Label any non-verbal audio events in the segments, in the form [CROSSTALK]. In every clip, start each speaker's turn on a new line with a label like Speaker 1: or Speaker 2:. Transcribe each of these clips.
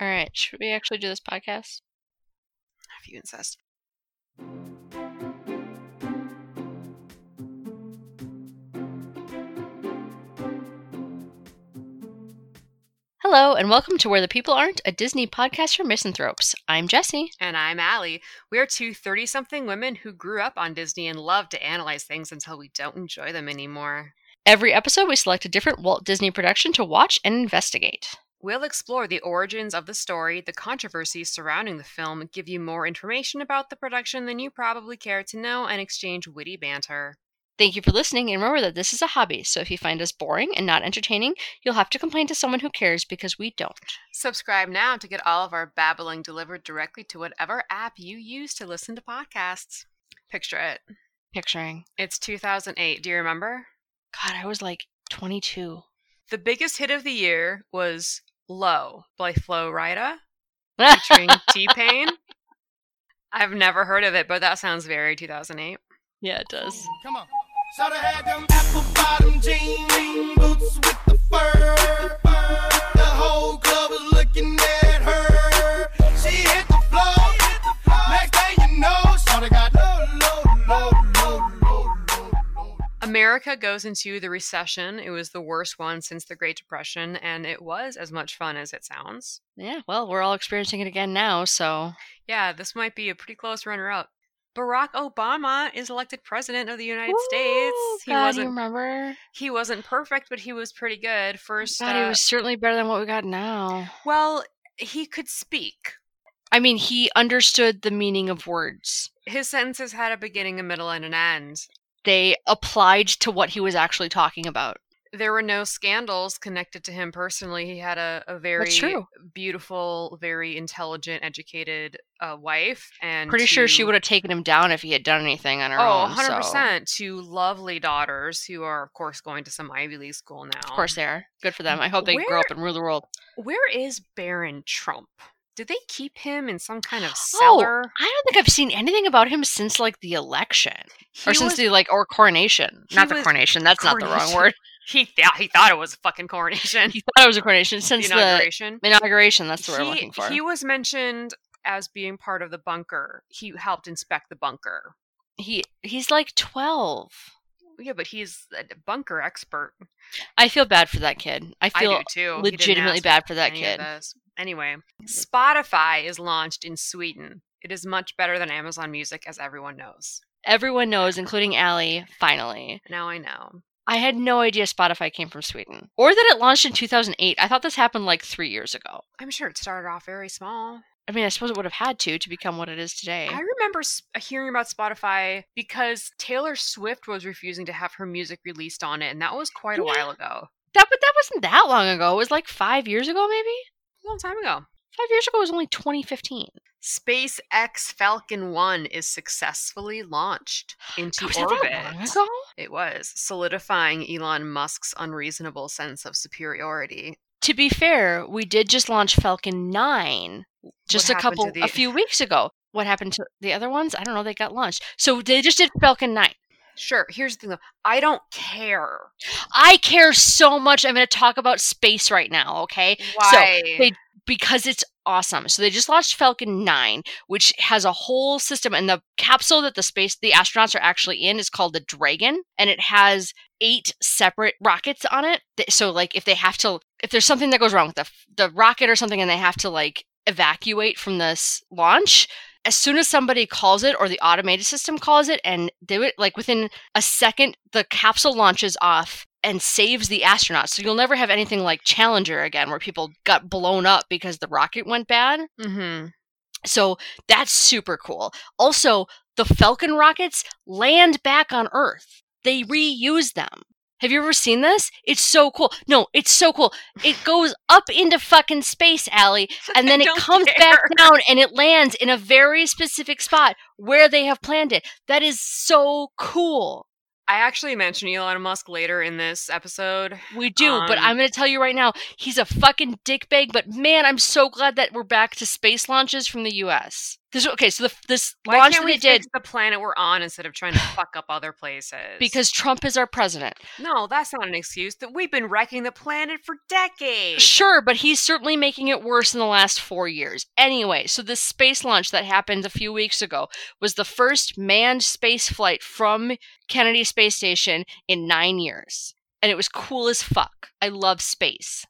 Speaker 1: All right, should we actually do this podcast?
Speaker 2: If you insist.
Speaker 1: Hello, and welcome to Where the People Aren't, a Disney podcast for misanthropes. I'm Jesse.
Speaker 2: And I'm Allie. We're two 30 something women who grew up on Disney and love to analyze things until we don't enjoy them anymore.
Speaker 1: Every episode, we select a different Walt Disney production to watch and investigate.
Speaker 2: We'll explore the origins of the story, the controversies surrounding the film, give you more information about the production than you probably care to know, and exchange witty banter.
Speaker 1: Thank you for listening, and remember that this is a hobby, so if you find us boring and not entertaining, you'll have to complain to someone who cares because we don't.
Speaker 2: Subscribe now to get all of our babbling delivered directly to whatever app you use to listen to podcasts. Picture it.
Speaker 1: Picturing.
Speaker 2: It's 2008. Do you remember?
Speaker 1: God, I was like 22.
Speaker 2: [LAUGHS] The biggest hit of the year was Low by Flo Rida featuring
Speaker 1: yeah,
Speaker 2: T Pain. I've never heard of it, but that sounds very 2008.
Speaker 1: it does.
Speaker 3: Come on. So they had them apple bottom jean boots with the fur. The whole club was looking at her. She hit the floor. Next day you know, so they got low, low, low, low, low, low, low.
Speaker 2: America goes into the recession. It was the worst one since the Great Depression, and it was as much fun as it sounds.
Speaker 1: Yeah, well, we're all experiencing it again now, so
Speaker 2: Yeah, this might be a pretty close runner up. Barack Obama is elected president of the United
Speaker 1: Woo!
Speaker 2: States. He
Speaker 1: God, you
Speaker 2: wasn't
Speaker 1: remember?
Speaker 2: he wasn't perfect, but he was pretty good. First
Speaker 1: God, he
Speaker 2: uh,
Speaker 1: was certainly better than what we got now.
Speaker 2: well, he could speak.
Speaker 1: I mean, he understood the meaning of words.
Speaker 2: His sentences had a beginning, a middle, and an end.
Speaker 1: They applied to what he was actually talking about.
Speaker 2: There were no scandals connected to him personally. He had a, a very
Speaker 1: That's true.
Speaker 2: beautiful, very intelligent, educated uh, wife, and
Speaker 1: Pretty sure she
Speaker 2: two-
Speaker 1: would have taken him down if he had done anything on her
Speaker 2: Oh,
Speaker 1: own. so-
Speaker 2: 100% two lovely daughters who are of course going to some Ivy League school now.
Speaker 1: Of course they are. Good for them. I hope they grow up
Speaker 2: Where-
Speaker 1: and rule the world.
Speaker 2: Where is Baron Trump? Do they keep him in some kind of
Speaker 1: Oh,
Speaker 2: cellar?
Speaker 1: I don't think I've seen anything about him since like the election or
Speaker 2: He
Speaker 1: since
Speaker 2: was-
Speaker 1: the like or coronation.
Speaker 2: he
Speaker 1: Not the
Speaker 2: was-
Speaker 1: coronation. That's not the wrong
Speaker 2: coronation.
Speaker 1: word. [LAUGHS]
Speaker 2: he thought he thought it was a fucking coronation. [LAUGHS]
Speaker 1: He thought it was a coronation
Speaker 2: the
Speaker 1: since the
Speaker 2: inauguration.
Speaker 1: inauguration. That's the word I'm
Speaker 2: he,
Speaker 1: looking for.
Speaker 2: he was mentioned as being part of the bunker. He helped inspect the bunker.
Speaker 1: he he's like 12
Speaker 2: Yeah, but he's a bunker expert.
Speaker 1: i feel bad for that kid i
Speaker 2: I do
Speaker 1: feel
Speaker 2: too. He didn't
Speaker 1: legitimately
Speaker 2: ask
Speaker 1: bad for that
Speaker 2: any of
Speaker 1: kid
Speaker 2: this. Anyway, Spotify is launched in Sweden. It is much better than Amazon Music, as everyone knows.
Speaker 1: everyone knows including Allie, finally
Speaker 2: Now I know.
Speaker 1: i had no idea spotify came from sweden or that it launched in 2008 i thought this happened like three years ago
Speaker 2: I'm sure it started off very small.
Speaker 1: i mean i suppose it would have had to to become what it is today
Speaker 2: I remember s- uh, hearing about Spotify because Taylor Swift was refusing to have her music released on it, and that was quite a
Speaker 1: Yeah.
Speaker 2: while ago.
Speaker 1: that but that wasn't that long ago it was like five years ago maybe
Speaker 2: A long time ago.
Speaker 1: five years ago was only 2015
Speaker 2: SpaceX Falcon 1 is
Speaker 1: [GASPS]
Speaker 2: successfully launched into
Speaker 1: God, was that that long
Speaker 2: orbit.
Speaker 1: ago?
Speaker 2: It was, solidifying Elon Musk's unreasonable sense of superiority.
Speaker 1: to be fair we did just launch falcon 9 just a
Speaker 2: happened to
Speaker 1: couple
Speaker 2: the-
Speaker 1: a few weeks ago what happened to the other ones i don't know they got launched so they just did falcon 9
Speaker 2: Sure, here's the thing though I don't care.
Speaker 1: i care so much i'm going to talk about space right now okay
Speaker 2: Why?
Speaker 1: they- because it's awesome so they just launched falcon 9 which has a whole system and the capsule that the space the astronauts are actually in is called the dragon and it has eight separate rockets on it Th- so like if they have to if there's something that goes wrong with the f- the rocket or something and they have to like evacuate from this launch as soon as somebody calls it or the automated system calls it and they would like within a second the capsule launches off and saves the astronauts so you'll never have anything like challenger again where people got blown up because the rocket went bad
Speaker 2: [LAUGHS] mm-hmm.
Speaker 1: so that's super cool also the falcon rockets land back on earth they reuse them have you ever seen this it's so cool no it's so cool it goes up into fucking space alley and then
Speaker 2: [LAUGHS] I
Speaker 1: it
Speaker 2: don't
Speaker 1: comes back
Speaker 2: care.
Speaker 1: down and it lands in a very specific spot where they have planned it that is so cool
Speaker 2: I actually mentioned Elon Musk later in this episode.
Speaker 1: We do, but
Speaker 2: Um,
Speaker 1: I'm going to tell you right now, he's a fucking dickbag. But man, I'm so glad that we're back to space launches from the U.S. This okay. So the, this
Speaker 2: Why
Speaker 1: launch
Speaker 2: can't
Speaker 1: that
Speaker 2: we
Speaker 1: they did
Speaker 2: fix the planet we're on instead of trying to fuck up other places?
Speaker 1: because Trump is our president.
Speaker 2: no, that's not an excuse. That we've been wrecking the planet for decades.
Speaker 1: Sure, but he's certainly making it worse in the last four years. Anyway, so this space launch that happened a few weeks ago was the first manned space flight from Kennedy Space Station in nine years. And it was cool as fuck. I love space.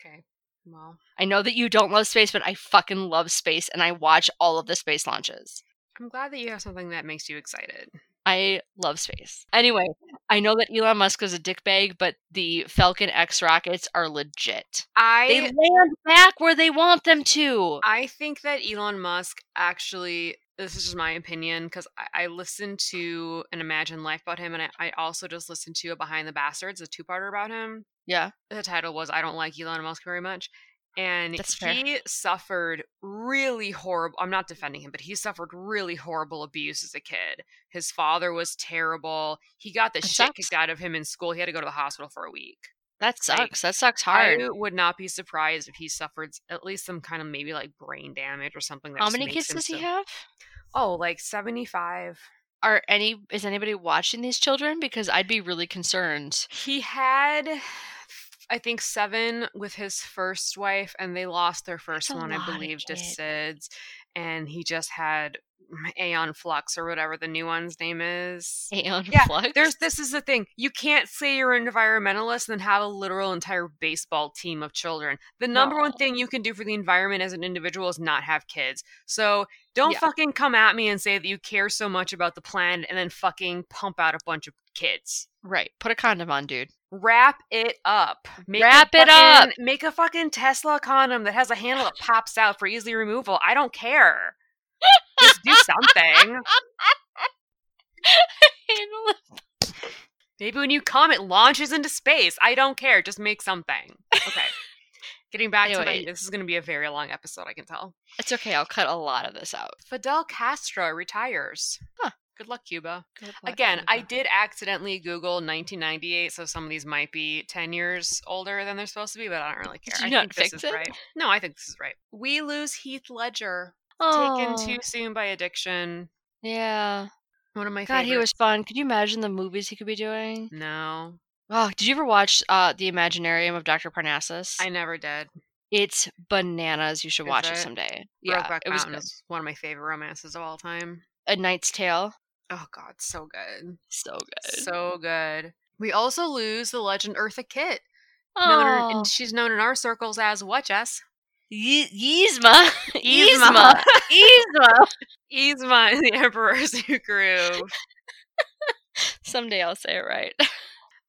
Speaker 2: Okay, well,
Speaker 1: I know that you don't love space, but I fucking love space and I watch all of the space launches.
Speaker 2: I'm glad that you have something that makes you excited.
Speaker 1: I love space. Anyway, I know that Elon Musk is a dickbag, but the Falcon X rockets are legit.
Speaker 2: I
Speaker 1: They land back where they want them to.
Speaker 2: I think that Elon Musk actually, this is just my opinion, because I, I listened to an Imagine Life about him, and I, I also just listened to a Behind the Bastards, a two parter about him.
Speaker 1: Yeah.
Speaker 2: The title was I Don't Like Elon Musk Very Much. And
Speaker 1: That's fair.
Speaker 2: he suffered really horrible. I'm not defending him, but he suffered really horrible abuse as a kid. His father was terrible. He got the
Speaker 1: That
Speaker 2: shit
Speaker 1: sucks.
Speaker 2: kicked out of him in school. He had to go to the hospital for a week.
Speaker 1: That
Speaker 2: Like,
Speaker 1: sucks. that sucks hard.
Speaker 2: I would not be surprised if he suffered s- at least some kind of maybe like brain damage or something. That
Speaker 1: How
Speaker 2: just
Speaker 1: many
Speaker 2: makes
Speaker 1: kids
Speaker 2: him
Speaker 1: does he
Speaker 2: so-
Speaker 1: have?
Speaker 2: Oh, like seventy five.
Speaker 1: Are any is anybody watching these children? Because I'd be really concerned. [LAUGHS]
Speaker 2: He had, I think, seven with his first wife, and they lost their first
Speaker 1: a
Speaker 2: one,
Speaker 1: lot
Speaker 2: I
Speaker 1: of
Speaker 2: believe, to
Speaker 1: kids.
Speaker 2: SIDS, and he just had mm, Aeon Flux or whatever the new one's name is.
Speaker 1: Aeon
Speaker 2: Yeah,
Speaker 1: Flux.
Speaker 2: There's this is the thing. You can't say you're an environmentalist and then have a literal entire baseball team of children. The number one
Speaker 1: No.
Speaker 2: thing you can do for the environment as an individual is not have kids. So don't
Speaker 1: Yeah.
Speaker 2: fucking come at me and say that you care so much about the planet and then fucking pump out a bunch of kids.
Speaker 1: right. Put a condom on,
Speaker 2: [LAUGHS]
Speaker 1: dude.
Speaker 2: Wrap it up. Make a
Speaker 1: Wrap it up.
Speaker 2: fucking- Make a fucking Tesla condom that has a handle that pops out for easy removal. I don't care. Just do something. Maybe when you come, it launches into space. I don't care. Just make something. [LAUGHS] Okay. Getting back to
Speaker 1: Anyway.
Speaker 2: my, this is going to be a very long episode. I can tell.
Speaker 1: it's okay. I'll cut a lot of this out.
Speaker 2: Fidel Castro retires.
Speaker 1: Huh.
Speaker 2: Good luck, Cuba. Again, I did accidentally Google 1998, so some of these might be 10 years older than they're supposed to be, but I don't really care.
Speaker 1: you
Speaker 2: I
Speaker 1: not
Speaker 2: think this
Speaker 1: fix
Speaker 2: is
Speaker 1: it?
Speaker 2: right. No, I think this is right. We lose Heath Ledger, taken too soon by addiction.
Speaker 1: Yeah.
Speaker 2: One of my
Speaker 1: God,
Speaker 2: favorites.
Speaker 1: he was fun. Could you imagine the movies he could be doing?
Speaker 2: No,
Speaker 1: Oh, did you ever watch uh, The Imaginarium of Dr. Parnassus?
Speaker 2: I never did.
Speaker 1: it's bananas. You should
Speaker 2: Is
Speaker 1: watch
Speaker 2: it?
Speaker 1: it someday.
Speaker 2: Brokeback
Speaker 1: it was
Speaker 2: Mountain
Speaker 1: good.
Speaker 2: is one of my favorite romances of all time.
Speaker 1: A Knight's Tale.
Speaker 2: Oh God, so good,
Speaker 1: So good.
Speaker 2: so good. We also lose the legend Eartha Kitt, known in-
Speaker 1: oh.
Speaker 2: and she's known in our circles as what, Jess?
Speaker 1: Ye- Yzma. [LAUGHS]
Speaker 2: Yzma.
Speaker 1: Yzma.
Speaker 2: [LAUGHS]
Speaker 1: Yzma.
Speaker 2: Yzma in [LAUGHS] the Emperor's New Groove.
Speaker 1: Someday I'll say it right.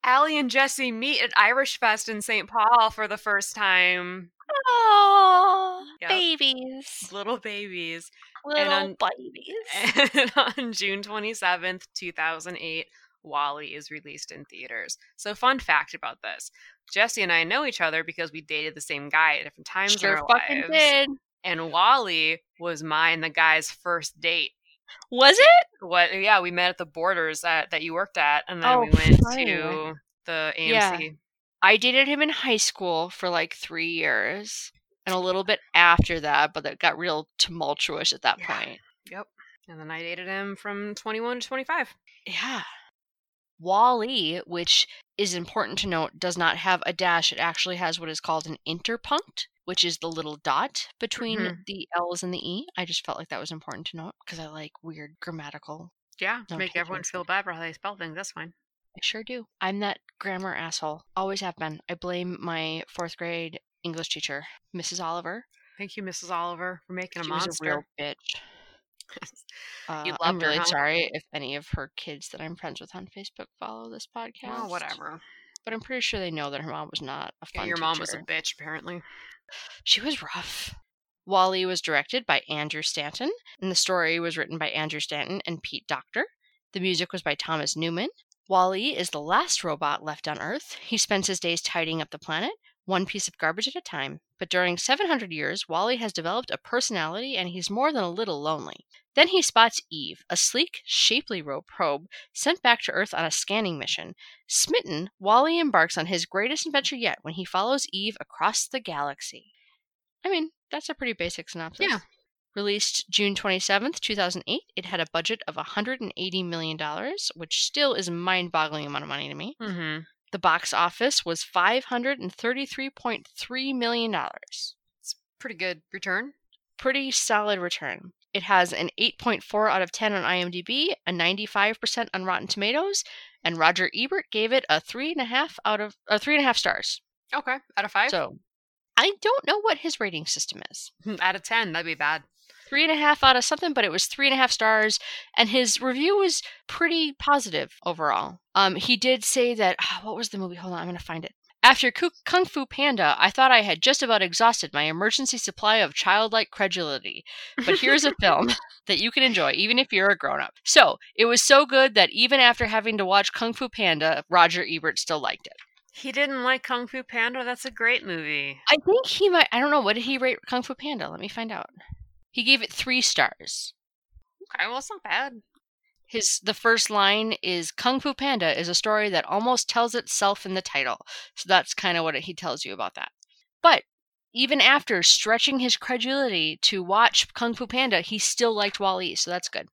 Speaker 2: Allie and Jesse meet at Irish Fest in St. Paul for the first time.
Speaker 1: [LAUGHS] Oh,
Speaker 2: Yep.
Speaker 1: babies.
Speaker 2: Little babies. [LAUGHS]
Speaker 1: Little
Speaker 2: on- [LAUGHS]
Speaker 1: babies.
Speaker 2: And on June 27th, 2008, Wally is released in theaters. So, fun fact about this Jesse and I know each other because we dated the same guy at different times in
Speaker 1: Sure
Speaker 2: our
Speaker 1: fucking
Speaker 2: lives.
Speaker 1: did.
Speaker 2: and Wally was mine the guy's first date.
Speaker 1: Was it?
Speaker 2: What? Yeah, we met at the Borders at, that you worked at, and then
Speaker 1: Oh,
Speaker 2: we went
Speaker 1: fun.
Speaker 2: to the AMC.
Speaker 1: Yeah. I dated him in high school for like three years and a little bit after that, but that got real tumultuous at that
Speaker 2: Yeah.
Speaker 1: point.
Speaker 2: Yep. And then I dated him from 21 to 25.
Speaker 1: Yeah. Wally, which is important to note, does not have a dash. It actually has what is called an interpunct, which is the little dot between
Speaker 2: Mhm.
Speaker 1: the L's and the E. I just felt like that was important to note because I like weird grammatical.
Speaker 2: Yeah,
Speaker 1: Don't
Speaker 2: make
Speaker 1: take
Speaker 2: everyone
Speaker 1: it.
Speaker 2: feel bad for how they spell things. That's fine.
Speaker 1: I sure do. I'm that grammar asshole. Always have been. I blame my fourth grade English teacher, Mrs. Oliver.
Speaker 2: Thank you, Mrs. Oliver, for making a
Speaker 1: She was a real
Speaker 2: monster.
Speaker 1: bitch. Uh,
Speaker 2: You
Speaker 1: I'm
Speaker 2: loved her,
Speaker 1: really
Speaker 2: huh?
Speaker 1: sorry if any of her kids that I'm friends with on Facebook follow this podcast.
Speaker 2: [LAUGHS] Well, Oh, whatever.
Speaker 1: But I'm pretty sure they know that her mom was not a
Speaker 2: Yeah,
Speaker 1: fun
Speaker 2: your mom was a
Speaker 1: teacher.
Speaker 2: bitch, apparently.
Speaker 1: She was rough. Wally was directed by Andrew Stanton, and the story was written by Andrew Stanton and Pete Doctor. The music was by Thomas Newman. Wally is the last robot left on Earth. He spends his days tidying up the planet, one piece of garbage at a time. But during 700 years, Wally has developed a personality and he's more than a little lonely. Then he spots Eve, a sleek, shapely robe probe sent back to Earth on a scanning mission. Smitten, Wally embarks on his greatest adventure yet when he follows Eve across the galaxy. I mean, that's a pretty basic synopsis.
Speaker 2: Yeah.
Speaker 1: Released June 27th, 2008, it had a budget of $180 million, which still is a mind boggling amount of money to me.
Speaker 2: Mm-hmm.
Speaker 1: The box office was $533.3 million.
Speaker 2: Pretty good return.
Speaker 1: Pretty solid return. It has an 8.4 out of 10 on IMDb, a 95% on Rotten Tomatoes, and Roger Ebert gave it a three and a half out of uh, three and a half stars.
Speaker 2: Okay. Out of five?
Speaker 1: So I don't know what his rating system is.
Speaker 2: Hmm, out of ten. That'd be bad.
Speaker 1: three and a half out of something, but it was three and a half stars. And his review was pretty positive overall. Um, he did say that ah, what was the movie? Hold on, I'm gonna find it. After Ku- Kung Fu Panda, I thought I had just about exhausted my emergency supply of childlike credulity. But here's [LAUGHS] a film that you can enjoy, even if you're a grown up. So it was so good that even after having to watch Kung Fu Panda, Roger Ebert still liked it.
Speaker 2: He didn't like Kung Fu Panda. That's a great movie.
Speaker 1: I think he might. I don't know. What did he rate Kung Fu Panda? Let me find out. He gave it three stars.
Speaker 2: Okay. Well, it's not bad.
Speaker 1: His the first line is Kung Fu Panda is a story that almost tells itself in the title. So that's kind of what he tells you about that. But even after stretching his credulity to watch Kung Fu Panda, he still liked Wall-E, so that's good.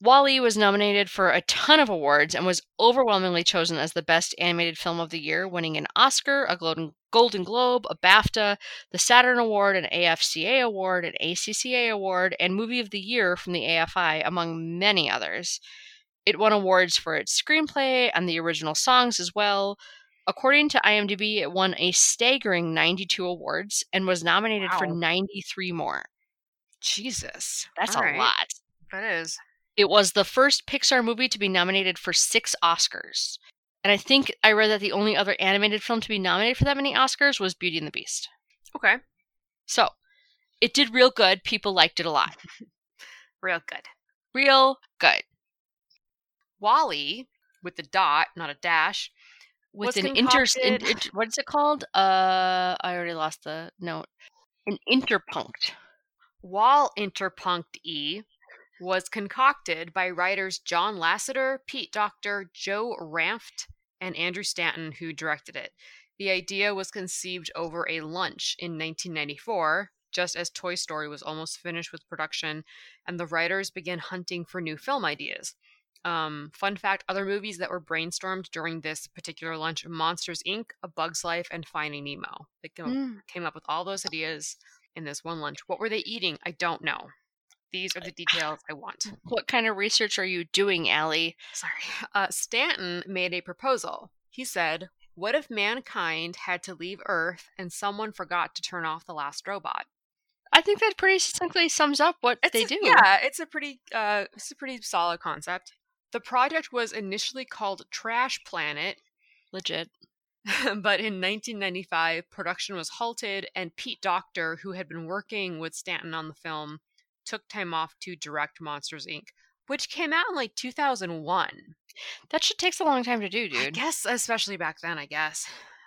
Speaker 1: Wall-E was nominated for a ton of awards and was overwhelmingly chosen as the best animated film of the year, winning an Oscar, a Golden, Golden Globe, a BAFTA, the Saturn Award, an AFCA award, an ACCA award, and Movie of the Year from the AFI, among many others. It won awards for its screenplay and the original songs as well. According to IMDb, it won a staggering 92 awards and was nominated for
Speaker 2: Wow.
Speaker 1: 93 more.
Speaker 2: Jesus.
Speaker 1: That's
Speaker 2: All
Speaker 1: a
Speaker 2: right.
Speaker 1: lot.
Speaker 2: That is.
Speaker 1: It was the first Pixar movie to be nominated for six Oscars. And I think I read that the only other animated film to be nominated for that many Oscars was Beauty and the Beast.
Speaker 2: Okay.
Speaker 1: So it did real good. People liked it a lot.
Speaker 2: Real good. Mm-hmm.
Speaker 1: Real good.
Speaker 2: Wally with the dot, not a dash.
Speaker 1: With
Speaker 2: Was
Speaker 1: an inter, in-
Speaker 2: concocted-
Speaker 1: int- what is it called? Uh, I already lost the note. An interpunct.
Speaker 2: Wall interpunct E was concocted by writers John Lasseter, Pete Doctor, Joe Ranft, and Andrew Stanton, who directed it. The idea was conceived over a lunch in 1994, just as Toy Story was almost finished with production, and the writers began hunting for new film ideas. Um, fun fact other movies that were brainstormed during this particular lunch Monsters Inc., A Bug's Life, and Finding Nemo. They came up came up with all those ideas in this one lunch. What were they eating? I don't know. These are the details I want.
Speaker 1: What kind of research are you doing, Allie?
Speaker 2: [LAUGHS] Sorry. [LAUGHS] Uh, Stanton made a proposal. He said, What if mankind had to leave Earth and someone forgot to turn off the last robot?
Speaker 1: I think that pretty succinctly sums up what they
Speaker 2: It's a-
Speaker 1: do.
Speaker 2: Yeah, it's a pretty uh, it's a pretty solid concept. The project was initially called Trash Planet,
Speaker 1: Legit.
Speaker 2: [LAUGHS] but in 1995, production was halted, and Pete Doctor, who had been working with Stanton on the film, took time off to direct Monsters Inc., which came out in like 2001.
Speaker 1: That shit takes a long time to do,
Speaker 2: I
Speaker 1: dude.
Speaker 2: guess, especially back then, I guess.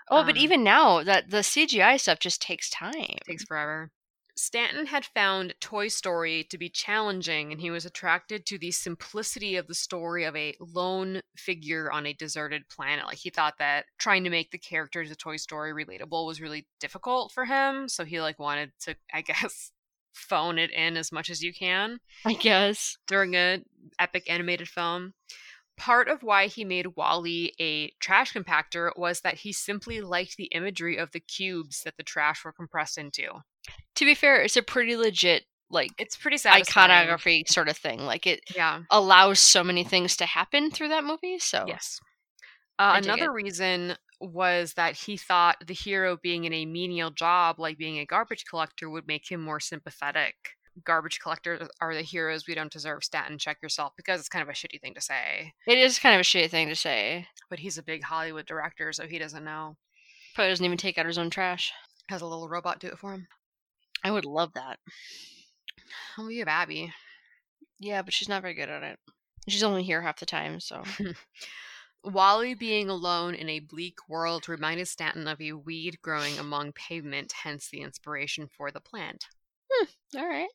Speaker 1: Oh, but
Speaker 2: um,
Speaker 1: even now, that the CGI stuff just takes time.
Speaker 2: takes forever. Stanton had found Toy Story to be challenging, and he was attracted to the simplicity of the story of a lone figure on a deserted planet. Like, he thought that trying to make the characters of Toy Story relatable was really difficult for him. So, he, like, wanted to, I [LAUGHS] guess, phone it in as much as you can
Speaker 1: I guess.
Speaker 2: during an epic animated film. Part of why he made Wally a trash compactor was that he simply liked the imagery of the cubes that the trash were compressed into.
Speaker 1: To be fair, it's a pretty legit like
Speaker 2: It's pretty satisfying.
Speaker 1: iconography sort of thing. Like it
Speaker 2: Yeah.
Speaker 1: allows so many things to happen through that movie. So
Speaker 2: Yes.
Speaker 1: Oh. I
Speaker 2: Uh,
Speaker 1: dig
Speaker 2: another reason was that he thought the hero being in a menial job, like being a garbage collector, would make him more sympathetic. Garbage collectors are the heroes we don't deserve. Statin, check yourself, because it's kind of a shitty thing to say.
Speaker 1: it is kind of a shitty thing to say.
Speaker 2: But he's a big Hollywood director, so he doesn't know.
Speaker 1: Probably doesn't even take out his own trash.
Speaker 2: Has a little robot do it for him.
Speaker 1: I would love that.
Speaker 2: Oh, you babby.
Speaker 1: Yeah, but she's not very good at it. She's only here half the time, so
Speaker 2: Wally being alone in a bleak world reminded Stanton of a weed growing among pavement, hence the inspiration for the plant.
Speaker 1: all right.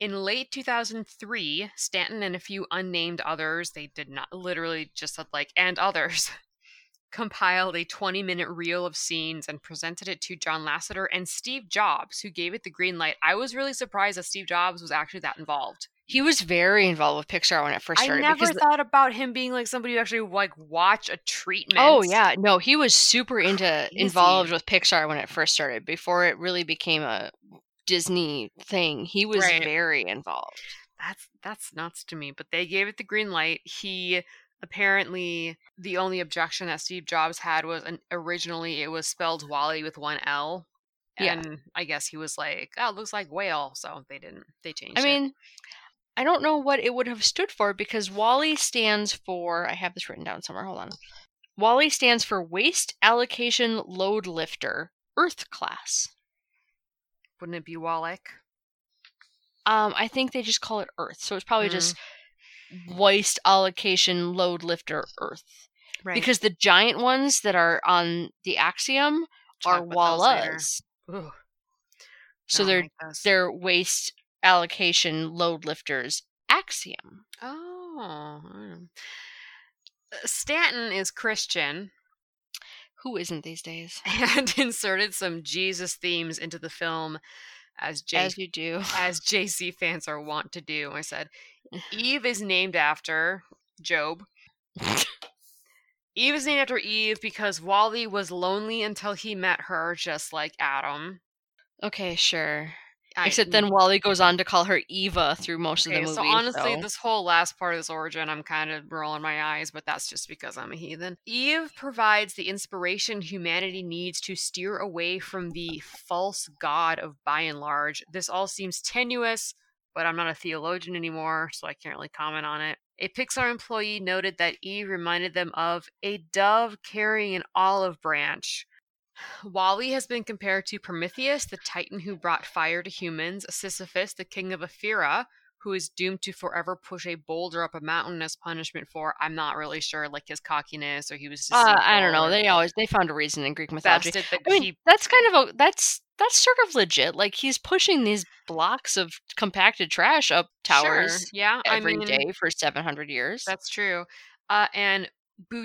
Speaker 2: In late 2003, Stanton and a few unnamed others, [LAUGHS] they did not literally just said like, and others, compiled a 20 minute reel of scenes and presented it to John Lasseter and Steve Jobs, who gave it the green light. I was really surprised that Steve Jobs was actually that involved.
Speaker 1: He was very involved with Pixar when it first
Speaker 2: I
Speaker 1: started.
Speaker 2: never
Speaker 1: because the-
Speaker 2: thought about him being like somebody who actually like watch a treatment.
Speaker 1: Oh yeah, no, he was super into involved
Speaker 2: Crazy.
Speaker 1: with Pixar when it first started. Before it really became a Disney thing, he was
Speaker 2: Right.
Speaker 1: very involved.
Speaker 2: that's that's nuts to me. But they gave it the green light. He apparently the only objection that Steve Jobs had was an, originally it was spelled Wally with one L.
Speaker 1: Yeah.
Speaker 2: And I guess he was like, "Oh, it looks like whale," so they didn't. They changed.
Speaker 1: I
Speaker 2: it.
Speaker 1: mean, I don't know what it would have stood for because Wally stands for. I have this written down somewhere. Hold on. Wally stands for Waste Allocation Load Lifter Earth Class.
Speaker 2: wouldn't it be Wallach?
Speaker 1: Um, I think they just call it Earth, so it's probably
Speaker 2: Mm.
Speaker 1: just Waste Allocation Load Lifter Earth.
Speaker 2: Right.
Speaker 1: because the giant ones that are on the axiom
Speaker 2: Talk
Speaker 1: are
Speaker 2: about those later. Oh,
Speaker 1: wallas.
Speaker 2: Ooh,
Speaker 1: So
Speaker 2: I don't
Speaker 1: they're
Speaker 2: like those.
Speaker 1: they're waste allocation load lifters axiom.
Speaker 2: oh. mm. Uh, Stanton is Christian [LAUGHS]
Speaker 1: Who isn't these days?
Speaker 2: and inserted some Jesus themes into the film as J-
Speaker 1: As you
Speaker 2: [LAUGHS]
Speaker 1: do. [LAUGHS]
Speaker 2: as JC fans are wont to do. I said, Eve is named after Job. Eve is named after Eve because Wally was lonely until he met her, just like Adam.
Speaker 1: Okay, sure.
Speaker 2: I-
Speaker 1: Except then Wally goes on to call her Eva through most of the
Speaker 2: Okay,
Speaker 1: movie.
Speaker 2: so honestly,
Speaker 1: so-
Speaker 2: this whole last part of this origin, I'm kind of rolling my eyes, but that's just because I'm a heathen. Eve provides the inspiration humanity needs to steer away from the false god of by and large. This all seems tenuous, but I'm not a theologian anymore, so I can't really comment on it. A Pixar employee noted that Eve reminded them of a dove carrying an olive branch. Wally has been compared to Prometheus, the titan who brought fire to humans, Sisyphus, the king of Ephira, who is doomed to forever push a boulder up a mountain as punishment for I'm not really sure like his cockiness or he was just
Speaker 1: uh, I don't know.
Speaker 2: deceitful or
Speaker 1: They always they found a reason in Greek mythology.
Speaker 2: best at the
Speaker 1: I mean,
Speaker 2: keep
Speaker 1: that's kind of a that's that's sort of legit. Like he's pushing these blocks of compacted trash up towers
Speaker 2: Sure, [LAUGHS] Yeah,
Speaker 1: every
Speaker 2: I
Speaker 1: day
Speaker 2: mean
Speaker 1: for seven hundred years.
Speaker 2: that's true. Uh, and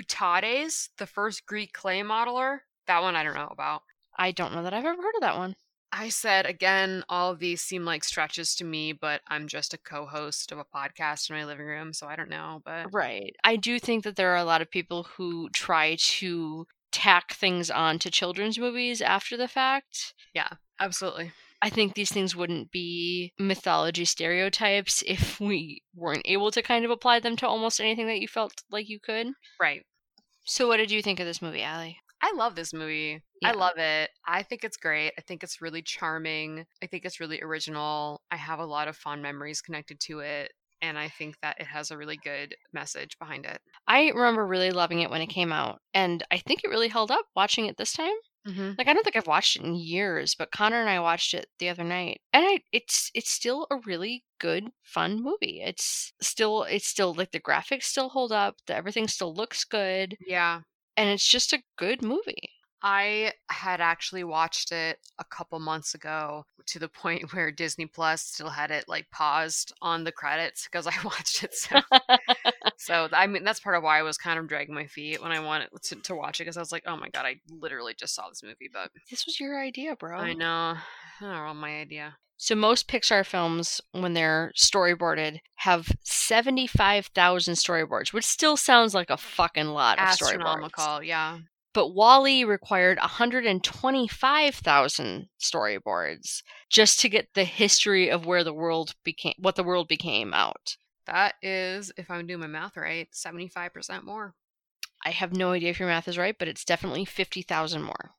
Speaker 2: Boutades, the first Greek clay modeler, that one I don't know about.
Speaker 1: I don't know that I've ever heard of that one.
Speaker 2: I said again, all of these seem like stretches to me, but I'm just a co-host of a podcast in my living room, so I don't know. But
Speaker 1: Right. I do think that there are a lot of people who try to tack things on to children's movies after the fact.
Speaker 2: absolutely,
Speaker 1: I think these things wouldn't be mythology stereotypes if we weren't able to kind of apply them to almost anything that you felt like you could.
Speaker 2: right.
Speaker 1: So, what did you think of this movie, Allie?
Speaker 2: I love this movie. I
Speaker 1: Yeah.
Speaker 2: love it. I think it's great. I think it's really charming. I think it's really original. I have a lot of fond memories connected to it, and I think that it has a really good message behind it.
Speaker 1: I remember really loving it when it came out, and I think it really held up watching it this time.
Speaker 2: Mm-hmm.
Speaker 1: Like I don't think I've watched it in years, but Connor and I watched it the other night, and I it's it's still a really good, fun movie. It's still it's still like the graphics still hold up, the, everything still looks good,
Speaker 2: Yeah.
Speaker 1: and it's just a good movie.
Speaker 2: I had actually watched it a couple months ago to the point [LAUGHS] where Disney Plus still had it like paused on the credits because I [LAUGHS] watched it so. so I mean that's part of why I was kind of dragging my feet when I wanted to, to watch it because I was like, oh my god, I literally just saw this movie, but
Speaker 1: This was your idea, bro.
Speaker 2: I know, oh, my idea.
Speaker 1: So most Pixar films, when they're storyboarded, have seventy five thousand storyboards, which still sounds like a fucking lot of storyboards.
Speaker 2: Astronomical, yeah.
Speaker 1: but Wally required 125,000 storyboards just to get the history of where the world became what the world became out.
Speaker 2: That is, if I'm doing my math right, seventy five percent more. [LAUGHS]
Speaker 1: I have no idea if your math is right, but it's definitely 50,000 more.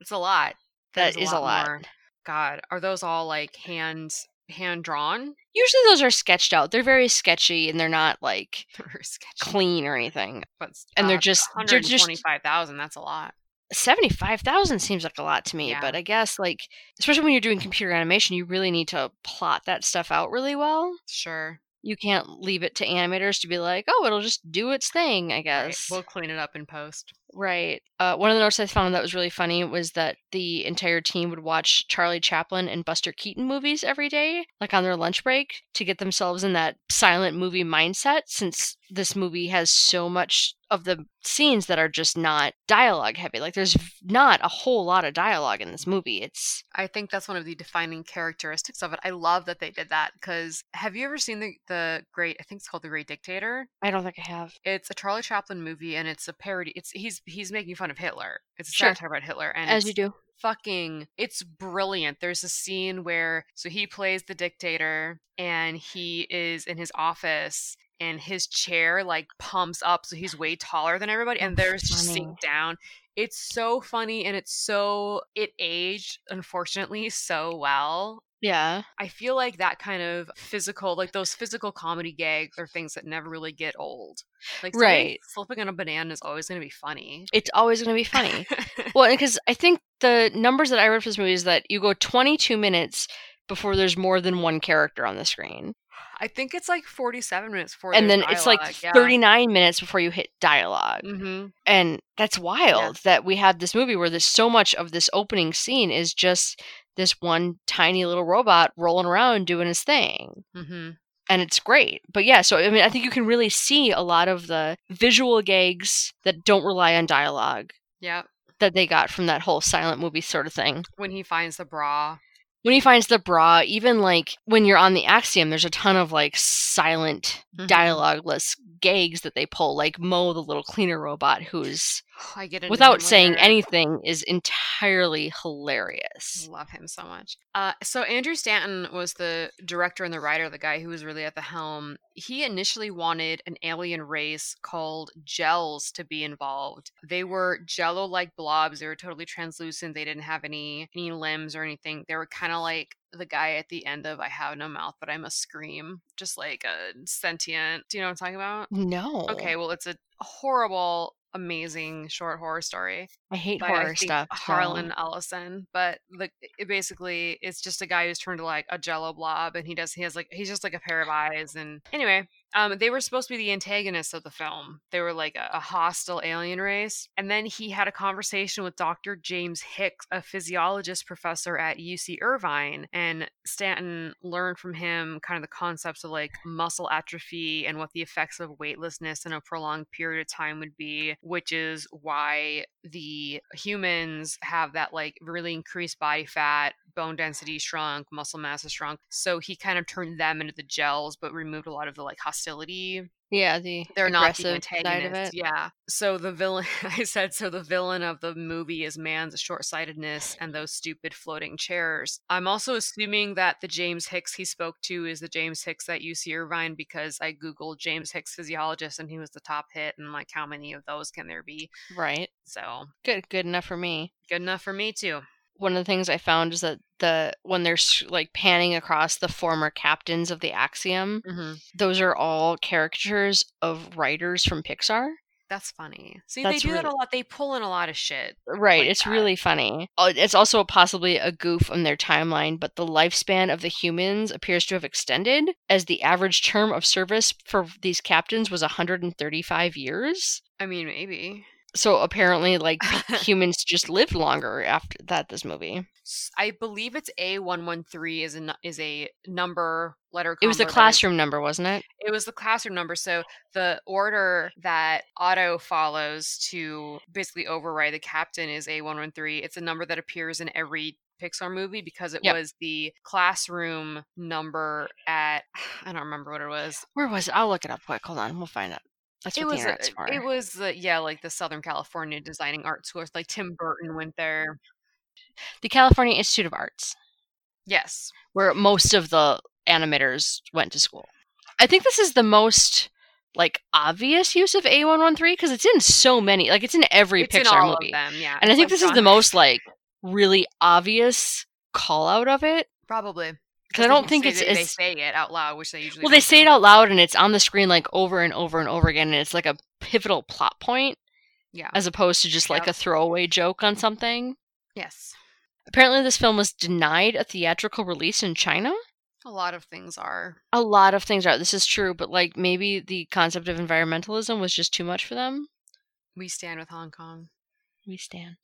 Speaker 2: it's a lot.
Speaker 1: That is a lot.
Speaker 2: more. God, are those all like hand hand drawn
Speaker 1: Usually those are sketched out. They're very sketchy and they're not like
Speaker 2: [LAUGHS] or sketchy?
Speaker 1: clean or anything.
Speaker 2: But uh,
Speaker 1: and they're just- they're
Speaker 2: hundred
Speaker 1: just-
Speaker 2: twenty five thousand. That's a lot.
Speaker 1: 75,000 seems like a lot to me,
Speaker 2: Yeah.
Speaker 1: but I guess like especially when you're doing computer animation, you really need to plot that stuff out really well.
Speaker 2: Sure.
Speaker 1: You can't leave it to animators to be like, "Oh, it'll just do its thing," I
Speaker 2: All right,
Speaker 1: guess.
Speaker 2: We'll clean it up in post.
Speaker 1: Right. Uh, one of the notes I found that was really funny was that the entire team would watch Charlie Chaplin and Buster Keaton movies every day, like on their lunch break, to get themselves in that silent movie mindset, since this movie has so much of the scenes that are just not dialogue heavy. Like, there's not a whole lot of dialogue in this movie. It's
Speaker 2: I think that's one of the defining characteristics of it. I love that they did that because have you ever seen the, the Great? I think it's called The Great Dictator.
Speaker 1: I don't think I have.
Speaker 2: It's a Charlie Chaplin movie, and it's a parody. It's he's he's making fun of Hitler. It's a
Speaker 1: Sure.
Speaker 2: satire about Hitler, and
Speaker 1: As
Speaker 2: it's
Speaker 1: you do.
Speaker 2: fucking it's brilliant there's a scene where so he plays the dictator and he is in his office and his chair like pumps up so he's way taller than everybody and
Speaker 1: That's
Speaker 2: there's just
Speaker 1: funny.
Speaker 2: sink down it's so funny and it's so it aged unfortunately so well
Speaker 1: Yeah.
Speaker 2: i feel like that kind of physical like those physical comedy gags are things that never really get old like somebody
Speaker 1: Right.
Speaker 2: flipping on a banana is always going to be funny
Speaker 1: It's always going to be funny. well, because I think the numbers that I read for this movie is that you go 22 minutes before there's more than one character on the screen.
Speaker 2: I think it's like 47 minutes for
Speaker 1: and then it's like 39 minutes before you hit dialogue.
Speaker 2: Mm-hmm.
Speaker 1: And that's wild that we had this movie where there's so much of this opening scene is just this one tiny little robot rolling around doing his thing.
Speaker 2: Mm-hmm.
Speaker 1: And it's great. But yeah, so I mean, I think you can really see a lot of the visual gags that don't rely on dialogue
Speaker 2: Yeah.
Speaker 1: that they got from that whole silent movie sort of thing.
Speaker 2: When he finds the bra.
Speaker 1: When he finds the bra, even like when you're on the Axiom, there's a ton of like silent
Speaker 2: mm-hmm.
Speaker 1: dialogue-less gags that they pull, like Mo, the little cleaner robot, who's
Speaker 2: [SIGHS] I get into
Speaker 1: without
Speaker 2: him
Speaker 1: saying
Speaker 2: later.
Speaker 1: anything is entirely hilarious.
Speaker 2: Love him so much. Uh, so Andrew Stanton was the director and the writer, the guy who was really at the helm. He initially wanted an alien race called Gels to be involved. They were jello-like blobs. They were totally translucent. They didn't have any any limbs or anything. They were kind of like the guy at the end of "I Have No Mouth, But I Must Scream," just like a sentient. Do you know what I'm talking about?
Speaker 1: No.
Speaker 2: Mm. Okay, well, it's a horrible, amazing short horror story
Speaker 1: I hate
Speaker 2: by I
Speaker 1: horror
Speaker 2: think,
Speaker 1: stuff. so-
Speaker 2: Harlan Ellison, but like it basically, it's just a guy who's turned to like a Jello blob, and he does he has like he's just like a pair of eyes, and anyway. Um, they were supposed to be the antagonists of the film. They were like a, a hostile alien race. And then he had a conversation with Dr. James Hicks, a physiologist professor at UC Irvine. And Stanton learned from him kind of the concepts of like muscle atrophy and what the effects of weightlessness in a prolonged period of time would be, which is why the humans have that like really increased body fat, bone density shrunk, muscle mass has shrunk. So he kind of turned them into the gels, but removed a lot of the like hostility
Speaker 1: Yeah, the
Speaker 2: they're not the
Speaker 1: aggressive side of
Speaker 2: antagonists.
Speaker 1: it.
Speaker 2: Yeah. So the villain, [LAUGHS] I said, so the villain of the movie is man's short-sightedness and those stupid floating chairs. I'm also assuming that the James Hicks he spoke to is the James Hicks at UC Irvine because I googled James Hicks physiologist and he was the top hit. And like, how many of those can there be?
Speaker 1: Right.
Speaker 2: So
Speaker 1: Good good enough for me.
Speaker 2: good enough for me too.
Speaker 1: one of the things I found is that the when they're s- like panning across the former captains of the Axiom,
Speaker 2: hmm
Speaker 1: those are all caricatures of writers from Pixar.
Speaker 2: That's funny. See,
Speaker 1: That's
Speaker 2: they do that a
Speaker 1: really-
Speaker 2: lot. They pull in a lot of shit.
Speaker 1: Right,
Speaker 2: Like
Speaker 1: it's
Speaker 2: that.
Speaker 1: really funny. Uh, It's also possibly a goof on their timeline, but the lifespan of the humans appears to have extended, as the average term of service for these captains was 135 years.
Speaker 2: I mean, maybe. [LAUGHS]
Speaker 1: So apparently, [LAUGHS] like humans just lived longer after that. This movie.
Speaker 2: S- I believe it's A one one three is a nu- is a number letter.
Speaker 1: It was the
Speaker 2: combo that is-
Speaker 1: classroom number, wasn't it?
Speaker 2: It was the classroom number. So the order that Otto follows to basically override the captain is A one one three. It's a number that appears in every Pixar movie because it
Speaker 1: Yep.
Speaker 2: was the classroom number at [SIGHS] I don't remember what it was.
Speaker 1: Where was it? I'll look it up quick. Hold on, we'll find out. That's
Speaker 2: it
Speaker 1: what the
Speaker 2: was
Speaker 1: internet's
Speaker 2: a,
Speaker 1: for.
Speaker 2: it was the, yeah like the Southern California Designing Art School. Like Tim Burton went there.
Speaker 1: the California Institute of Arts,
Speaker 2: Yes,
Speaker 1: where most of the animators went to school. I think this is the most like obvious use of A113 because it's in so many. Like it's in every
Speaker 2: it's
Speaker 1: Pixar
Speaker 2: in all
Speaker 1: movie,
Speaker 2: of them. Yeah,
Speaker 1: and I
Speaker 2: it's
Speaker 1: think
Speaker 2: like
Speaker 1: this is the
Speaker 2: genre-
Speaker 1: most like really obvious call out of it
Speaker 2: probably
Speaker 1: because I
Speaker 2: They
Speaker 1: don't
Speaker 2: just
Speaker 1: think
Speaker 2: say
Speaker 1: it's
Speaker 2: they, they
Speaker 1: as
Speaker 2: say it out loud, which they usually
Speaker 1: well. They
Speaker 2: don't
Speaker 1: say it
Speaker 2: do.
Speaker 1: out loud and it's on the screen like over and over and over again, and it's like a pivotal plot point
Speaker 2: Yeah.
Speaker 1: as opposed to just like
Speaker 2: Yep.
Speaker 1: a throwaway joke on something.
Speaker 2: Yes.
Speaker 1: Apparently, this film was denied a theatrical release in China.
Speaker 2: A lot of things are.
Speaker 1: A lot of things are. This is true, but like maybe the concept of environmentalism was just too much for them.
Speaker 2: We stand with Hong Kong.
Speaker 1: We stand.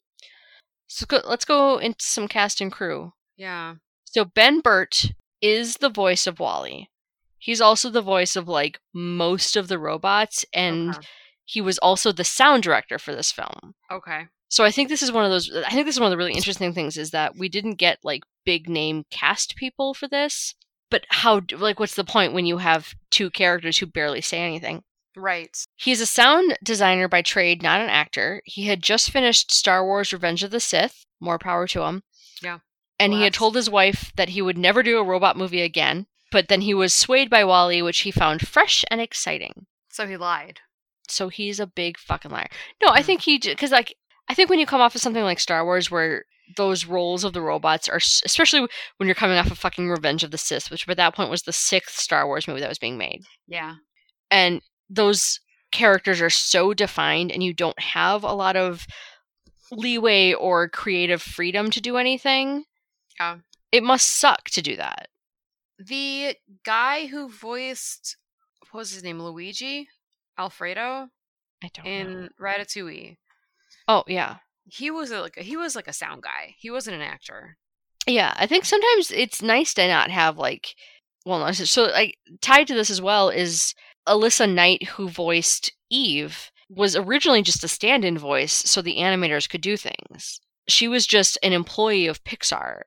Speaker 1: So go, let's go into some cast and crew.
Speaker 2: Yeah.
Speaker 1: So Ben Burt is the voice of Wally. He's also the voice of like most of the robots, and
Speaker 2: okay.
Speaker 1: he was also the sound director for this film.
Speaker 2: okay.
Speaker 1: So I think this is one of those. I think this is one of the really interesting things is that we didn't get like big name cast people for this. But how? d- Like, what's the point when you have two characters who barely say anything?
Speaker 2: Right.
Speaker 1: He's a sound designer by trade, not an actor. He had just finished Star Wars Revenge of the Sith. More power to him.
Speaker 2: Yeah.
Speaker 1: And he had
Speaker 2: Blast.
Speaker 1: told his wife that he would never do a robot movie again, but then he was swayed by Wally, which he found fresh and exciting.
Speaker 2: So he lied.
Speaker 1: So he's a big fucking liar. No, I
Speaker 2: Hmm.
Speaker 1: think he, because like, I think when you come off of something like Star Wars, where those roles of the robots are, s- especially when you're coming off of fucking Revenge of the Sith, which by that point was the sixth Star Wars movie that was being made
Speaker 2: Yeah.
Speaker 1: and those characters are so defined and you don't have a lot of leeway or creative freedom to do anything
Speaker 2: Yeah.
Speaker 1: it must suck to do that
Speaker 2: The guy who voiced what was his name? Luigi Alfredo
Speaker 1: i don't know
Speaker 2: in Ratatouille.
Speaker 1: oh yeah
Speaker 2: He was a, like a, he was like a sound guy. He wasn't an actor.
Speaker 1: yeah i think sometimes it's nice to not have like well no so like tied to this as well is alyssa knight who voiced eve was originally just a stand-in voice so the animators could do things she was just an employee of pixar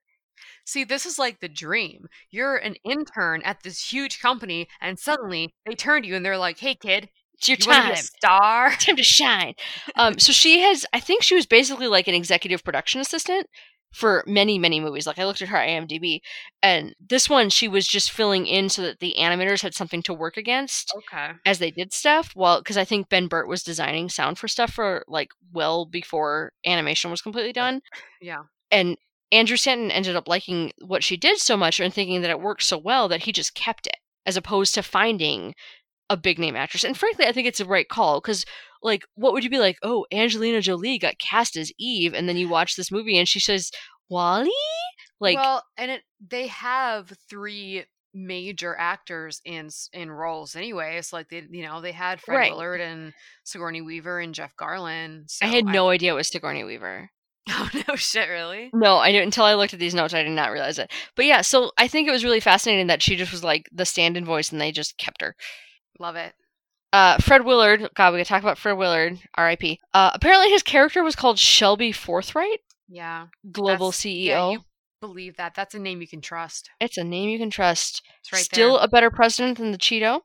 Speaker 2: See, this is like the dream. You're an intern at this huge company, and suddenly they turn to you and they're like, "Hey, kid,
Speaker 1: it's your
Speaker 2: you want to
Speaker 1: time
Speaker 2: be a star?"
Speaker 1: [LAUGHS]
Speaker 2: [LAUGHS]
Speaker 1: time to shine. Um, so she has, I think she was basically like an executive production assistant for many, many movies. Like I looked at her IMDb, and this one she was just filling in so that the animators had something to work against
Speaker 2: Okay.
Speaker 1: as they did stuff. Well, because I think Ben Burt was designing sound for stuff for like well before animation was completely done.
Speaker 2: Yeah.
Speaker 1: And Andrew Stanton ended up liking what she did so much and thinking that it worked so well that he just kept it, as opposed to finding a big name actress. And frankly, I think it's a right call because, like, what would you be like? Oh, Angelina Jolie got cast as Eve, and then you watch this movie and she says Wally, like,
Speaker 2: well, and it, they have three major actors in s- in roles anyway. It's like they, you know, they had Fred
Speaker 1: Right.
Speaker 2: Willard and Sigourney Weaver and Jeff Garland. So
Speaker 1: I had no Mm. idea it was Sigourney Weaver.
Speaker 2: [LAUGHS] Oh no, shit, really?
Speaker 1: No, I didn't until I looked at these notes. I did not realize it. But yeah, so I think it was really fascinating that she just was like the stand-in voice, and they just kept her.
Speaker 2: Love it.
Speaker 1: Uh, Fred Willard. God, we could talk about Fred Willard. R.I.P. Uh, apparently, his character was called Shelby Forthright,
Speaker 2: Yeah,
Speaker 1: global E
Speaker 2: That's-
Speaker 1: CEO.
Speaker 2: yeah, you believe that. That's a name you can trust.
Speaker 1: It's a name you can trust.
Speaker 2: It's right
Speaker 1: Still a better president than the Cheeto.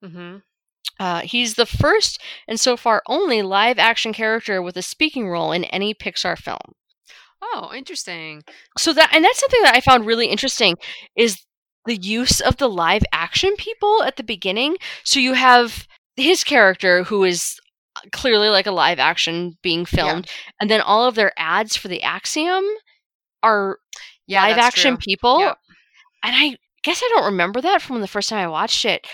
Speaker 2: there. Mm-hmm.
Speaker 1: Uh, he's the first and so far only live-action character with a speaking role in any Pixar film.
Speaker 2: Oh, interesting.
Speaker 1: so that and that's something that i found really interesting is the use of the live action people at the beginning so you have his character who is uh, clearly like a live action being filmed and then all of their ads for the axiom are
Speaker 2: Yeah,
Speaker 1: live
Speaker 2: that's
Speaker 1: action
Speaker 2: true.
Speaker 1: people
Speaker 2: Yep.
Speaker 1: and i guess i don't remember that from the first time i watched it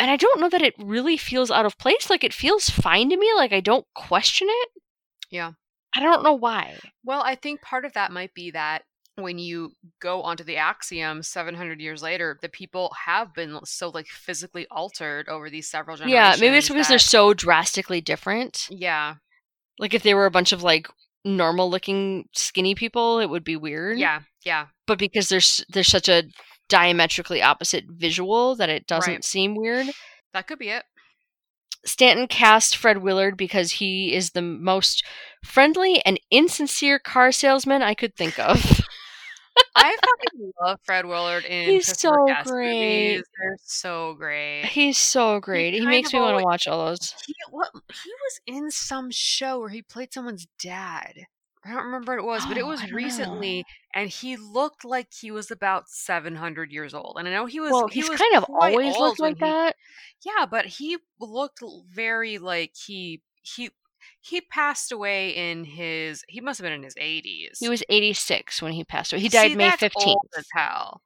Speaker 1: and i don't know that it really feels out of place like it feels fine to me like i don't question it
Speaker 2: Yeah.
Speaker 1: i don't know why
Speaker 2: Well, I think part of that might be that when you go onto the axiom 700 years later, the people have been l- so like physically altered over these several
Speaker 1: yeah
Speaker 2: generations.
Speaker 1: maybe it's because
Speaker 2: that-
Speaker 1: they're so drastically different
Speaker 2: Yeah.
Speaker 1: Like if they were a bunch of like normal looking skinny people, it would be weird.
Speaker 2: Yeah. Yeah.
Speaker 1: But because there's there's such a diametrically opposite visual that it doesn't
Speaker 2: Right.
Speaker 1: seem weird.
Speaker 2: That could be it.
Speaker 1: Stanton cast Fred Willard because he is the most friendly and insincere car salesman I could think of. [LAUGHS]
Speaker 2: I fucking love Fred Willard in
Speaker 1: He's
Speaker 2: Christopher
Speaker 1: so
Speaker 2: Guest
Speaker 1: great.
Speaker 2: movies. They're so great.
Speaker 1: He's so great. He,
Speaker 2: kind
Speaker 1: makes
Speaker 2: of
Speaker 1: me want
Speaker 2: always-
Speaker 1: to watch all those.
Speaker 2: He what he was in some show where he played someone's dad. I don't remember what it was, but it
Speaker 1: Oh, I
Speaker 2: was
Speaker 1: don't know.
Speaker 2: recently, and he looked like he was about seven hundred years old. And I know he was.
Speaker 1: Well,
Speaker 2: he
Speaker 1: he's
Speaker 2: was
Speaker 1: kind of
Speaker 2: quite
Speaker 1: always
Speaker 2: old
Speaker 1: looked
Speaker 2: when
Speaker 1: like
Speaker 2: he-
Speaker 1: that.
Speaker 2: Yeah, but he looked l- very like he he he passed away in his. He must have been in his eighties.
Speaker 1: He was 86 when he passed away. He died May 15th.
Speaker 2: As hell.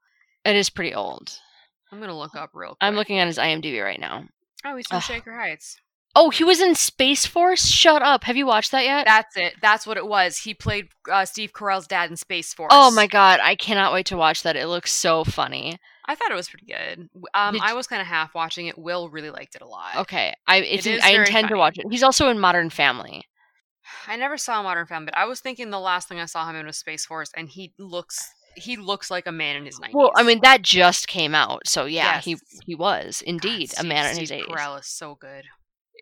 Speaker 1: It is pretty old.
Speaker 2: I'm gonna look up real. quick.
Speaker 1: I'm looking at his IMDb right now.
Speaker 2: Oh, he's from
Speaker 1: Ugh.
Speaker 2: Shaker Heights.
Speaker 1: Oh, he was in Space Force? Shut up. Have you watched that yet?
Speaker 2: That's it. That's what it was. He played uh, Steve Carell's dad in Space Force.
Speaker 1: Oh my god, I cannot wait to watch that. It looks so funny.
Speaker 2: I thought it was pretty good. Um,
Speaker 1: Did Oh.
Speaker 2: I was kind of half watching it. Will really liked it a lot.
Speaker 1: Okay, I it's
Speaker 2: It
Speaker 1: in-
Speaker 2: is
Speaker 1: I
Speaker 2: very
Speaker 1: intend to
Speaker 2: funny.
Speaker 1: watch it. He's also in Modern Family.
Speaker 2: I never saw Modern Family, but I was thinking the last thing I saw him in was Space Force, and he looks he looks like a man in his nineties.
Speaker 1: Well, I mean that just came out, so yeah, he
Speaker 2: Yes.
Speaker 1: he was indeed a man in his eighties.
Speaker 2: Corell is so good,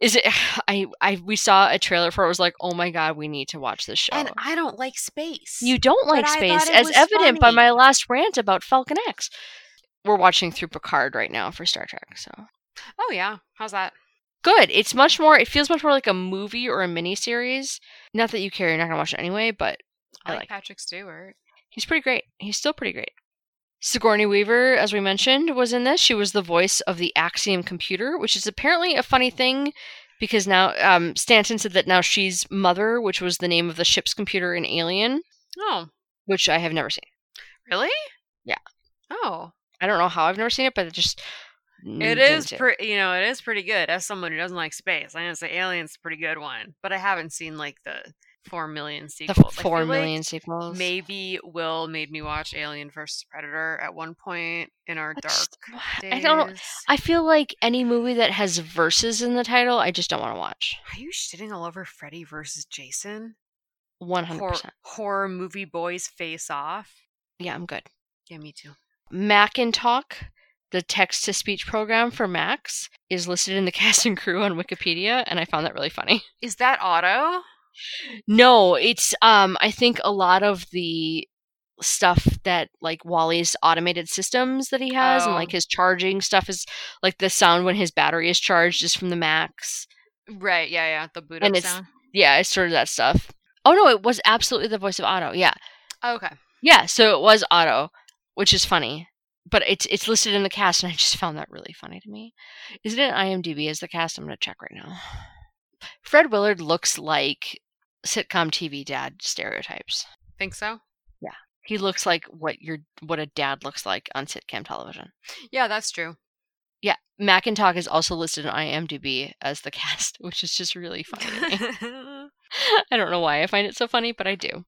Speaker 1: Is it? [SIGHS] I I we saw a trailer for it. I was like, oh my god, we need to watch this show.
Speaker 2: and I don't like space.
Speaker 1: you don't like
Speaker 2: I thought
Speaker 1: space,
Speaker 2: it
Speaker 1: as
Speaker 2: was
Speaker 1: evident by
Speaker 2: funny.
Speaker 1: my last rant about Falcon X. We're watching through Picard right now for Star Trek, so
Speaker 2: oh yeah, how's that?
Speaker 1: good. It's much more. It feels much more like a movie or a miniseries. Not that you care, you're not gonna watch it anyway, but I
Speaker 2: I, like,
Speaker 1: like it.
Speaker 2: Patrick Stewart.
Speaker 1: he's pretty great. He's still pretty great. Sigourney Weaver, as we mentioned, was in this. She was the voice of the Axiom computer, which is apparently a funny thing because now um, Stanton said that now she's Mother, which was the name of the ship's computer in Alien,
Speaker 2: Oh,
Speaker 1: which I have never seen.
Speaker 2: really?
Speaker 1: Yeah.
Speaker 2: Oh,
Speaker 1: I don't know how I've never seen it, but it just
Speaker 2: it
Speaker 1: didn't
Speaker 2: is
Speaker 1: sit.
Speaker 2: pretty. You know, it is pretty good. As someone who doesn't like space, I'm gonna say Alien's a pretty good one, but I haven't seen like the four million
Speaker 1: the
Speaker 2: sequels. I
Speaker 1: four
Speaker 2: feel like
Speaker 1: million sequels.
Speaker 2: Maybe Will made me watch Alien versus Predator at one point in our
Speaker 1: I
Speaker 2: dark
Speaker 1: just-
Speaker 2: days.
Speaker 1: I don't. know. I feel like any movie that has verses in the title, I just don't want to watch.
Speaker 2: Are you shitting all over Freddy versus Jason?
Speaker 1: One hundred
Speaker 2: Horror,
Speaker 1: percent.
Speaker 2: horror movie boys face off.
Speaker 1: Yeah, I'm good.
Speaker 2: Yeah, me too.
Speaker 1: Macintalk, the text to speech program for Macs, is listed in the [LAUGHS] cast and crew on Wikipedia, and I found that really funny.
Speaker 2: Is that Otto?
Speaker 1: No, it's um I think a lot of the stuff that like Wally's automated systems that he has and
Speaker 2: Oh.
Speaker 1: like his charging stuff is like the sound when his battery is charged is from the Macs.
Speaker 2: Right. Yeah. Yeah. The boot
Speaker 1: And
Speaker 2: up
Speaker 1: it's-
Speaker 2: sound.
Speaker 1: Yeah, it's sort of that stuff. Oh no, it was absolutely the voice of Otto. Yeah.
Speaker 2: Okay.
Speaker 1: Yeah, so it was Otto, which is funny. But it's it's listed in the cast, and I just found that really funny to me. Is it in IMDb as the cast? I'm gonna check right now. Fred Willard looks like sitcom TV dad stereotypes.
Speaker 2: Think so?
Speaker 1: He looks like what your what a dad looks like on sitcom television.
Speaker 2: Yeah, that's true.
Speaker 1: Yeah, McIntosh is also listed in IMDb as the [LAUGHS] cast, which is just really funny. to
Speaker 2: [LAUGHS]
Speaker 1: me. I don't know why I find it so funny, but I do.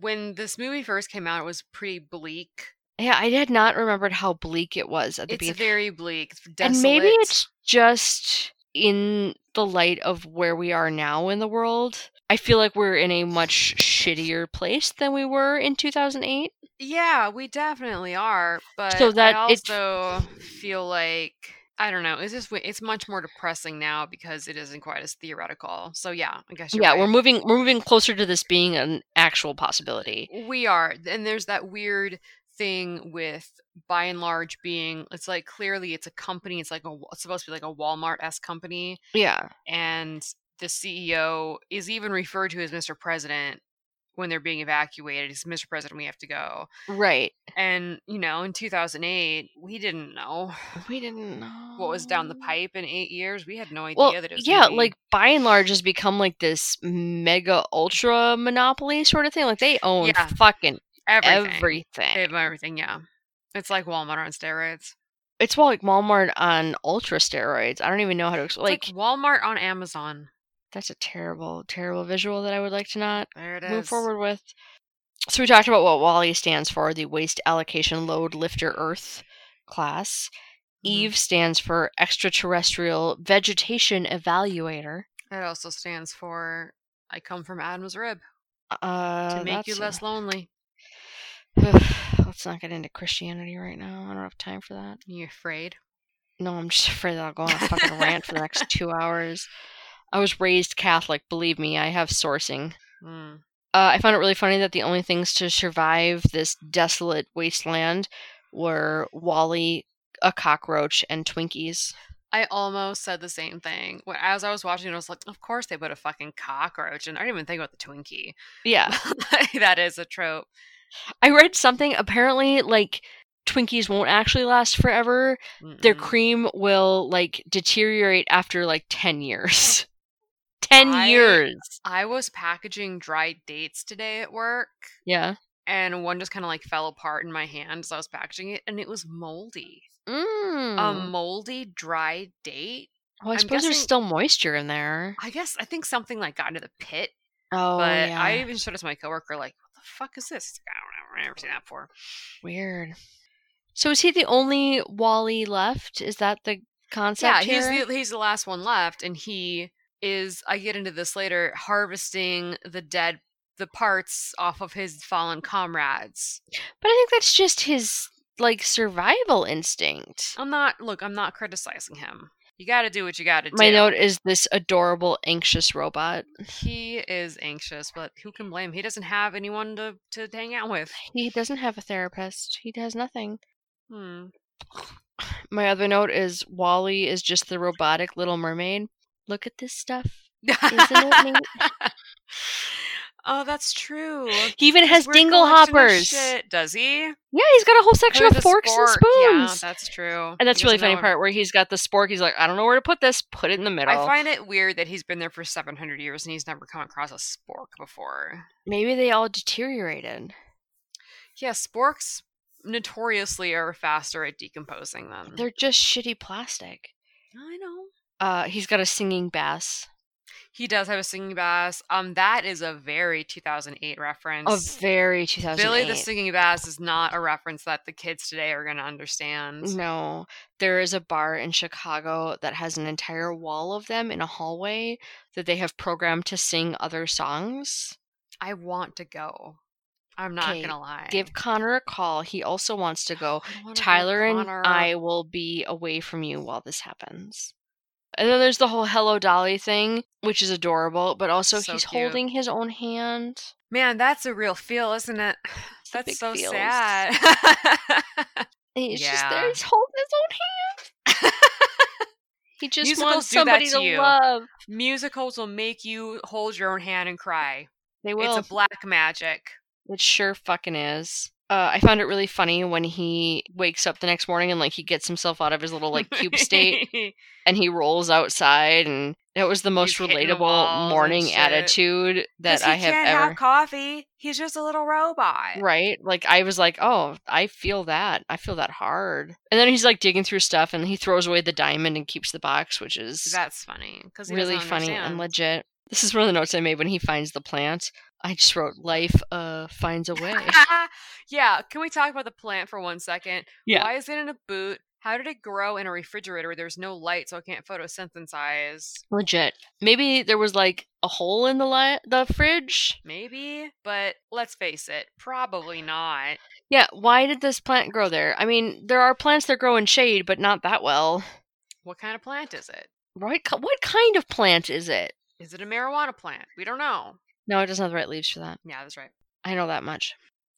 Speaker 2: when this movie first came out, it was pretty bleak.
Speaker 1: Yeah, I had not remembered how bleak it was at the
Speaker 2: It's
Speaker 1: beginning.
Speaker 2: very bleak. It's
Speaker 1: and maybe
Speaker 2: desolate.
Speaker 1: it's just in the light of where we are now in the world i feel like we're in a much shittier place than we were in 2008
Speaker 2: Yeah, we definitely are. But
Speaker 1: that
Speaker 2: I
Speaker 1: it-
Speaker 2: also feel like I don't know. It's just w- it's much more depressing now because it isn't quite as theoretical. So yeah, I guess you're
Speaker 1: yeah
Speaker 2: right.
Speaker 1: we're moving we're moving closer to this being an actual possibility
Speaker 2: we are, and there's that weird thing with by and large being it's like clearly it's a company. It's like a wa- it's supposed to be like a Walmart s company,
Speaker 1: yeah
Speaker 2: and the CEO is even referred to as Mr. President when they're being evacuated. It's Mr. President, we have to go.
Speaker 1: right
Speaker 2: And you know, in 2008, we didn't know.
Speaker 1: we didn't know
Speaker 2: what was down the pipe in eight years. We had no idea
Speaker 1: Oh. well
Speaker 2: that it was
Speaker 1: yeah
Speaker 2: gonna be-
Speaker 1: like by and large has become like this mega ultra monopoly sort of thing like they own
Speaker 2: Yeah.
Speaker 1: fucking
Speaker 2: everything.
Speaker 1: everything,
Speaker 2: They
Speaker 1: e
Speaker 2: have everything, yeah. It's like Walmart on steroids.
Speaker 1: it's well like walmart on ultra steroids i don't even know how to explain
Speaker 2: Like, like Walmart on Amazon.
Speaker 1: that's a terrible, terrible visual that I would like to not
Speaker 2: There it is.
Speaker 1: move forward with. So we talked about what WALI stands for, the Waste Allocation Load Lifter Earth class.
Speaker 2: Mhm.
Speaker 1: EVE stands for Extraterrestrial Vegetation Evaluator.
Speaker 2: It also stands for I come from Adam's rib
Speaker 1: Uh,
Speaker 2: to make you
Speaker 1: that's a-
Speaker 2: less lonely.
Speaker 1: [SIGHS] let's not get into Christianity right now. I don't have time for that.
Speaker 2: You afraid?
Speaker 1: No, I'm just [LAUGHS] afraid that I'll go on a fucking rant for the
Speaker 2: [LAUGHS]
Speaker 1: next two hours. I was raised Catholic. Believe me, I have sourcing.
Speaker 2: Mm.
Speaker 1: Uh, I found it really funny that the only things to survive this desolate wasteland were Wally, a cockroach, and Twinkies.
Speaker 2: I almost said the same thing. When, as I was watching it, I was like, of course they put a fucking cockroach. And I didn't even think about the Twinkie.
Speaker 1: Yeah. [LAUGHS]
Speaker 2: [LAUGHS] that is a trope.
Speaker 1: I read something. Apparently, like, Twinkies won't actually last forever. Their
Speaker 2: Mm-mm.
Speaker 1: cream will, like, deteriorate after, like, 10 years. [LAUGHS] 10
Speaker 2: I-
Speaker 1: years.
Speaker 2: I was packaging dried dates today at work.
Speaker 1: Yeah.
Speaker 2: and one just kind of like fell apart in my hand as I was packaging it, and it was moldy.
Speaker 1: Mm.
Speaker 2: A moldy, dry date.
Speaker 1: well, I
Speaker 2: I'm
Speaker 1: suppose there's
Speaker 2: guessing-
Speaker 1: still moisture in there.
Speaker 2: I guess I think something like got into the pit,
Speaker 1: Oh,
Speaker 2: but
Speaker 1: yeah.
Speaker 2: I even showed it to my coworker, like, "What the fuck is this?" He's like, I don't know. I've never seen that before.
Speaker 1: Weird. So is he the only Wally left? Is that the
Speaker 2: yeah,
Speaker 1: concept here?
Speaker 2: he's the, he's the last one left, and he is. I get into this later. Harvesting the dead, the parts off of his fallen comrades.
Speaker 1: but I think that's just his like survival instinct.
Speaker 2: I'm not. Look, I'm not criticizing him. You got to do what you got to do.
Speaker 1: My note is this adorable anxious robot.
Speaker 2: He is anxious, but who can blame? He doesn't have anyone to to hang out with.
Speaker 1: He doesn't have a therapist. He has nothing.
Speaker 2: Hmm.
Speaker 1: My other note is Wally is just the robotic little mermaid. Look at this stuff.
Speaker 2: [LAUGHS]
Speaker 1: it neat?
Speaker 2: oh, that's true.
Speaker 1: He even has
Speaker 2: We're
Speaker 1: dingle
Speaker 2: collecting our
Speaker 1: hoppers. Yeah,
Speaker 2: shit. Does he?
Speaker 1: he's got a whole section
Speaker 2: There's
Speaker 1: of
Speaker 2: a
Speaker 1: forks and
Speaker 2: spork. Yeah,
Speaker 1: spoons.
Speaker 2: that's true.
Speaker 1: and that's
Speaker 2: He
Speaker 1: really
Speaker 2: doesn't
Speaker 1: funny
Speaker 2: know
Speaker 1: part where he's got the spork. He's like, I don't know where to put this. Put it in the middle.
Speaker 2: I find it weird that he's been there for 700 years and he's never come across a spork before.
Speaker 1: Maybe they all deteriorated.
Speaker 2: Yeah, sporks notoriously are faster at decomposing than.
Speaker 1: They're just shitty plastic.
Speaker 2: I know.
Speaker 1: Uh, he's got a singing bass.
Speaker 2: He does have a singing bass. Um, that is a very 2008
Speaker 1: A
Speaker 2: reference.
Speaker 1: very 2008.
Speaker 2: Billy the singing bass is not a reference that the kids today are going to understand.
Speaker 1: No, there is a bar in Chicago that has an entire wall of them in a hallway that they have programmed to sing other songs.
Speaker 2: I want to go. I'm not
Speaker 1: Okay,
Speaker 2: going to lie.
Speaker 1: Give Connor a call. He also wants to go.
Speaker 2: I wanna go,
Speaker 1: Tyler and
Speaker 2: Connor.
Speaker 1: I will be away from you while this happens. And then there's the whole Hello Dolly thing, which is adorable, but also
Speaker 2: So
Speaker 1: he's
Speaker 2: cute.
Speaker 1: holding his own hand.
Speaker 2: Man, that's a real feel, isn't it? [SIGHS]
Speaker 1: It's the
Speaker 2: That's
Speaker 1: big
Speaker 2: so
Speaker 1: feels.
Speaker 2: sad. [LAUGHS]
Speaker 1: And He's just there,
Speaker 2: Yeah.
Speaker 1: he's holding his own hand. [LAUGHS] He just
Speaker 2: Musicals
Speaker 1: wants
Speaker 2: do that
Speaker 1: somebody
Speaker 2: to
Speaker 1: to
Speaker 2: you.
Speaker 1: love.
Speaker 2: musicals will make you hold your own hand and cry.
Speaker 1: They will.
Speaker 2: It's a black magic.
Speaker 1: It sure fucking is. Uh, I found it really funny when he wakes up the next morning and like he gets himself out of his little like cube [LAUGHS] state
Speaker 2: [LAUGHS]
Speaker 1: and he rolls outside and that was the most
Speaker 2: hitting the walls
Speaker 1: relatable
Speaker 2: and
Speaker 1: morning
Speaker 2: shit.
Speaker 1: attitude that
Speaker 2: 'Cause
Speaker 1: I
Speaker 2: he
Speaker 1: have
Speaker 2: can't
Speaker 1: ever
Speaker 2: have coffee. He's just a little robot.
Speaker 1: right like I was like oh I feel that I feel that hard and then he's like digging through stuff and he throws away the diamond and keeps the box which is
Speaker 2: That's funny because
Speaker 1: really funny and legit. This is one of the notes I made when he finds the plant. I just wrote life uh finds a way.
Speaker 2: [LAUGHS] yeah. Can we talk about the plant for one second?
Speaker 1: Yeah.
Speaker 2: Why is it in a boot? How did it grow in a refrigerator where there's no light, so it can't photosynthesize?
Speaker 1: Legit. Maybe there was like a hole in the li- the fridge.
Speaker 2: Maybe, but let's face it, probably not.
Speaker 1: Yeah, why did this plant grow there? I mean, there are plants that grow in shade, but not that well.
Speaker 2: What kind of plant is it?
Speaker 1: Right? ki- What kind of plant is it?
Speaker 2: Is it a marijuana plant? We don't know.
Speaker 1: No, it doesn't have the right leaves for that.
Speaker 2: Yeah, that's right.
Speaker 1: I know that much.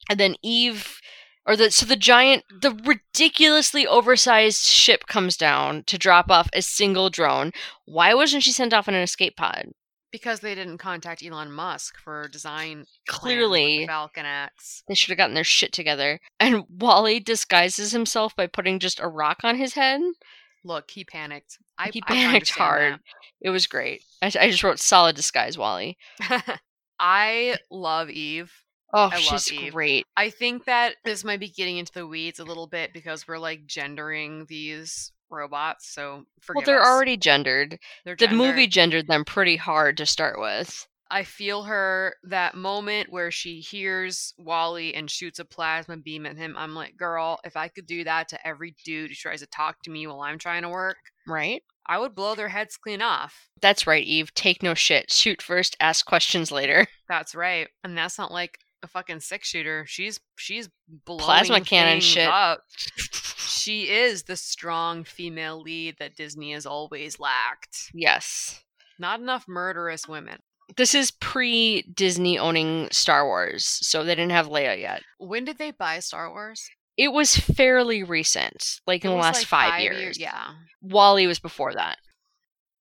Speaker 1: And then Eve or the so the giant the ridiculously oversized ship comes down to drop off a single drone. Why wasn't she sent off in an escape pod?
Speaker 2: Because they didn't contact Elon Musk for design plan with
Speaker 1: Clearly,
Speaker 2: Falcon X.
Speaker 1: They should have gotten their shit together. And [LAUGHS] Wally disguises himself by putting just a rock on his head.
Speaker 2: Look, he panicked. I
Speaker 1: He
Speaker 2: I can
Speaker 1: panicked
Speaker 2: understand
Speaker 1: It was great. I, I just wrote solid disguise, Wally.
Speaker 2: that. [LAUGHS] I love Eve.
Speaker 1: Oh,
Speaker 2: love
Speaker 1: she's
Speaker 2: Eve.
Speaker 1: great.
Speaker 2: I think that this might be getting into the weeds a little bit because we're like gendering these robots. So forgive
Speaker 1: Well, they're
Speaker 2: us.
Speaker 1: already gendered.
Speaker 2: They're
Speaker 1: The movie
Speaker 2: gendered.
Speaker 1: gendered them pretty hard to start with.
Speaker 2: I feel her that moment where she hears Wally and shoots a plasma beam at him. I'm like, girl, if I could do that to every dude who tries to talk to me while I'm trying to work,
Speaker 1: Right?
Speaker 2: I would blow their heads clean off.
Speaker 1: That's right, Eve. Take no shit. Shoot first, ask questions later. [LAUGHS]
Speaker 2: That's right. And that's not like a fucking six shooter. She's she's blowing
Speaker 1: Plasma cannon
Speaker 2: things
Speaker 1: shit.
Speaker 2: up. She is the strong female lead that Disney has always lacked.
Speaker 1: Yes.
Speaker 2: Not enough murderous women.
Speaker 1: This is pre Disney owning Star Wars, so they didn't have Leia yet.
Speaker 2: When did they buy Star Wars?
Speaker 1: It was fairly recent, like in
Speaker 2: It
Speaker 1: the
Speaker 2: was,
Speaker 1: last
Speaker 2: like,
Speaker 1: five,
Speaker 2: year-
Speaker 1: years.
Speaker 2: Yeah.
Speaker 1: Wally was before that.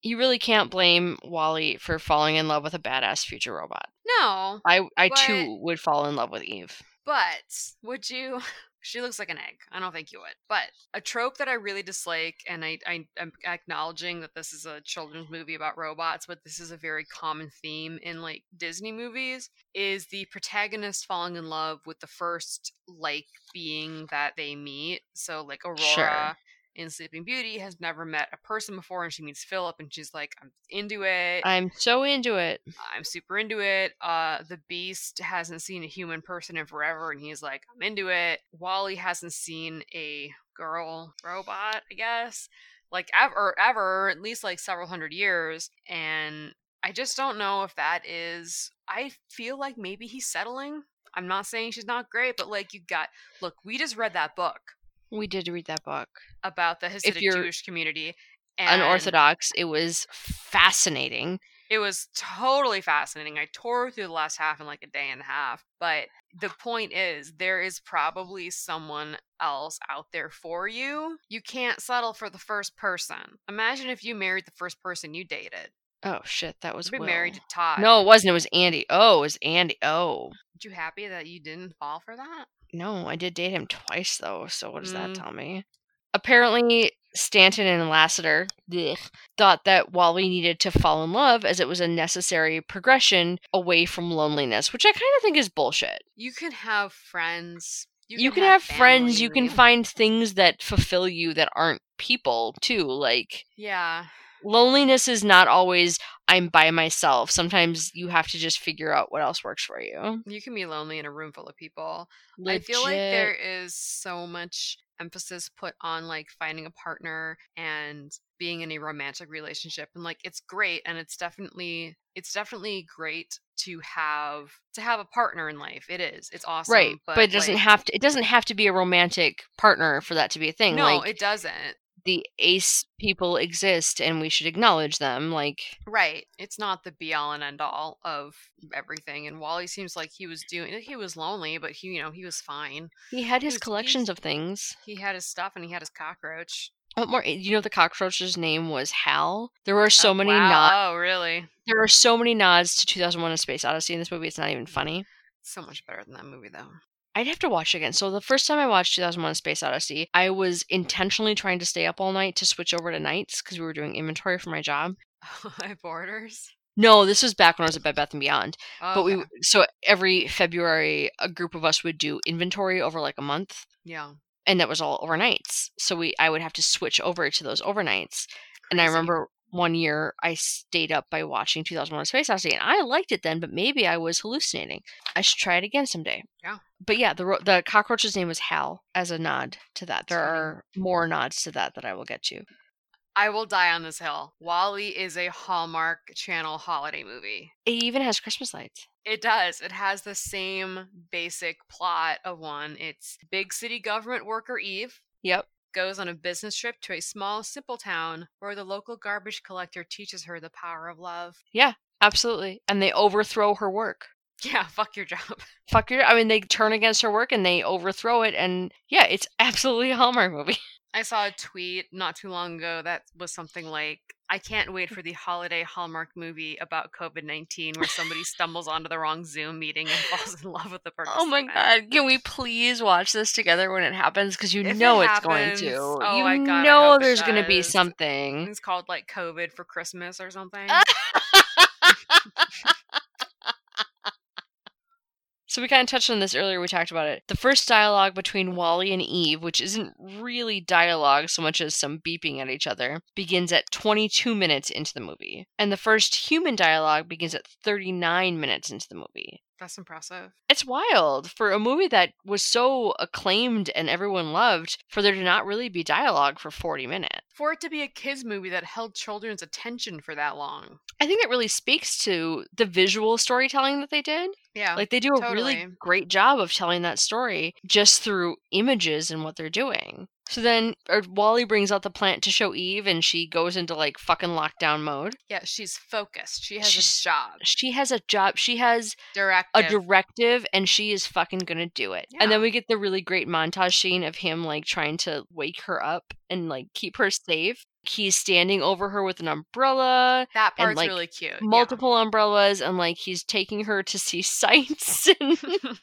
Speaker 1: You really can't blame Wally for falling in love with a badass future robot.
Speaker 2: No,
Speaker 1: I I
Speaker 2: But-
Speaker 1: too would fall in love with Eve.
Speaker 2: But would you? [LAUGHS] She looks like an egg. I don't think you would. But a trope that I really dislike, and I, I am acknowledging that this is a children's movie about robots, but this is a very common theme in like Disney movies, is the protagonist falling in love with the first like being that they meet. So like Aurora
Speaker 1: Sure.
Speaker 2: in Sleeping Beauty has never met a person before, and she meets Philip, and she's like, "I'm into it.
Speaker 1: I'm so into it.
Speaker 2: I'm super into it." Uh, the Beast hasn't seen a human person in forever, and he's like, "I'm into it." Wally hasn't seen a girl robot, I guess, like ever, ever, at least like several hundred years, and. I just don't know if that is. I feel like maybe he's settling. I'm not saying she's not great, but like you got look, we just read that book
Speaker 1: We did read that book.
Speaker 2: about the Hasidic
Speaker 1: you're
Speaker 2: Jewish community. And
Speaker 1: Unorthodox. It was fascinating.
Speaker 2: It was totally fascinating. I tore through the last half in like a day and a half. But the point is, there is probably someone else out there for you. You can't settle for the first person. Imagine if you married the first person you dated.
Speaker 1: Oh shit, that was
Speaker 2: You'd be
Speaker 1: Will.
Speaker 2: married to Todd.
Speaker 1: No, it wasn't. It was Andy. Oh, it was Andy. Oh.
Speaker 2: Aren't you happy that you didn't fall for that?
Speaker 1: No, I did date him twice though, so what does
Speaker 2: Mm.
Speaker 1: that tell me? Apparently, Stanton and Lassiter blech, thought that Wally needed to fall in love as it was a necessary progression away from loneliness, which I kind of think is bullshit.
Speaker 2: You can have friends.
Speaker 1: You, can, have, friends,
Speaker 2: family,
Speaker 1: you can
Speaker 2: really.
Speaker 1: find things that fulfill you that aren't people too. Like,
Speaker 2: Yeah.
Speaker 1: loneliness is not always I'm by myself. Sometimes you have to just figure out what else works for you.
Speaker 2: You can be lonely in a room full of people. I feel like
Speaker 1: Legit.
Speaker 2: there is so much emphasis put on like finding a partner and being in a romantic relationship and like it's great and it's definitely it's definitely great to have to have a partner in life. It is. It's awesome.
Speaker 1: right, but, it doesn't
Speaker 2: like,
Speaker 1: have to. It doesn't have to be a romantic partner for that to be a thing.
Speaker 2: No,
Speaker 1: like
Speaker 2: it doesn't.
Speaker 1: the ace people exist, and we should acknowledge them. Like
Speaker 2: Right. It's not the be all and end all of everything. And Wally seems like he was doing he was lonely, but he you know, he was fine.
Speaker 1: he had his
Speaker 2: He's-
Speaker 1: collections
Speaker 2: he's-
Speaker 1: of things.
Speaker 2: He had his stuff and he had his cockroach.
Speaker 1: What more? eh, You know, the cockroach's name was Hal. There were so
Speaker 2: Oh,
Speaker 1: many
Speaker 2: wow.
Speaker 1: nods.
Speaker 2: Oh, really?
Speaker 1: There are so many nods to 2001: A Space Odyssey in this movie. It's not even funny.
Speaker 2: So much better than that movie though.
Speaker 1: I'd have to watch it again. So the first time I watched 2001: A Space Odyssey, I was intentionally trying to stay up all night to switch over to nights because we were doing inventory for my job.
Speaker 2: [LAUGHS] I have orders.
Speaker 1: No, this was back when I was at Bed Bath and Beyond.
Speaker 2: Oh,
Speaker 1: But we
Speaker 2: okay.
Speaker 1: w- so every February, a group of us would do inventory over like a month.
Speaker 2: yeah.
Speaker 1: and that was all overnights. So we I would have to switch over to those overnights. And I
Speaker 2: Crazy.
Speaker 1: remember one year I stayed up by watching 2001: A Space Odyssey, and I liked it then, but maybe I was hallucinating. I should try it again someday.
Speaker 2: Yeah.
Speaker 1: But yeah, the ro- the cockroach's name was Hal, as a nod to that. There
Speaker 2: Funny.
Speaker 1: are more nods to that that I will get to.
Speaker 2: I will die on this hill. Wally is a Hallmark Channel holiday movie.
Speaker 1: It even has Christmas lights.
Speaker 2: It does. It has the same basic plot of one. It's big city government worker Eve
Speaker 1: Yep.
Speaker 2: goes on a business trip to a small, simple town where the local garbage collector teaches her the power of love. [LAUGHS]
Speaker 1: Absolutely. And they overthrow her work.
Speaker 2: Yeah, fuck your job.
Speaker 1: Fuck your I mean they turn against her work and they overthrow it and yeah, it's [LAUGHS] absolutely a Hallmark movie.
Speaker 2: I saw a tweet not too long ago that was something like, I can't wait
Speaker 1: Mm.
Speaker 2: for the holiday Hallmark movie about COVID 19 where somebody stumbles onto the wrong Zoom meeting and [LAUGHS] falls in love with the person.
Speaker 1: Oh my god! Can we please watch this together when it happens? Because you
Speaker 2: If it
Speaker 1: know it's
Speaker 2: happens-
Speaker 1: going to.
Speaker 2: oh
Speaker 1: you
Speaker 2: my God, I
Speaker 1: know
Speaker 2: hope it
Speaker 1: there's going to be
Speaker 2: does. Mm.
Speaker 1: something.
Speaker 2: It's called like COVID for Christmas or something.
Speaker 1: Ah. So we kind of touched on this earlier. We talked about it. The first dialogue between Wally and Eve, which isn't really dialogue so much as some beeping at each other, begins at 22 minutes into the movie, and the first human dialogue begins at 39 minutes into the movie.
Speaker 2: That's impressive.
Speaker 1: it's wild for a movie that was so acclaimed and everyone loved for there to not really be dialogue for 40 minutes.
Speaker 2: For it to be a kids movie that held children's attention for that long.
Speaker 1: I think that really speaks to the visual storytelling that they did.
Speaker 2: Yeah.
Speaker 1: Like they do a really
Speaker 2: totally.
Speaker 1: great job of telling that story just through images and what they're doing. So then or Wally brings out the plant to show Eve and she goes into like fucking lockdown mode.
Speaker 2: yeah, she's focused. She has
Speaker 1: She's-
Speaker 2: a job.
Speaker 1: She has a job. She has a
Speaker 2: Directive.
Speaker 1: directive and she is fucking gonna do it.
Speaker 2: Yeah.
Speaker 1: And then we get the really great montage scene of him like trying to wake her up and like keep her safe. He's standing over her with an umbrella,
Speaker 2: that
Speaker 1: and,
Speaker 2: part's
Speaker 1: like,
Speaker 2: really cute. Uh, yeah.
Speaker 1: multiple umbrellas, and like he's taking her to see [LAUGHS] sights.
Speaker 2: [LAUGHS]
Speaker 1: And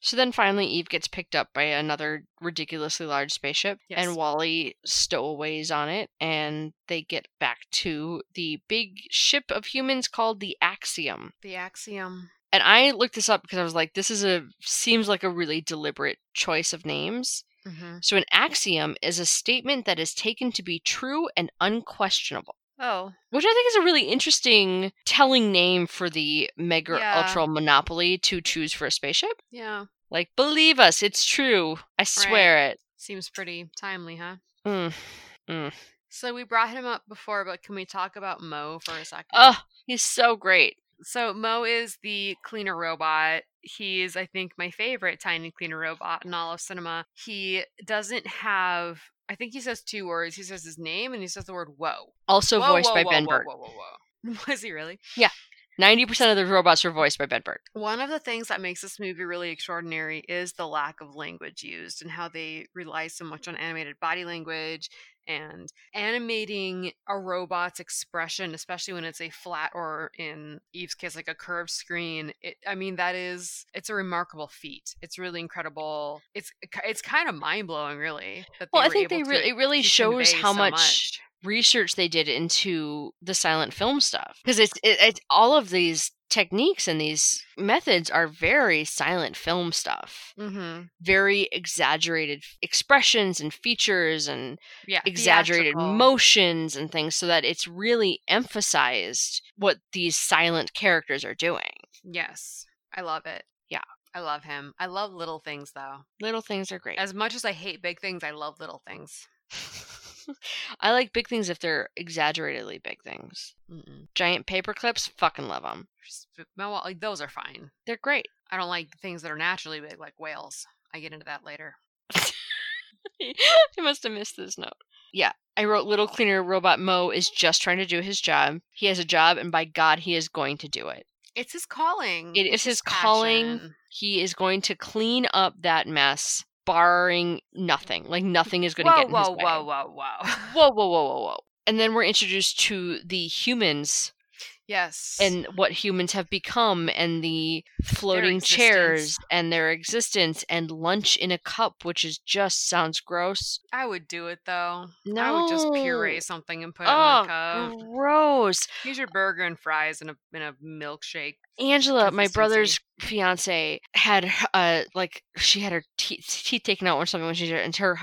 Speaker 1: so then finally, Eve gets picked up by another ridiculously large spaceship,
Speaker 2: Yes.
Speaker 1: and Wally stowaways on it, and they get back to the big ship of humans called the Axiom.
Speaker 2: the axiom.
Speaker 1: and I looked this up because I was like, this is a seems like a really deliberate choice of names.
Speaker 2: Mm-hmm.
Speaker 1: So, an axiom is a statement that is taken to be true and unquestionable,
Speaker 2: Oh,
Speaker 1: which I think is a really interesting telling name for the mega
Speaker 2: Yeah.
Speaker 1: ultra monopoly to choose for a spaceship.
Speaker 2: yeah.
Speaker 1: Like, believe us, it's true. I swear it.
Speaker 2: Seems pretty timely, huh?
Speaker 1: Mm.
Speaker 2: So we brought him up before, but can we talk about Mo for a second?
Speaker 1: Oh, he's so great.
Speaker 2: So Mo is the cleaner robot. He is, I think, my favorite tiny cleaner robot in all of cinema. He doesn't have. I think he says two words. He says his name and he says the word "whoa."
Speaker 1: Also
Speaker 2: whoa,
Speaker 1: voiced
Speaker 2: whoa,
Speaker 1: by
Speaker 2: whoa,
Speaker 1: Ben
Speaker 2: whoa,
Speaker 1: Burtt.
Speaker 2: Whoa, whoa, whoa, [LAUGHS] Was he really?
Speaker 1: 90% of the robots are voiced by Ben Burtt.
Speaker 2: One of the things that makes this movie really extraordinary is the lack of language used and how they rely so much on animated body language and animating a robot's expression, especially when it's a flat or in Eve's case, like a curved screen. It, I mean, that is, it's a remarkable feat. It's really incredible. It's it's kind of mind blowing, really. that
Speaker 1: Well, I
Speaker 2: were
Speaker 1: think they
Speaker 2: able to
Speaker 1: really it really
Speaker 2: to
Speaker 1: shows
Speaker 2: convey
Speaker 1: how
Speaker 2: so
Speaker 1: much, research they did into the silent film stuff because it's it, it's all of these techniques and these methods are very silent film stuff,
Speaker 2: Mhm.
Speaker 1: very exaggerated f- expressions and features and
Speaker 2: Yeah.
Speaker 1: exaggerated
Speaker 2: theatrical.
Speaker 1: motions and things so that it's really emphasized what these silent characters are doing.
Speaker 2: Yes. I love it.
Speaker 1: Yeah.
Speaker 2: I love him. I love little things, though.
Speaker 1: Little things are great.
Speaker 2: As much as I hate big things, I love little things.
Speaker 1: [LAUGHS] I like big things if they're exaggeratedly big things.
Speaker 2: Mm-mm.
Speaker 1: Giant paper clips, fucking love them.
Speaker 2: Just- no, well, like, those are fine.
Speaker 1: They're great.
Speaker 2: I don't like things that are naturally big, like whales. I get into that later.
Speaker 1: [LAUGHS] I must have missed this note. Yeah, I wrote Little Cleaner Robot Mo is just trying to do his job. He has a job, and by God, he is going to do it.
Speaker 2: It's his calling.
Speaker 1: It is his calling.
Speaker 2: passion.
Speaker 1: He is going to clean up that mess, barring nothing. Like nothing is going to
Speaker 2: Whoa,
Speaker 1: get in
Speaker 2: whoa,
Speaker 1: his
Speaker 2: whoa,
Speaker 1: way.
Speaker 2: whoa, whoa,
Speaker 1: whoa, whoa, whoa, whoa, whoa. And then we're introduced to the humans
Speaker 2: [LAUGHS] Yes.
Speaker 1: and what humans have become, and the floating
Speaker 2: existence.
Speaker 1: chairs and their existence, and lunch in a cup, which is just sounds gross.
Speaker 2: I would do it though.
Speaker 1: No,
Speaker 2: I would just puree something and put it in a cup.
Speaker 1: Oh, gross.
Speaker 2: Here's your burger and fries and a and a milkshake.
Speaker 1: Angela, my
Speaker 2: Consistency.
Speaker 1: brother's fiance had her- uh like she had her teeth, teeth taken out or something when she did it, and her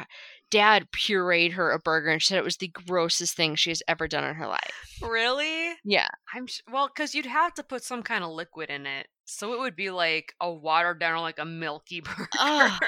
Speaker 1: dad pureed her a burger and she said it was the grossest thing she has ever done in her life.
Speaker 2: Really?
Speaker 1: Yeah.
Speaker 2: I'm sh- well because you'd have to put some kind of liquid in it, so it would be like a watered down or like a milky [LAUGHS] burger.
Speaker 1: Ugh.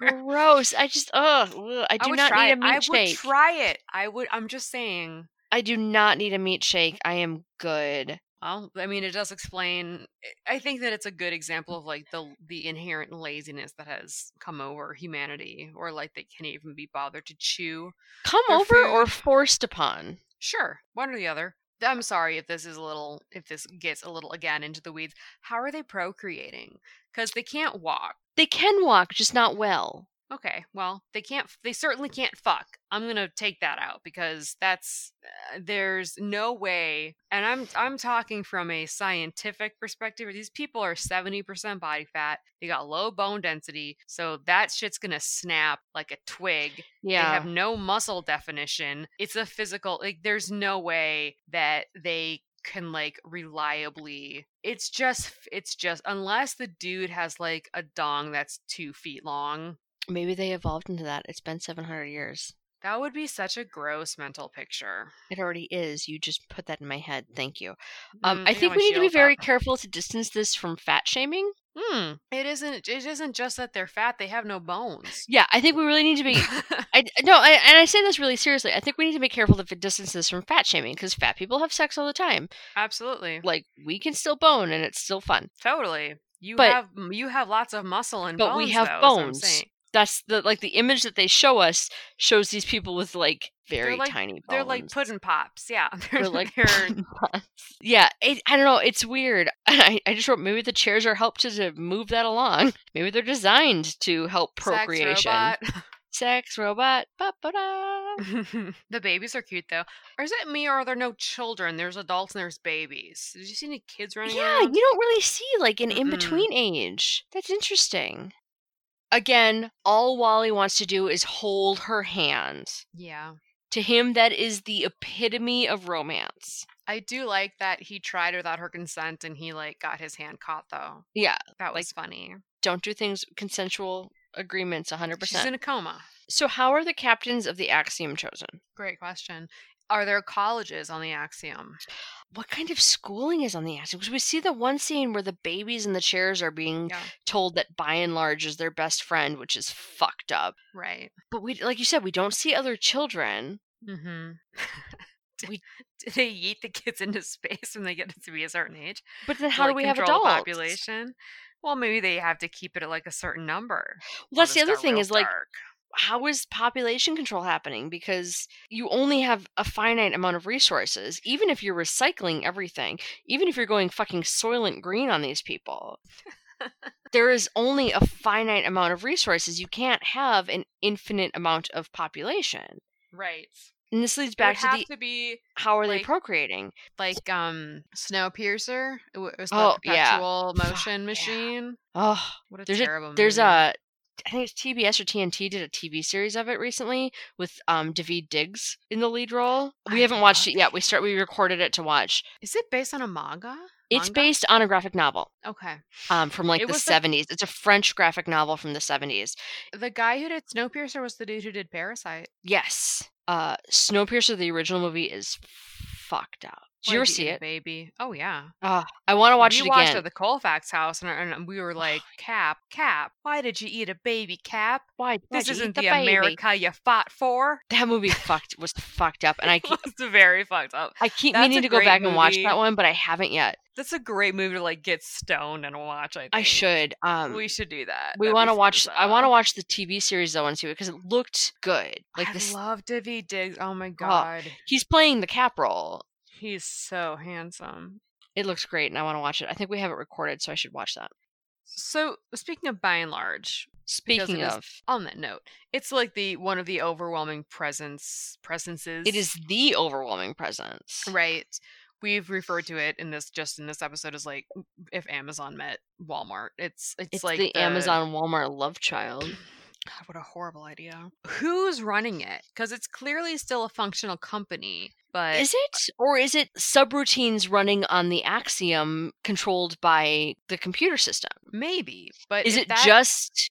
Speaker 1: Gross. I just ugh, ugh, I do
Speaker 2: would
Speaker 1: not
Speaker 2: try
Speaker 1: need a
Speaker 2: it. I
Speaker 1: meat
Speaker 2: would
Speaker 1: shake.
Speaker 2: try it. I would. I'm just saying.
Speaker 1: I do not need a meat shake. I am good.
Speaker 2: Well, I mean, it does explain. I- I think that it's a good example of like the the inherent laziness that has come over humanity, or like they can't even be bothered to chew.
Speaker 1: Come
Speaker 2: Their
Speaker 1: over or forced upon.
Speaker 2: Sure, one or the other. I'm sorry if this is a little, if this gets a little again into the weeds. How are they procreating? Because they can't walk.
Speaker 1: They can walk, just not well.
Speaker 2: Okay, well, they can't. They certainly can't fuck. I'm gonna take that out because that's uh, there's no way. And I'm I'm talking from a scientific perspective. These people are 70% body fat. They got low bone density, so that shit's gonna snap like a twig. They
Speaker 1: Yeah.
Speaker 2: have no muscle definition. It's a physical. Like there's no way that they can like reliably. It's just it's just unless the dude has like a dong that's two feet long.
Speaker 1: Maybe they evolved into that. It's been 700 years.
Speaker 2: That would be such a gross mental picture.
Speaker 1: It already is. You just put that in my head. Thank you. Um,
Speaker 2: Mm,
Speaker 1: I
Speaker 2: got
Speaker 1: think
Speaker 2: my
Speaker 1: we need to be
Speaker 2: shield
Speaker 1: very
Speaker 2: up.
Speaker 1: careful to distance this from fat shaming.
Speaker 2: Mm, it isn't. It isn't just that they're fat; they have no bones.
Speaker 1: Yeah, I think we really need to
Speaker 2: [LAUGHS]
Speaker 1: be. I no, I, and I say this really seriously. I think we need to be careful to distance this from fat shaming because fat people have sex all the time.
Speaker 2: Absolutely,
Speaker 1: Like we can still bone and it's still fun.
Speaker 2: totally. You
Speaker 1: But-
Speaker 2: have you have lots of muscle and
Speaker 1: but
Speaker 2: bones.
Speaker 1: we have
Speaker 2: though, is what I'm
Speaker 1: bones.
Speaker 2: saying.
Speaker 1: That's the like the image that they show us shows these people with like very
Speaker 2: like-
Speaker 1: tiny bones.
Speaker 2: They're like pudding pops. Yeah, [LAUGHS]
Speaker 1: They're like [LAUGHS]
Speaker 2: they're-
Speaker 1: yeah, it, I don't know. It's weird. [LAUGHS] I, I just wrote maybe the chairs are helped to, to move that along. Maybe they're designed to help procreation.
Speaker 2: Sex robot. [LAUGHS]
Speaker 1: Sex robot. Ba-ba-da.
Speaker 2: the babies are cute though. Or is it me or are there no children? There's adults and there's babies. Did you see any kids running
Speaker 1: Yeah, you
Speaker 2: around?
Speaker 1: don't really see like an
Speaker 2: Mm-mm.
Speaker 1: in between age. That's interesting. Again, all Wally wants to do is hold her hand.
Speaker 2: Yeah.
Speaker 1: To him, that is the epitome of romance.
Speaker 2: I do like that he tried without her consent and he like got his hand caught though.
Speaker 1: Yeah,
Speaker 2: That
Speaker 1: Like,
Speaker 2: was funny.
Speaker 1: don't do things consensual agreements 100%.
Speaker 2: She's in a coma.
Speaker 1: So, how are the captains of the Axiom chosen?
Speaker 2: Great question. Are there colleges on the Axiom?
Speaker 1: What kind of schooling is on the Axiom? Because we see the one scene where the babies in the chairs are being
Speaker 2: Yeah.
Speaker 1: told that by and large is their best friend, which is fucked up.
Speaker 2: Right.
Speaker 1: But we, like you said, we don't see other children.
Speaker 2: Mm-hmm. [LAUGHS]
Speaker 1: We-
Speaker 2: do they yeet the kids into space when they get to be a certain age?
Speaker 1: But then
Speaker 2: to,
Speaker 1: how
Speaker 2: like,
Speaker 1: do we have
Speaker 2: control the
Speaker 1: adults?
Speaker 2: population? Well, maybe they have to keep it at like a certain number.
Speaker 1: Well, that's
Speaker 2: Or
Speaker 1: the
Speaker 2: just
Speaker 1: other
Speaker 2: got
Speaker 1: thing
Speaker 2: real
Speaker 1: is like,
Speaker 2: dark.
Speaker 1: how is population control happening? Because you only have a finite amount of resources, even if you're recycling everything, even if you're going fucking soylent green on these
Speaker 2: [LAUGHS]
Speaker 1: people. there is only a finite amount of resources. You can't have an infinite amount of population.
Speaker 2: right.
Speaker 1: And this leads
Speaker 2: It would
Speaker 1: back to
Speaker 2: have
Speaker 1: the
Speaker 2: to be
Speaker 1: how are they
Speaker 2: like-
Speaker 1: procreating?
Speaker 2: like um Snowpiercer. It wa- it was the
Speaker 1: Oh, yeah.
Speaker 2: perpetual
Speaker 1: Fuck,
Speaker 2: motion
Speaker 1: yeah.
Speaker 2: machine.
Speaker 1: Oh,
Speaker 2: What a
Speaker 1: there's
Speaker 2: terrible
Speaker 1: a there's
Speaker 2: movie.
Speaker 1: a I think it's TBS or TNT did a TV series of it recently with um David Diggs in the lead role. We
Speaker 2: I
Speaker 1: haven't watched
Speaker 2: love
Speaker 1: it yet. We start we recorded it to watch.
Speaker 2: Is it based on a manga?
Speaker 1: It's
Speaker 2: Manga?
Speaker 1: based on a graphic novel
Speaker 2: Okay.
Speaker 1: um, from like
Speaker 2: It
Speaker 1: the
Speaker 2: was like-
Speaker 1: 70s. It's a French graphic novel from the 70s.
Speaker 2: The guy who did Snowpiercer was the dude who did Parasite.
Speaker 1: Yes. Uh, Snowpiercer, the original movie, is fucked up. Did you
Speaker 2: Why
Speaker 1: ever
Speaker 2: Did
Speaker 1: see
Speaker 2: Eat a
Speaker 1: it?
Speaker 2: Baby. Oh yeah.
Speaker 1: I want to watch
Speaker 2: we
Speaker 1: it
Speaker 2: watched
Speaker 1: again.
Speaker 2: at the Colfax house, and, and we
Speaker 1: [SIGHS]
Speaker 2: were like, "Cap, Cap, why did you eat a baby, Cap?
Speaker 1: Why? why'd
Speaker 2: This
Speaker 1: you eat
Speaker 2: isn't
Speaker 1: the
Speaker 2: the,
Speaker 1: baby?
Speaker 2: America you
Speaker 1: [LAUGHS]
Speaker 2: fought for." [LAUGHS]
Speaker 1: That movie fucked was fucked up, and I
Speaker 2: It
Speaker 1: keep,
Speaker 2: was very fucked up.
Speaker 1: I keep
Speaker 2: That's
Speaker 1: meaning
Speaker 2: a
Speaker 1: to go
Speaker 2: great
Speaker 1: back and watch
Speaker 2: movie.
Speaker 1: that one, but I haven't yet.
Speaker 2: That's a great movie to like get stoned and watch. I think.
Speaker 1: I should. Um,
Speaker 2: we should do that.
Speaker 1: we
Speaker 2: That'd be
Speaker 1: want to
Speaker 2: fun
Speaker 1: watch.
Speaker 2: as
Speaker 1: I want to
Speaker 2: hell.
Speaker 1: watch the TV series though and see it because it looked good. Like
Speaker 2: I
Speaker 1: this,
Speaker 2: love Divi Diggs. Oh my god,
Speaker 1: he's playing the cap role.
Speaker 2: he's so handsome.
Speaker 1: It looks great, and I want to watch it. I think we have it recorded, so I should watch that.
Speaker 2: So speaking of by and large,
Speaker 1: Speaking
Speaker 2: it is
Speaker 1: of,
Speaker 2: on that note, it's like the one of the overwhelming presence presences.
Speaker 1: it is the overwhelming presence.
Speaker 2: right. We've referred to it in this just in this episode as like if Amazon met Walmart. It's it's,
Speaker 1: It's
Speaker 2: like
Speaker 1: the, Amazon Walmart love child.
Speaker 2: God, what a horrible idea. Who's running it? Because it's clearly still a functional company, but
Speaker 1: Is it? Or is it subroutines running on the axiom controlled by the computer system?
Speaker 2: maybe. But
Speaker 1: Is
Speaker 2: if
Speaker 1: it
Speaker 2: that-
Speaker 1: just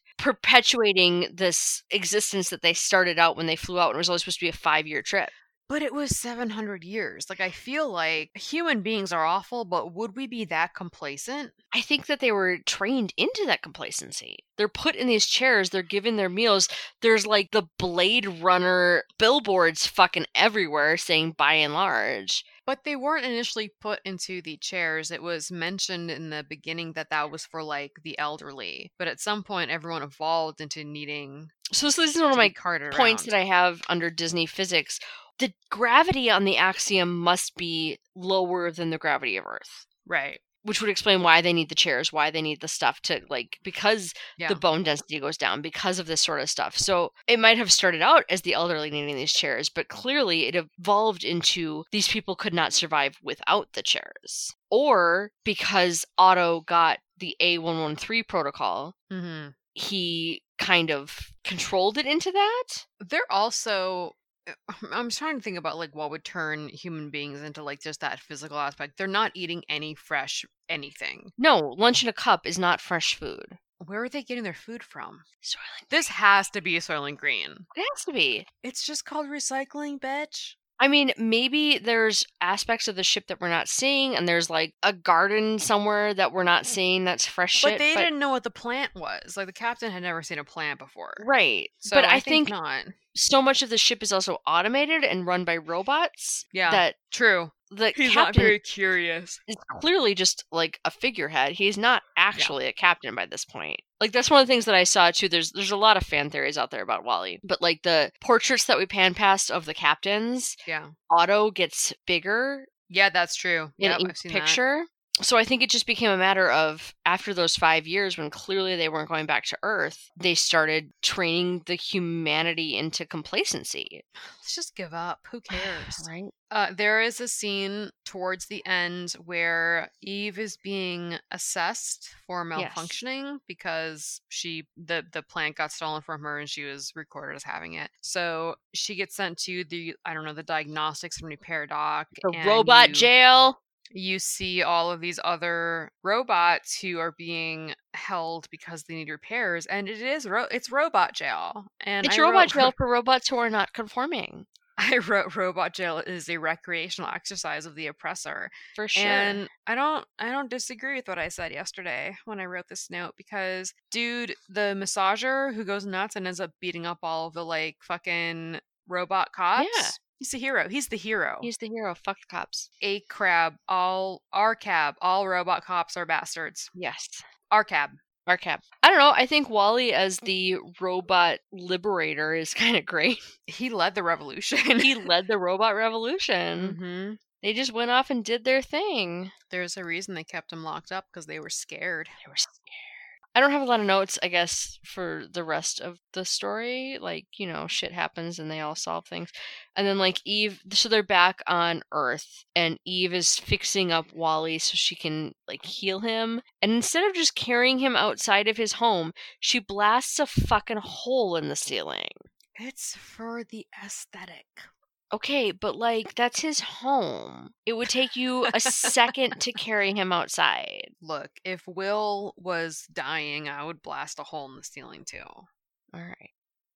Speaker 1: perpetuating this existence that they started out when they flew out and it was only supposed to be a five year trip?
Speaker 2: But it was 700 years. Like, I feel like human beings are awful, but would we be that complacent?
Speaker 1: I think that they were trained into that complacency. They're put in these chairs, they're given their meals. There's like the Blade Runner billboards fucking everywhere saying by and large.
Speaker 2: But they weren't initially put into the chairs. It was mentioned in the beginning that that was for like the elderly. But at some point, everyone evolved into needing
Speaker 1: So, this is one of
Speaker 2: to be
Speaker 1: my
Speaker 2: carted
Speaker 1: points
Speaker 2: around.
Speaker 1: that I have under Disney physics. The gravity on the axiom must be lower than the gravity of Earth,
Speaker 2: right.
Speaker 1: which would explain why they need the chairs, why they need the stuff to like because
Speaker 2: Yeah.
Speaker 1: the bone density goes down because of this sort of stuff. So it might have started out as the elderly needing these chairs, but clearly it evolved into these people could not survive without the chairs. Or because Otto got the A113 protocol,
Speaker 2: Mhm.
Speaker 1: he kind of controlled it into that.
Speaker 2: They're also. eh, I'm trying to think about like what would turn human beings into like just that physical aspect. They're not eating any fresh anything.
Speaker 1: No, lunch in a cup is not fresh food.
Speaker 2: Where are they getting their food from?
Speaker 1: Soylent.
Speaker 2: This has to be Soylent Green.
Speaker 1: It has to be.
Speaker 2: It's just called recycling, bitch.
Speaker 1: I mean, maybe there's aspects of the ship that we're not seeing, and there's like a garden somewhere that we're not seeing that's fresh
Speaker 2: Mm. but
Speaker 1: shit,
Speaker 2: they didn't know what the plant was. Like the captain had never seen a plant before.
Speaker 1: Right.
Speaker 2: So
Speaker 1: but I, think,
Speaker 2: think, not.
Speaker 1: so much of the ship is also automated and run by robots
Speaker 2: Yeah.
Speaker 1: that
Speaker 2: True.
Speaker 1: the
Speaker 2: He's not
Speaker 1: captain
Speaker 2: very curious.
Speaker 1: is clearly just like a figurehead. He's not actually a captain by this point. Like that's one of the things that I saw too. There's there's a lot of fan theories out there about Wally, but like the portraits that we pan past of the captains,
Speaker 2: Yeah.
Speaker 1: Otto gets bigger
Speaker 2: Yeah, that's true.
Speaker 1: in
Speaker 2: Yep, I've
Speaker 1: each
Speaker 2: seen that.
Speaker 1: picture. So I think it just became a matter of after those five years, when clearly they weren't going back to Earth, they started training the humanity into complacency.
Speaker 2: Let's just give up. Who
Speaker 1: [SIGHS]
Speaker 2: cares?
Speaker 1: Right?
Speaker 2: uh, there is a scene towards the end where Eve is being assessed for
Speaker 1: Yes.
Speaker 2: malfunctioning because she the the plant got stolen from her and she was recorded as having it. So she gets sent to the I don't know the diagnostics and repair doc.
Speaker 1: The
Speaker 2: and
Speaker 1: robot
Speaker 2: you-
Speaker 1: jail.
Speaker 2: you see all of these other robots who are being held because they need repairs, and it is ro- it's robot jail. And
Speaker 1: it's
Speaker 2: I
Speaker 1: robot
Speaker 2: wrote-
Speaker 1: jail for robots who are not conforming,
Speaker 2: [LAUGHS] I wrote robot jail is a recreational exercise of the oppressor.
Speaker 1: for sure.
Speaker 2: And I don't I don't disagree with what I said yesterday when I wrote this note because dude, the massager who goes nuts and ends up beating up all of the like fucking robot cops. He's a hero. He's the hero.
Speaker 1: He's the hero. Fuck the cops.
Speaker 2: a crab. All our cab. All robot cops are bastards.
Speaker 1: Yes.
Speaker 2: Our cab.
Speaker 1: Our cap. I don't know. I think Wally as the robot liberator is kind of great. [LAUGHS]
Speaker 2: He led the revolution. [LAUGHS]
Speaker 1: he led the robot revolution.
Speaker 2: hmm
Speaker 1: They just went off and did their thing.
Speaker 2: There's a reason they kept him locked up because they were scared.
Speaker 1: They were scared. I don't have a lot of notes, I guess, for the rest of the story. Like, you know, shit happens and they all solve things. And then, like, Eve, so they're back on Earth, and Eve is fixing up Wally so she can, like, heal him. And instead of just carrying him outside of his home, she blasts a fucking hole in the ceiling.
Speaker 2: It's for the aesthetic.
Speaker 1: Okay, but, like, that's his home. It would take you a second to carry him outside.
Speaker 2: Look, if Will was dying, I would blast a hole in the ceiling too.
Speaker 1: All right.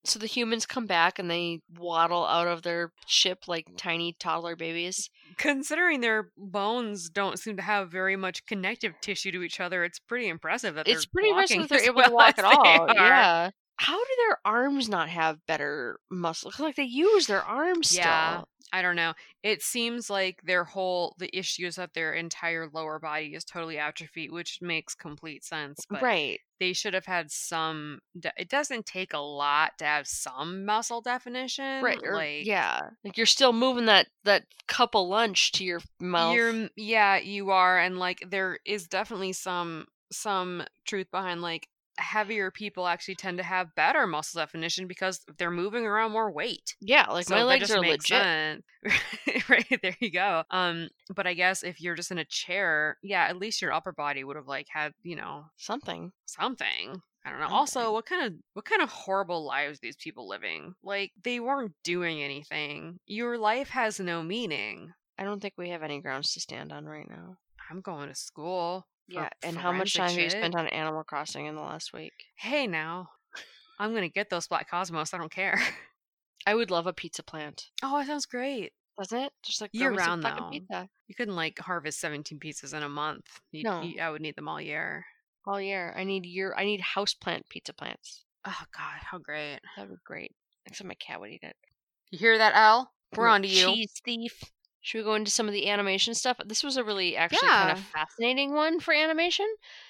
Speaker 1: So the humans come back and they waddle out of their ship like tiny toddler babies.
Speaker 2: Considering their bones don't seem to have very much connective tissue to each other, it's pretty impressive that
Speaker 1: It's
Speaker 2: they're
Speaker 1: pretty impressive
Speaker 2: walking
Speaker 1: that they're
Speaker 2: as [LAUGHS]
Speaker 1: able to
Speaker 2: well
Speaker 1: walk
Speaker 2: as
Speaker 1: at
Speaker 2: they
Speaker 1: all.
Speaker 2: are.
Speaker 1: Yeah. How do their arms not have better muscle? 'Cause, Like they use their arms
Speaker 2: Yeah.
Speaker 1: still.
Speaker 2: I don't know. It seems like their whole the issue is that their entire lower body is totally atrophied, which makes complete sense. But
Speaker 1: right.
Speaker 2: they should have had some. De- it doesn't take a lot to have some muscle definition,
Speaker 1: Right. or-
Speaker 2: like
Speaker 1: yeah. Like you're still moving that that cup of lunch to your mouth.
Speaker 2: You're, m- yeah, you are, and like there is definitely some some truth behind like heavier people actually tend to have better muscle definition because they're moving around more weight.
Speaker 1: yeah. Like
Speaker 2: So
Speaker 1: my
Speaker 2: that
Speaker 1: legs
Speaker 2: just
Speaker 1: are legit.
Speaker 2: makes sense. [LAUGHS] right there you go. Um, but I guess if you're just in a chair, yeah, at least your upper body would have like had you know
Speaker 1: Something.
Speaker 2: something. I don't know.
Speaker 1: Something.
Speaker 2: Also, what kind of what kind of horrible lives these people living? Like they weren't doing anything. Your life has no meaning.
Speaker 1: I don't think we have any grounds to stand on right now.
Speaker 2: I'm going to school. for
Speaker 1: Yeah. And how much time
Speaker 2: forensic
Speaker 1: have you
Speaker 2: shit.
Speaker 1: spent on Animal Crossing in the last week?
Speaker 2: Hey, now I'm gonna get those black cosmos. I don't care. [LAUGHS]
Speaker 1: I would love a pizza plant.
Speaker 2: Oh, that sounds great.
Speaker 1: doesn't it? Just like
Speaker 2: Year
Speaker 1: throw me some
Speaker 2: round,
Speaker 1: fucking
Speaker 2: though.
Speaker 1: pizza
Speaker 2: You couldn't like harvest 17 pieces in a month. You,
Speaker 1: No.
Speaker 2: you- I would need them all year.
Speaker 1: all year. I need year. I need house plant pizza plants.
Speaker 2: Oh God, how great!
Speaker 1: That'd be great. Except my cat would eat it.
Speaker 2: You hear that, Al? We're
Speaker 1: Little
Speaker 2: on to you.
Speaker 1: cheese thief. Should we go into some of the animation stuff? This was a really actually kind
Speaker 2: Yeah.
Speaker 1: of fascinating one for animation.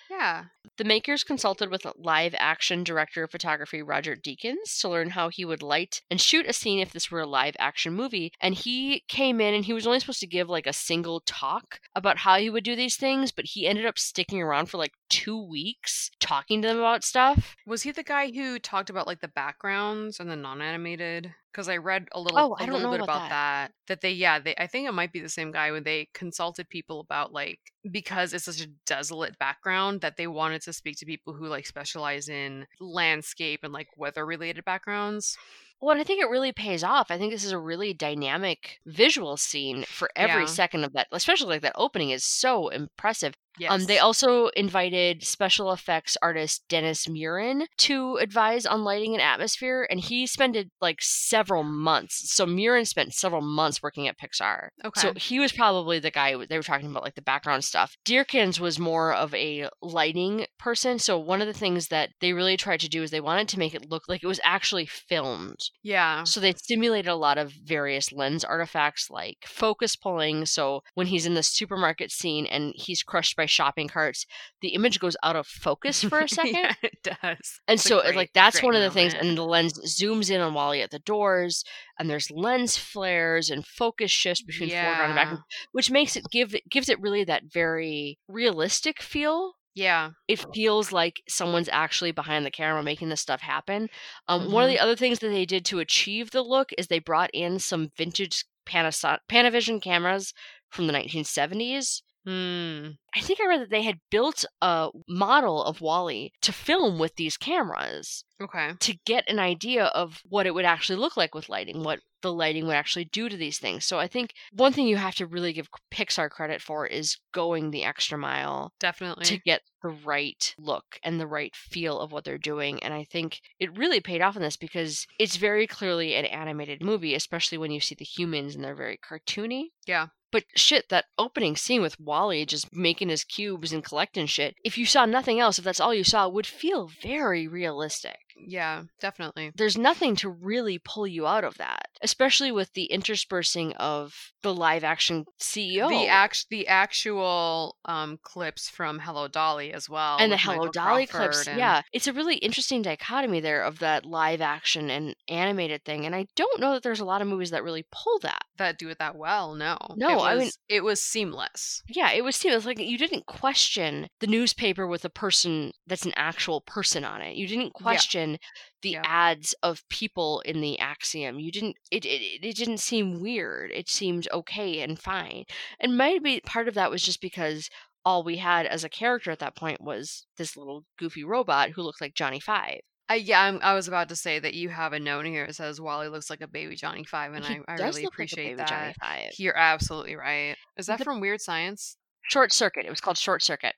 Speaker 2: Yeah.
Speaker 1: The makers consulted with live action director of photography Roger Deakins to learn how he would light and shoot a scene if this were a live action movie. And he came in and he was only supposed to give like a single talk about how he would do these things, but he ended up sticking around for like two weeks talking to them about stuff.
Speaker 2: Was he the guy who talked about like the backgrounds and the non-animated? Because I read a little,
Speaker 1: Oh,
Speaker 2: a
Speaker 1: I don't
Speaker 2: little
Speaker 1: know
Speaker 2: bit
Speaker 1: about
Speaker 2: about that. that. they, yeah, they. I think it might be the same guy when they consulted people about like because it's such a desolate background that they wanted to speak to people who like specialize in landscape and like weather-related backgrounds.
Speaker 1: Well, and I think it really pays off. I think this is a really dynamic visual scene for every
Speaker 2: Yeah.
Speaker 1: second of that, especially like that opening is so impressive.
Speaker 2: Yes.
Speaker 1: Um, they also invited special effects artist Dennis Murin to advise on lighting and atmosphere, and he spent like several months. So Murin spent several months working at Pixar.
Speaker 2: okay.
Speaker 1: So he was probably the guy they were talking about, like the background stuff. Deerkins was more of a lighting person. So one of the things that they really tried to do is they wanted to make it look like it was actually filmed.
Speaker 2: yeah.
Speaker 1: So they simulated a lot of various lens artifacts like focus pulling. So when he's in the supermarket scene and he's crushed by shopping carts, the image goes out of focus [LAUGHS] for a second.
Speaker 2: [LAUGHS] yeah, it does.
Speaker 1: And
Speaker 2: It's a
Speaker 1: so, uh,
Speaker 2: great-
Speaker 1: like, that's
Speaker 2: great
Speaker 1: one of the things.
Speaker 2: moment.
Speaker 1: And the lens zooms in on Wally at the doors, and there's lens flares and focus shifts between foreground and
Speaker 2: Yeah.
Speaker 1: background, which makes it give gives it really that very realistic feel.
Speaker 2: yeah,
Speaker 1: It feels like someone's actually behind the camera making this stuff happen. Um, One of
Speaker 2: Mhm.
Speaker 1: the other things that they did to achieve the look is they brought in some vintage Panason- Panavision cameras from the 1970s
Speaker 2: Hmm.
Speaker 1: I think I read that they had built a model of Wally to film with these cameras
Speaker 2: Okay.
Speaker 1: to get an idea of what it would actually look like with lighting, what the lighting would actually do to these things. So I think one thing you have to really give Pixar credit for is going the extra mile
Speaker 2: Definitely.
Speaker 1: to get the right look and the right feel of what they're doing. And I think it really paid off in this because it's very clearly an animated movie, especially when you see the humans and they're very cartoony.
Speaker 2: Yeah.
Speaker 1: But shit, that opening scene with Wally just making his cubes and collecting shit, if you saw nothing else, if that's all you saw, would feel very realistic
Speaker 2: yeah, definitely.
Speaker 1: there's nothing to really pull you out of that, especially with the interspersing of the live action E CEO
Speaker 2: The act the actual um clips from Hello Dolly as well.
Speaker 1: and the
Speaker 2: with
Speaker 1: Hello
Speaker 2: Michael
Speaker 1: Dolly
Speaker 2: Crawford
Speaker 1: clips.
Speaker 2: and-
Speaker 1: Yeah, it's a really interesting dichotomy there of that live action and animated thing. And I don't know that there's a lot of movies that really pull that.
Speaker 2: That do it that well. No.
Speaker 1: No,
Speaker 2: It was,
Speaker 1: I mean-
Speaker 2: it was seamless.
Speaker 1: Yeah, it was seamless. Like you didn't question the newspaper with a person that's an actual person on it. You didn't question the
Speaker 2: Yeah.
Speaker 1: ads of people in the axiom. You didn't. It, it it didn't seem weird. It seemed okay and fine. And maybe part of that was just because all we had as a character at that point was this little goofy robot who looked like Johnny Five.
Speaker 2: I, yeah, I'm, I was about to say that you have a note here that says Wally looks like a baby Johnny Five, and
Speaker 1: He
Speaker 2: I, I
Speaker 1: does
Speaker 2: really
Speaker 1: look like a
Speaker 2: appreciate
Speaker 1: baby
Speaker 2: that.
Speaker 1: Johnny Five.
Speaker 2: You're absolutely right. Is that
Speaker 1: The-
Speaker 2: from Weird Science?
Speaker 1: Short Circuit. It was called Short Circuit,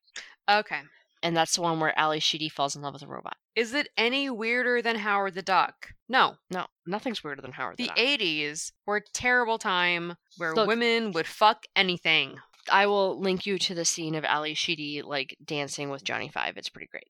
Speaker 2: Okay.
Speaker 1: and that's the one where Ali Sheedy falls in love with a robot.
Speaker 2: Is it any weirder than Howard the Duck? No.
Speaker 1: No, nothing's weirder than Howard.
Speaker 2: The
Speaker 1: Duck.
Speaker 2: 80s were a terrible time where
Speaker 1: Look-
Speaker 2: women would fuck anything.
Speaker 1: I will link you to the scene of Ali Sheedy like dancing with Johnny Five. It's pretty great.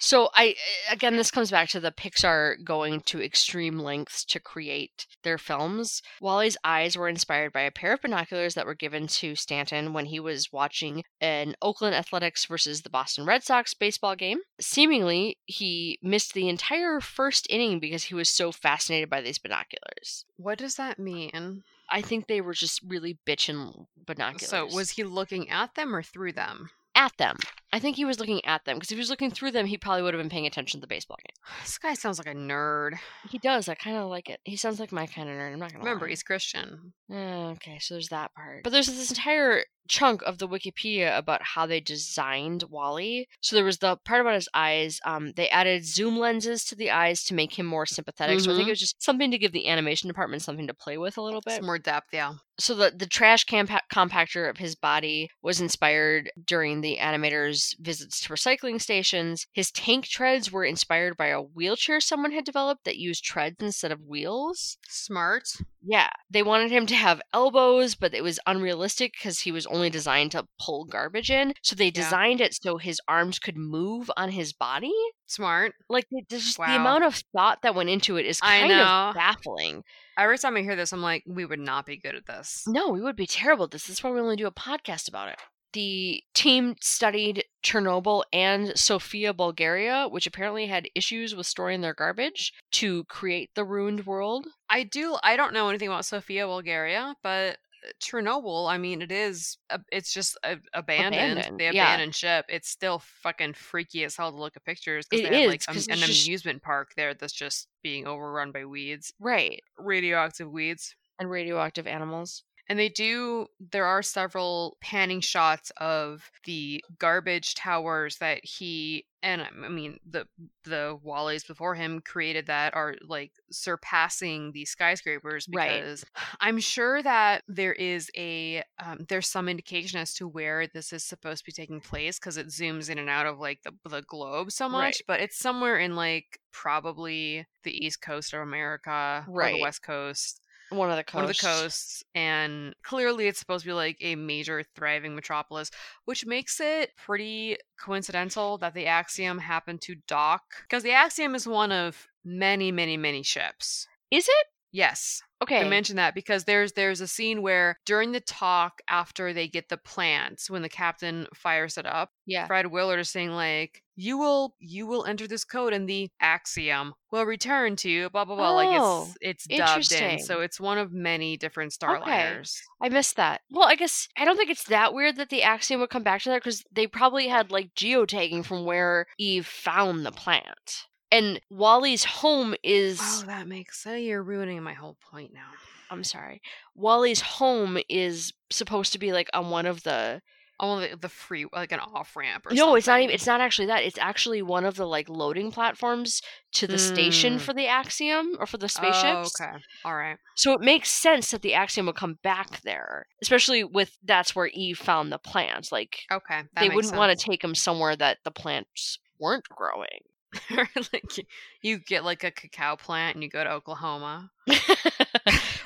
Speaker 1: So I again this comes back to the Pixar going to extreme lengths to create their films. Wally's eyes were inspired by a pair of binoculars that were given to Stanton when he was watching an Oakland Athletics versus the Boston Red Sox baseball game. Seemingly, he missed the entire first inning because he was so fascinated by these binoculars.
Speaker 2: What does that mean?
Speaker 1: I think they were just really bitchin' binoculars.
Speaker 2: So, was he looking at them or through them? [SIGHS]
Speaker 1: at them. I think he was looking at them because if he was looking through them, he probably would have been paying attention to the baseball game.
Speaker 2: This guy sounds like a nerd.
Speaker 1: He does. I kind of like it. He sounds like my kind of nerd. I'm not gonna
Speaker 2: Remember,
Speaker 1: lie.
Speaker 2: he's Christian.
Speaker 1: Uh, okay, so there's that part. But there's this entire chunk of the Wikipedia about how they designed Wally. So there was the part about his eyes. Um, they added zoom lenses to the eyes to make him more sympathetic. So I think
Speaker 2: Mhm.
Speaker 1: it was just something to give the animation department something to play with a little bit.
Speaker 2: Some more depth, yeah.
Speaker 1: so the, the trash campa- compactor of his body was inspired during the animator's visits to recycling stations. His tank treads were inspired by a wheelchair someone had developed that used treads instead of wheels.
Speaker 2: Smart.
Speaker 1: Yeah, they wanted him to have elbows, but it was unrealistic because he was only designed to pull garbage in. So they
Speaker 2: Yeah.
Speaker 1: designed it so his arms could move on his body.
Speaker 2: Smart.
Speaker 1: Like th- there's just the
Speaker 2: Wow.
Speaker 1: amount of thought that went into it is
Speaker 2: I
Speaker 1: kind
Speaker 2: know.
Speaker 1: of baffling.
Speaker 2: Every time I hear this, I'm like, we would not be good at this.
Speaker 1: No, we would be terrible at this. That's why we only do a podcast about it. The team studied Chernobyl and Sofia, Bulgaria, which apparently had issues with storing their garbage to create the ruined world.
Speaker 2: I do. I don't know anything about Sofia, Bulgaria, but Chernobyl. I mean, it is. a- It's just a, abandoned.
Speaker 1: Abandoned,
Speaker 2: They
Speaker 1: yeah.
Speaker 2: abandoned ship. It's still fucking freaky as hell to look at pictures. 'cause
Speaker 1: It
Speaker 2: they have,
Speaker 1: is,
Speaker 2: like
Speaker 1: 'cause
Speaker 2: am- an
Speaker 1: there's just-
Speaker 2: amusement park there that's just being overrun by weeds,
Speaker 1: Right.
Speaker 2: radioactive weeds.
Speaker 1: And radioactive animals.
Speaker 2: And they do. There are several panning shots of the garbage towers that he and I mean the the Wallies before him created that are like surpassing the skyscrapers
Speaker 1: Right.
Speaker 2: because I'm sure that there is a um, there's some indication as to where this is supposed to be taking place because it zooms in and out of like the the globe so much,
Speaker 1: Right.
Speaker 2: but it's somewhere in like probably the east coast of America or
Speaker 1: Right.
Speaker 2: the west coast
Speaker 1: One of the coasts.
Speaker 2: one of the coasts and clearly it's supposed to be like a major thriving metropolis which makes it pretty coincidental that the axiom happened to dock because the axiom is one of many many many ships
Speaker 1: Is it?
Speaker 2: yes
Speaker 1: Okay.
Speaker 2: i mentioned that because there's there's a scene where during the talk after they get the plants when the captain fires it up
Speaker 1: yeah.
Speaker 2: Fred Willard is saying like, "You will, you will enter this code, and the axiom will return to you." Blah blah blah.
Speaker 1: Oh,
Speaker 2: like it's it's dubbed in, so
Speaker 1: interesting.
Speaker 2: it's one of many different starliners.
Speaker 1: I missed that. Well, I guess I don't think it's that weird that the Axiom would come back to that because they probably had like geotagging from where Eve found the plant. And Wally's home is.
Speaker 2: Oh, that makes so you're ruining my whole point now.
Speaker 1: I'm sorry. Wally's home is supposed to be like on one of the
Speaker 2: on Oh, the, the free like an off ramp or
Speaker 1: no, it's not
Speaker 2: something.
Speaker 1: even. It's not actually that. It's actually one of the like loading platforms to the station
Speaker 2: Mm.
Speaker 1: for the Axiom or for the spaceships.
Speaker 2: Oh, okay. All right.
Speaker 1: So it makes sense that the Axiom would come back there, especially with that's where Eve found the plants. Like
Speaker 2: Okay. Oh, That
Speaker 1: they wouldn't want to take him somewhere that the plants weren't growing. [LAUGHS]
Speaker 2: to [LAUGHS] like you- you get like a cacao plant and you go to Oklahoma.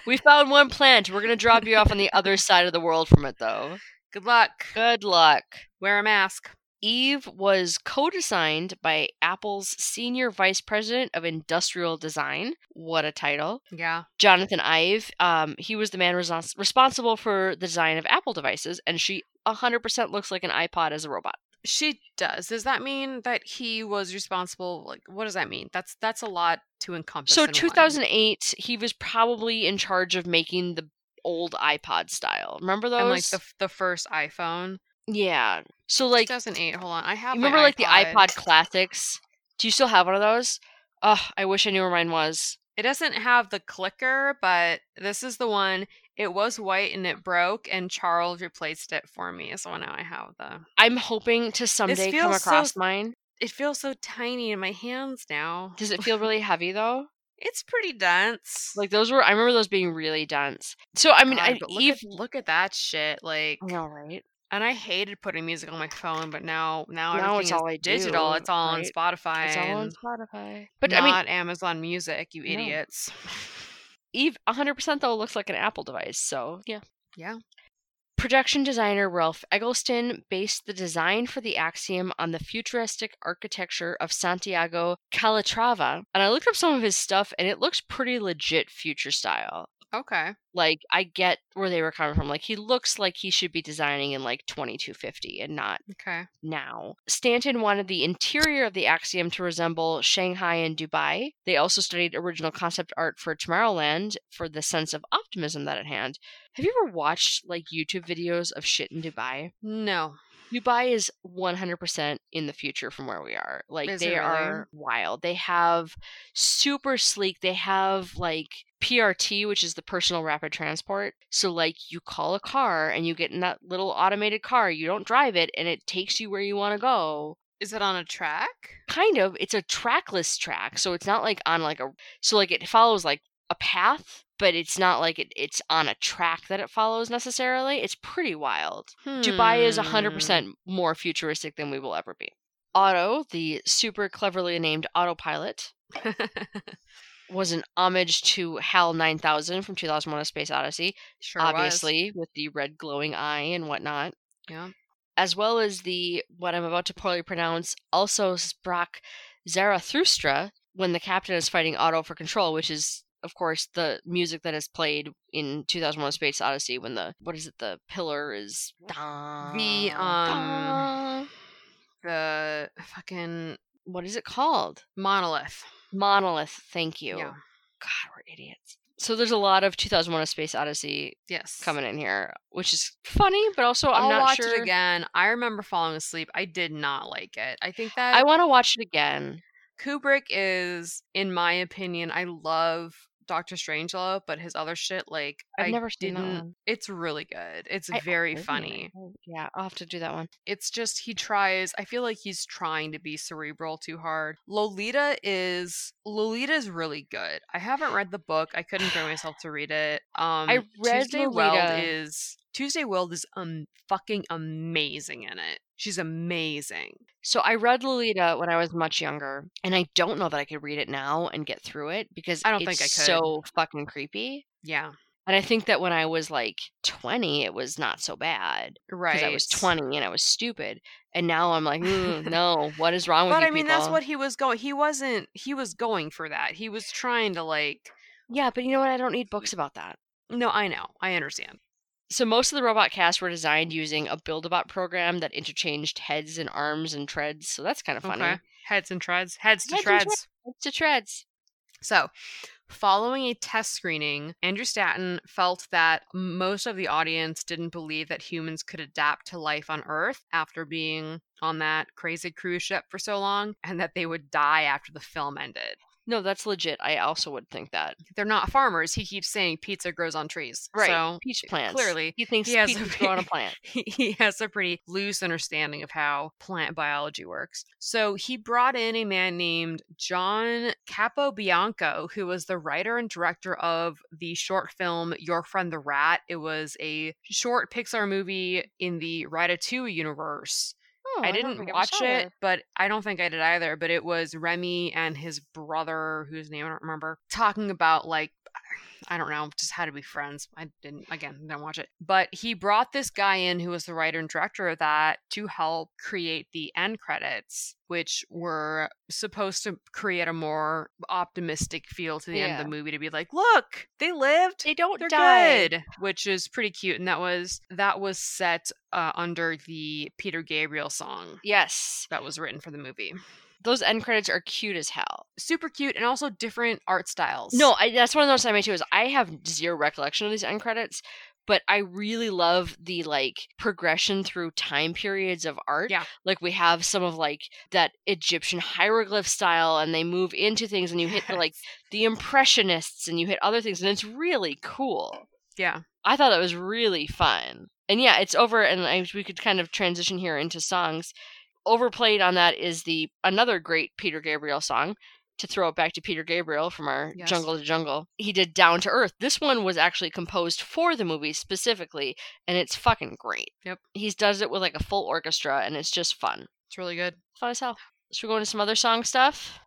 Speaker 1: we found one plant. We're gonna drop you off on the other side of the world from it, though.
Speaker 2: Good luck.
Speaker 1: Good luck.
Speaker 2: Wear a mask.
Speaker 1: Eve was co designed by Apple's senior vice president of industrial design. What a title.
Speaker 2: Yeah.
Speaker 1: Jonathan Ive. Um, he was the man reson- responsible for the design of Apple devices, and she 100% looks like an iPod as a robot.
Speaker 2: She does. Does that mean that he was responsible? Like, what does that mean? That's that's a lot to encompass.
Speaker 1: So
Speaker 2: in one.
Speaker 1: 2008, he was probably in charge of making the old iPod style. Remember those?
Speaker 2: and like the f- the first iPhone.
Speaker 1: yeah. So like,
Speaker 2: 2008. Hold on, I have.
Speaker 1: you
Speaker 2: my
Speaker 1: remember like the iPod Classics? Do you still have one of those? Ugh, I wish I knew where mine was.
Speaker 2: It doesn't have the clicker, but this is the one. It was white and it broke, and Charles replaced it for me. So now I have the.
Speaker 1: I'm hoping to someday come
Speaker 2: feels so-
Speaker 1: across mine.
Speaker 2: It feels so tiny in my hands now.
Speaker 1: Does it feel
Speaker 2: [LAUGHS]
Speaker 1: really heavy though?
Speaker 2: It's pretty dense.
Speaker 1: Like those were. I remember those being really dense. So I mean,
Speaker 2: God,
Speaker 1: I,
Speaker 2: but look,
Speaker 1: Eve.
Speaker 2: at, look at that shit. Like,
Speaker 1: I know, right?
Speaker 2: and I hated putting music on my phone, but now now,
Speaker 1: Now
Speaker 2: everything
Speaker 1: it's
Speaker 2: is
Speaker 1: all I do,
Speaker 2: digital. it's all on
Speaker 1: right?
Speaker 2: Spotify.
Speaker 1: It's all on
Speaker 2: and
Speaker 1: Spotify. But I mean,
Speaker 2: not Amazon Music, you
Speaker 1: No.
Speaker 2: idiots. [LAUGHS]
Speaker 1: Eve 100% though looks like an Apple device, so yeah.
Speaker 2: Yeah.
Speaker 1: Production designer Ralph Eggleston based the design for the Axiom on the futuristic architecture of Santiago Calatrava, and I looked up some of his stuff and it looks pretty legit future style.
Speaker 2: Okay.
Speaker 1: Like I get where they were coming from. Like he looks like he should be designing in like 2250 and not
Speaker 2: Okay.
Speaker 1: now. Stanton wanted the interior of the Axiom to resemble Shanghai and Dubai. They also studied original concept art for Tomorrowland for the sense of optimism that it had. Have you ever watched like YouTube videos of shit in Dubai?
Speaker 2: No.
Speaker 1: Dubai is 100% in the future from where we are. Like
Speaker 2: Is it
Speaker 1: they
Speaker 2: really?
Speaker 1: are wild. They have super sleek. They have like PRT, which is the personal rapid transport. So like you call a car and you get in that little automated car. You don't drive it and it takes you where you want to go.
Speaker 2: Is it on a track?
Speaker 1: Kind of. It's a trackless track, so it's not like on like a so like it follows like a path, but it's not like it, it's on a track that it follows necessarily. It's pretty wild. Dubai is
Speaker 2: Hmm.
Speaker 1: 100% more futuristic than we will ever be. Auto, the super cleverly named autopilot, was an homage to HAL 9000 from 2001 A Space Odyssey,
Speaker 2: [LAUGHS] sure was.
Speaker 1: obviously, with the red glowing eye and whatnot,
Speaker 2: Yeah.
Speaker 1: as well as the, what I'm about to poorly pronounce, also Sprach Zarathustra, when the captain is fighting Auto for control, which is, of course, the music that is played in 2001 A Space Odyssey when the, what is it, the pillar is.
Speaker 2: The um
Speaker 1: Dun.
Speaker 2: the fucking
Speaker 1: what is it called?
Speaker 2: monolith.
Speaker 1: Monolith. Thank you.
Speaker 2: Yeah.
Speaker 1: God, we're idiots. So there's a lot of 2001: A Space Odyssey
Speaker 2: Yes.
Speaker 1: coming in here, which is funny, but also I'm
Speaker 2: I'll
Speaker 1: not
Speaker 2: watch
Speaker 1: sure.
Speaker 2: it again. I remember falling asleep. I did not like it. I think that
Speaker 1: I want to watch it again.
Speaker 2: Kubrick is, in my opinion, I love Doctor Strangelove, but his other shit, like
Speaker 1: I've
Speaker 2: I
Speaker 1: never seen that
Speaker 2: didn't.
Speaker 1: one.
Speaker 2: It's really good. It's
Speaker 1: I-
Speaker 2: very
Speaker 1: wait a
Speaker 2: funny.
Speaker 1: minute. Oh, Yeah, I'll have to do that one.
Speaker 2: It's just he tries. I feel like he's trying to be cerebral too hard. Lolita is Lolita is really good. I haven't read the book. I couldn't bring myself to read it. Um,
Speaker 1: read
Speaker 2: Tuesday Weld
Speaker 1: Lolita.
Speaker 2: is Tuesday Weld is um fucking amazing in it. She's amazing.
Speaker 1: So I read Lolita when I was much younger, and I don't know that I could read it now and get through it because
Speaker 2: I don't
Speaker 1: it's
Speaker 2: think I could.
Speaker 1: so fucking creepy.
Speaker 2: Yeah,
Speaker 1: And I think that when I was like 20, it was not so bad.
Speaker 2: right.
Speaker 1: because I was 20 and I was stupid. And now I'm like, "Mm, no, what is wrong with
Speaker 2: But
Speaker 1: you
Speaker 2: I mean, that's
Speaker 1: people?"
Speaker 2: what he was going. He wasn't. He was going for that. He was trying to like.
Speaker 1: Yeah, but you know what? I don't need books about that.
Speaker 2: No, I know. I understand.
Speaker 1: So most of the robot cast were designed using a Buildabot program that interchanged heads and arms and treads. So that's kind of funny.
Speaker 2: Okay. Heads and treads. Heads to
Speaker 1: Heads and
Speaker 2: treads.
Speaker 1: treads. Heads to treads.
Speaker 2: So, following a test screening, Andrew Stanton felt that most of the audience didn't believe that humans could adapt to life on Earth after being on that crazy cruise ship for so long and that they would die after the film ended.
Speaker 1: No, that's legit. I also would think that.
Speaker 2: They're not farmers. He keeps saying pizza grows on trees.
Speaker 1: Right.
Speaker 2: So
Speaker 1: Peach plants.
Speaker 2: clearly
Speaker 1: He thinks
Speaker 2: he has a
Speaker 1: peaches
Speaker 2: big-
Speaker 1: grow
Speaker 2: [LAUGHS]
Speaker 1: on a plant.
Speaker 2: he- he has a pretty loose understanding of how plant biology works. So he brought in a man named John Capobianco, who was the writer and director of the short film Your Friend the Rat. It was a short Pixar movie in the Ratatouille universe.
Speaker 1: Oh,
Speaker 2: I
Speaker 1: don't
Speaker 2: didn't
Speaker 1: think
Speaker 2: watch
Speaker 1: saw
Speaker 2: it,
Speaker 1: that.
Speaker 2: but I don't think I did either. But it was Remy and his brother, whose name I don't remember, talking about like [SIGHS] I don't know, just how to be friends. I didn't again didn't watch it, but he brought this guy in who was the writer and director of that to help create the end credits, which were supposed to create a more optimistic feel to the end of the movie to be like, look, they lived,
Speaker 1: They don't
Speaker 2: they're
Speaker 1: die.
Speaker 2: good, which is pretty cute. And that was that was set uh, under the Peter Gabriel song
Speaker 1: Yes.
Speaker 2: that was written for the movie.
Speaker 1: Those end credits are cute as hell.
Speaker 2: Super cute and also different art styles.
Speaker 1: No, I, that's one of those I made too. Is I have zero recollection of these end credits, but I really love the like progression through time periods of art.
Speaker 2: Yeah.
Speaker 1: like we have some of like that Egyptian hieroglyph style, and they move into things, and you hit the like the impressionists, and you hit other things, and it's really cool.
Speaker 2: yeah,
Speaker 1: I thought it was really fun. And yeah, it's over, and I, we could kind of transition here into songs. Overplayed on that is the another great Peter Gabriel song. To throw it back to Peter Gabriel from our
Speaker 2: Yes.
Speaker 1: Jungle to Jungle, he did Down to Earth. This one was actually composed for the movie specifically, and it's fucking great.
Speaker 2: Yep.
Speaker 1: he does it with like a full orchestra, and it's just fun.
Speaker 2: it's really good.
Speaker 1: Fun as hell. Should we go into some other song stuff?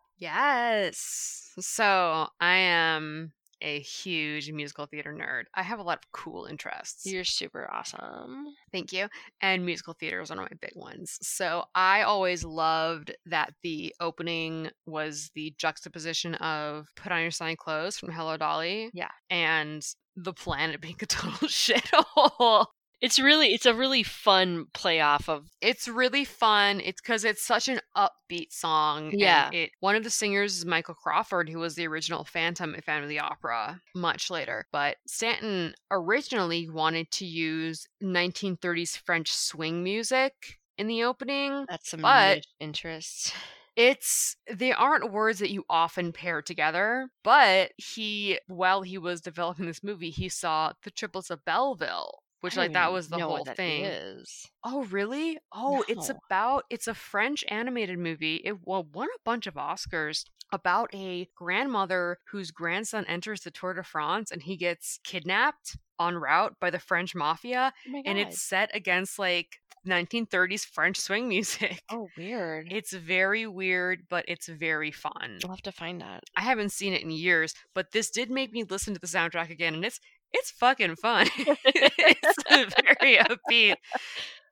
Speaker 2: Yes. So I am a huge musical theater nerd. I have a lot of cool interests.
Speaker 1: You're super awesome.
Speaker 2: Thank you. And musical theater was one of my big ones. So I always loved that the opening was the juxtaposition of Put On Your Sunny Clothes from Hello Dolly.
Speaker 1: Yeah.
Speaker 2: And the planet being a total [LAUGHS] shithole.
Speaker 1: It's really, it's a really fun playoff of
Speaker 2: It's really fun. It's because it's such an upbeat song. and
Speaker 1: Yeah.
Speaker 2: It, one of the singers is Michael Crawford, who was the original Phantom at Phantom of the Opera much later. But Stanton originally wanted to use 1930s French swing music in the opening.
Speaker 1: that's some
Speaker 2: But-
Speaker 1: niche interests. [LAUGHS]
Speaker 2: It's they aren't words that you often pair together, but he while he was developing this movie, he saw the triplets of Belleville, which
Speaker 1: I
Speaker 2: like
Speaker 1: don't
Speaker 2: that
Speaker 1: even
Speaker 2: was the
Speaker 1: know what
Speaker 2: whole
Speaker 1: that
Speaker 2: thing.
Speaker 1: is.
Speaker 2: Oh, really? Oh, it's
Speaker 1: No.
Speaker 2: about it's a French animated movie. It well, won a bunch of Oscars about a grandmother whose grandson enters the Tour de France and he gets kidnapped en route by the French mafia
Speaker 1: Oh my
Speaker 2: and it's set against like 1930s French swing [LAUGHS] music.
Speaker 1: oh weird.
Speaker 2: It's very weird, but it's very fun.
Speaker 1: I'll have to find that.
Speaker 2: I haven't seen it in years, but this did make me listen to the soundtrack again, and it's it's fucking fun. [LAUGHS] it's
Speaker 1: [LAUGHS]
Speaker 2: very upbeat.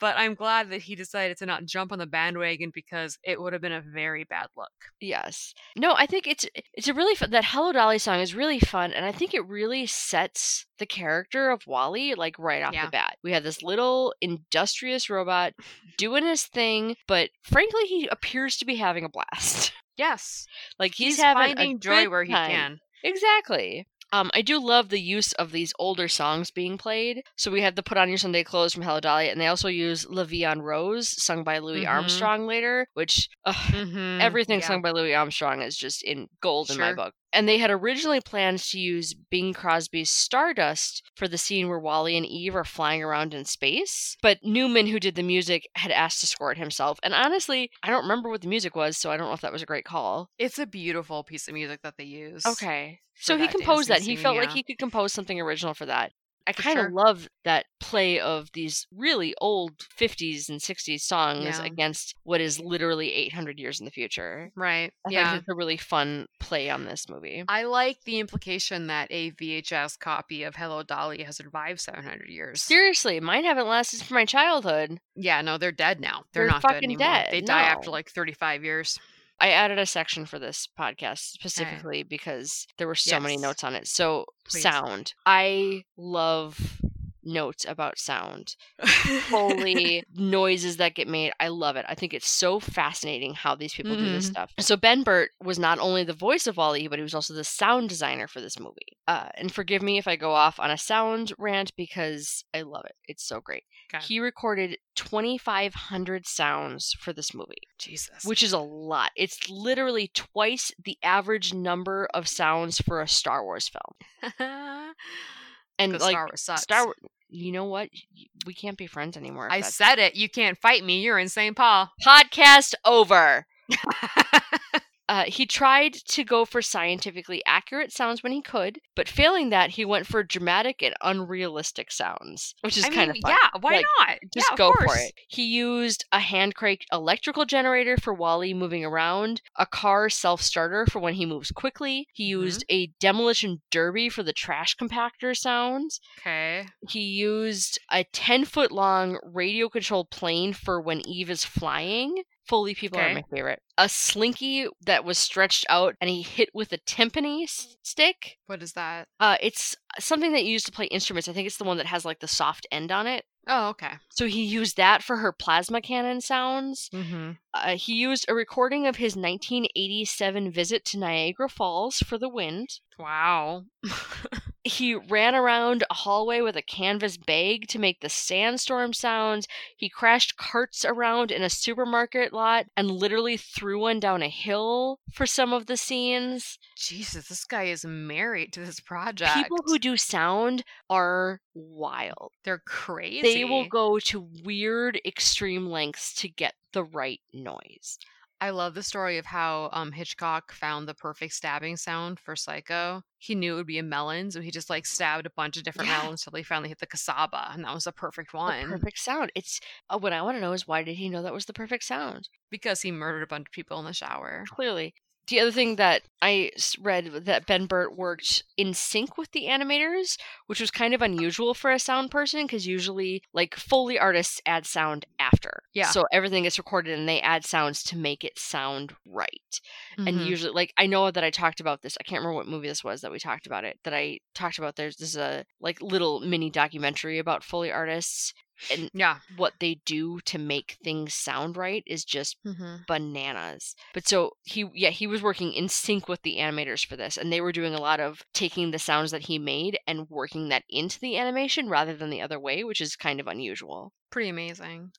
Speaker 2: But I'm glad that he decided to not jump on the bandwagon because it would have been a very bad look.
Speaker 1: Yes. No, I think it's it's a really fun, that Hello Dolly song is really fun, and I think it really sets the character of Wally like right off
Speaker 2: Yeah.
Speaker 1: the bat. We have this little industrious [LAUGHS] robot doing his thing, but frankly, he appears to be having a blast. [LAUGHS]
Speaker 2: Yes,
Speaker 1: Like he's,
Speaker 2: he's,
Speaker 1: having
Speaker 2: finding
Speaker 1: a
Speaker 2: joy
Speaker 1: good
Speaker 2: where he
Speaker 1: time.
Speaker 2: can.
Speaker 1: Exactly. Um, I do love the use of these older songs being played. So we have the "Put On Your Sunday Clothes" from Hello Dolly, and they also use "La Vie en Rose" sung by Louis
Speaker 2: Mhm.
Speaker 1: Armstrong later, which ugh,
Speaker 2: Mhm,
Speaker 1: everything
Speaker 2: yeah.
Speaker 1: sung by Louis Armstrong is just in gold in my
Speaker 2: Sure.
Speaker 1: book. And they had originally plans to use Bing Crosby's Stardust for the scene where Wally and Eve are flying around in space. But Newman, who did the music, had asked to score it himself. And honestly, I don't remember what the music was, so I don't know if that was a great call.
Speaker 2: It's a beautiful piece of music that they use.
Speaker 1: Okay. So he
Speaker 2: that
Speaker 1: composed that.
Speaker 2: dancing
Speaker 1: He
Speaker 2: scene,
Speaker 1: felt like
Speaker 2: yeah.
Speaker 1: he could compose something original for that. I
Speaker 2: For
Speaker 1: kind of
Speaker 2: sure.
Speaker 1: love that play of these really old 50s and 60s songs
Speaker 2: Yeah.
Speaker 1: against what is literally 800 years in the future.
Speaker 2: Right.
Speaker 1: I
Speaker 2: yeah.
Speaker 1: think it's a really fun play on this movie.
Speaker 2: I like the implication that a VHS copy of Hello Dolly has survived 700 years.
Speaker 1: Seriously, mine haven't lasted from my childhood.
Speaker 2: Yeah, no, they're dead now. They're,
Speaker 1: They're
Speaker 2: not
Speaker 1: fucking
Speaker 2: good anymore.
Speaker 1: dead,
Speaker 2: They die after
Speaker 1: no.
Speaker 2: like 35 years.
Speaker 1: I added a section for this podcast specifically because there were so many
Speaker 2: Eh. Yes.
Speaker 1: notes on it. So,
Speaker 2: Please.
Speaker 1: sound. I love notes about sound. Holy [LAUGHS] noises that get made. I love it. I think it's so fascinating how these people do this
Speaker 2: Mhm.
Speaker 1: stuff. So Ben Burt was not only the voice of Wally, but he was also the sound designer for this movie. Uh, and forgive me if I go off on a sound rant because I love it. It's so great.
Speaker 2: Okay.
Speaker 1: He recorded 2,500 sounds for this movie
Speaker 2: [LAUGHS] Jesus. [LAUGHS]
Speaker 1: which is a lot. It's literally twice the average number of sounds for a Star Wars film. And like
Speaker 2: Star Wars sucks.
Speaker 1: Star Wars, you know what? Y- We can't be friends anymore. if
Speaker 2: I
Speaker 1: that's-
Speaker 2: said it. You can't fight me. You're in St. Paul.
Speaker 1: podcast
Speaker 2: [LAUGHS]
Speaker 1: over. Uh, he tried to go for scientifically accurate sounds when he could, but failing that, he went for dramatic and unrealistic sounds, which is
Speaker 2: I
Speaker 1: kind
Speaker 2: mean,
Speaker 1: of fun.
Speaker 2: yeah. Why
Speaker 1: Like,
Speaker 2: not?
Speaker 1: Just
Speaker 2: yeah, of
Speaker 1: go for
Speaker 2: course.
Speaker 1: it. He used a handcrake electrical generator for Wally moving around, a car self starter for when he moves quickly. He
Speaker 2: Mm-hmm.
Speaker 1: used a demolition derby for the trash compactor sounds.
Speaker 2: Okay.
Speaker 1: He used a 10 foot long radio controlled plane for when Eve is flying. Foley people are
Speaker 2: Okay.
Speaker 1: my favorite. A slinky that was stretched out and he hit with a timpani s- stick.
Speaker 2: What is that?
Speaker 1: Uh, it's something that you use to play instruments. I think it's the one that has like the soft end on it.
Speaker 2: Oh, okay.
Speaker 1: So he used that for her plasma cannon sounds.
Speaker 2: Mm-hmm.
Speaker 1: Uh, he used a recording of his 1987 visit to Niagara Falls for the wind.
Speaker 2: Wow.
Speaker 1: He ran around a hallway with a canvas bag to make the sandstorm sounds. He crashed carts around in a supermarket lot and literally threw one down a hill for some of the scenes.
Speaker 2: Jesus, this guy is married to this project.
Speaker 1: People who do sound are wild.
Speaker 2: they're crazy.
Speaker 1: They will go to weird, extreme lengths to get the right noise.
Speaker 2: I love the story of how um, Hitchcock found the perfect stabbing sound for Psycho. He knew it would be a melon, so he just like stabbed a bunch of different
Speaker 1: Yeah.
Speaker 2: melons till he finally hit the cassava, and that was the perfect one.
Speaker 1: The perfect sound. It's uh, what I want to know is why did he know that was the perfect sound?
Speaker 2: Because he murdered a bunch of people in the shower.
Speaker 1: Clearly. The other thing that I s- read that Ben Burt worked in sync with the animators, which was kind of unusual for a sound person because usually, like, Foley artists add sound after.
Speaker 2: Yeah.
Speaker 1: So everything is recorded and they add sounds to make it sound right.
Speaker 2: Mhm.
Speaker 1: and usually like i know that i talked about this i can't remember what movie this was that we talked about it that i talked about there's this is a like little mini documentary about foley artists
Speaker 2: yeah.
Speaker 1: what they do to make things sound right is just
Speaker 2: Mm-hmm.
Speaker 1: bananas but so he yeah he was working in sync with the animators for this and they were doing a lot of taking the sounds that he made and working that into the animation rather than the other way which is kind of unusual
Speaker 2: Pretty amazing.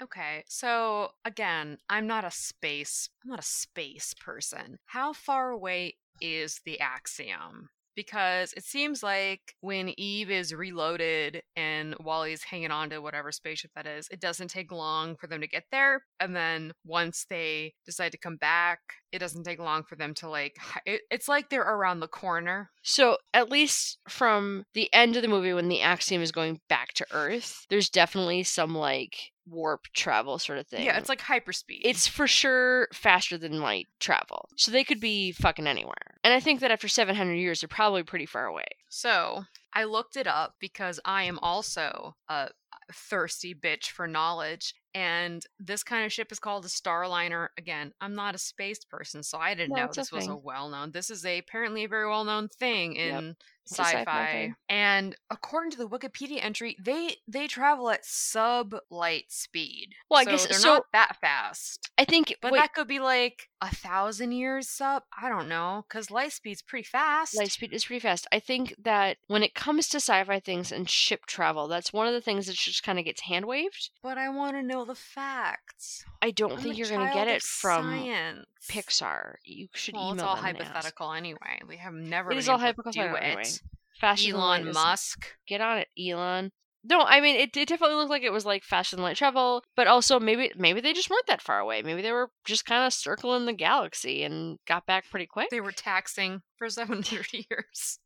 Speaker 2: Okay, so again, I'm not a space, I'm not a space person. How far away is the axiom? Because it seems like when Eve is reloaded and Wally's hanging on to whatever spaceship that is, it doesn't take long for them to get there. And then once they decide to come back, it doesn't take long for them to like. hi- It, it's like they're around the corner.
Speaker 1: So, at least from the end of the movie, when the Axiom is going back to Earth, there's definitely some like warp travel sort of thing.
Speaker 2: Yeah, it's like hyperspeed.
Speaker 1: it's for sure faster than light travel. So they could be fucking anywhere. And I think that after 700 years, they're probably pretty far away.
Speaker 2: So I looked it up because I am also a thirsty bitch for knowledge. And this kind of ship is called a starliner. Again, I'm not a space person, so I didn't
Speaker 1: No,
Speaker 2: know
Speaker 1: it's a
Speaker 2: this was a
Speaker 1: thing.
Speaker 2: well known. This is a apparently a very well known thing
Speaker 1: Yep.
Speaker 2: in
Speaker 1: It's a sci-fi
Speaker 2: sci-fi.
Speaker 1: thing.
Speaker 2: And according to the Wikipedia entry, they they travel at sub light speed.
Speaker 1: Well, I
Speaker 2: so
Speaker 1: guess-
Speaker 2: they're
Speaker 1: so-
Speaker 2: not that fast.
Speaker 1: I think,
Speaker 2: But
Speaker 1: wait,
Speaker 2: that could be like a thousand years sub. I don't know, because light speed's pretty fast.
Speaker 1: light speed is pretty fast. I think that when it comes to sci fi things and ship travel, that's one of the things that just kind of gets hand waved.
Speaker 2: But I want to know the facts.
Speaker 1: I don't
Speaker 2: I'm
Speaker 1: think
Speaker 2: a
Speaker 1: you're going to
Speaker 2: child
Speaker 1: get
Speaker 2: of
Speaker 1: it from
Speaker 2: science.
Speaker 1: Pixar. You should
Speaker 2: Well,
Speaker 1: email
Speaker 2: it's all
Speaker 1: them and ask.
Speaker 2: hypothetical anyway. We have never.
Speaker 1: It
Speaker 2: been
Speaker 1: is all
Speaker 2: able to
Speaker 1: hypothetical
Speaker 2: Do
Speaker 1: anyway.
Speaker 2: it.
Speaker 1: Faster than light
Speaker 2: Elon
Speaker 1: is-
Speaker 2: Musk.
Speaker 1: get on it, Elon. No, I mean it, it definitely looked like it was like faster than light travel, but also maybe maybe they just weren't that far away. Maybe they were just kind of circling the galaxy and got back pretty quick.
Speaker 2: They were taxing for [LAUGHS] seven hundred [LAUGHS] years.